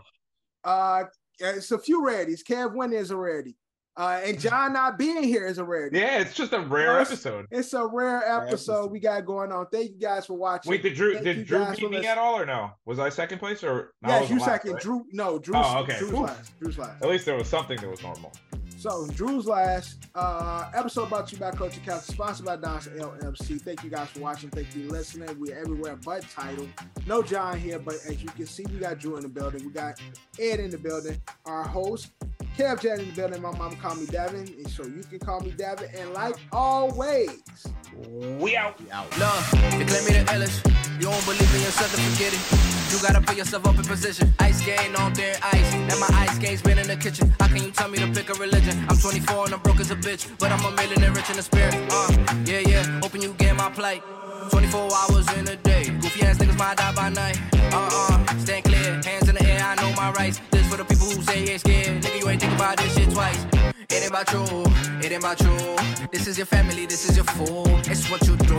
S3: Uh, it's a few rarities. Kev winning is a rarity, uh, and John not being here is a rarity.
S2: Yeah, it's just a rare
S3: Yes.
S2: episode.
S3: It's a rare episode
S7: episode.
S3: we got going on. Thank you guys for watching.
S2: Wait, did Drew
S3: Thank you
S2: did Drew
S3: guys for
S2: beat me
S3: listening.
S2: at all or no? Was I second place or no, I
S3: yes,
S2: wasn't
S3: you
S2: last,
S3: second.
S2: right?
S3: Drew, no, Drew's,
S2: Oh, okay,
S3: Drew's
S2: cool.
S3: last. Drew's last.
S2: At least there was something that was normal.
S3: So Drew's last uh, episode brought to you by Culture Council, sponsored by Don's LMC. Thank you guys for watching. Thank you for listening. We're everywhere but title. No John here, but as you can see, we got Drew in the building. We got Ed in the building. Our host, Kev Jan in the building. My mom called me Devin, and so you can call me Devin. And like always,
S2: We out.
S8: Love, they claim me the illest. You don't believe in yourself, then forget it. You gotta put yourself up in position. Ice game on there, ice. And my ice game's been in the kitchen. How can you tell me to pick a religion? I'm 24 and I'm broke as a bitch, but I'm a millionaire rich in the spirit. Uh, yeah, yeah. Hoping you get my plight. 24 hours in a day. Goofy ass niggas might die by night. Uh uh, stand clear, hands in the air, I know my rights. This for the people who say they scared. Nigga, you ain't think about this shit twice. It ain't about you, it ain't about you. This is your family, this is your fool. It's what you do.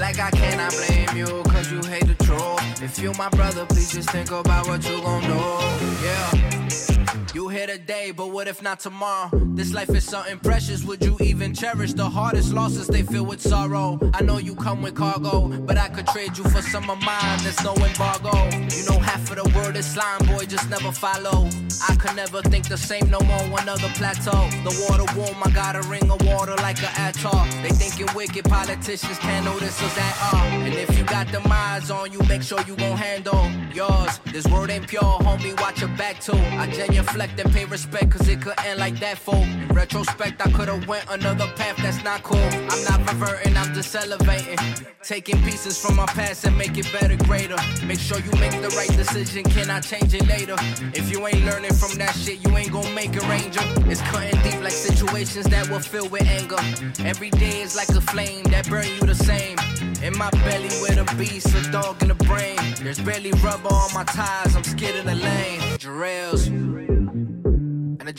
S8: Like I cannot blame you, cause you hate the truth. If you my brother, please just think about what you gon' do. Yeah. You here today, but what if not tomorrow? This life is something precious. Would you even cherish the hardest losses? They filled with sorrow. I know you come with cargo, but I could trade you for some of mine. There's no embargo. You know half of the world is slime, boy. Just never follow. I could never think the same no more. Another plateau. The water warm. I got a ring of water like an attar. They thinking wicked politicians can't know this or that. Uh, and if you got them eyes on you, make sure you gon' handle yours. This world ain't pure, homie. Watch your back too. I genuflect and pay respect, cause it could end like that, fool. In retrospect, I could've went another path, that's not cool. I'm not reverting, I'm just elevating. Taking pieces from my past and make it better, greater. Make sure you make the right decision, can I change it later? If you ain't learning from that shit, you ain't gon' make a ranger. It's cutting deep like situations that were filled with anger. Every day is like a flame that burn you the same. In my belly with a beast, a dog in the brain. There's barely rubber on my tires, I'm scared in the lane. Jarrell's. And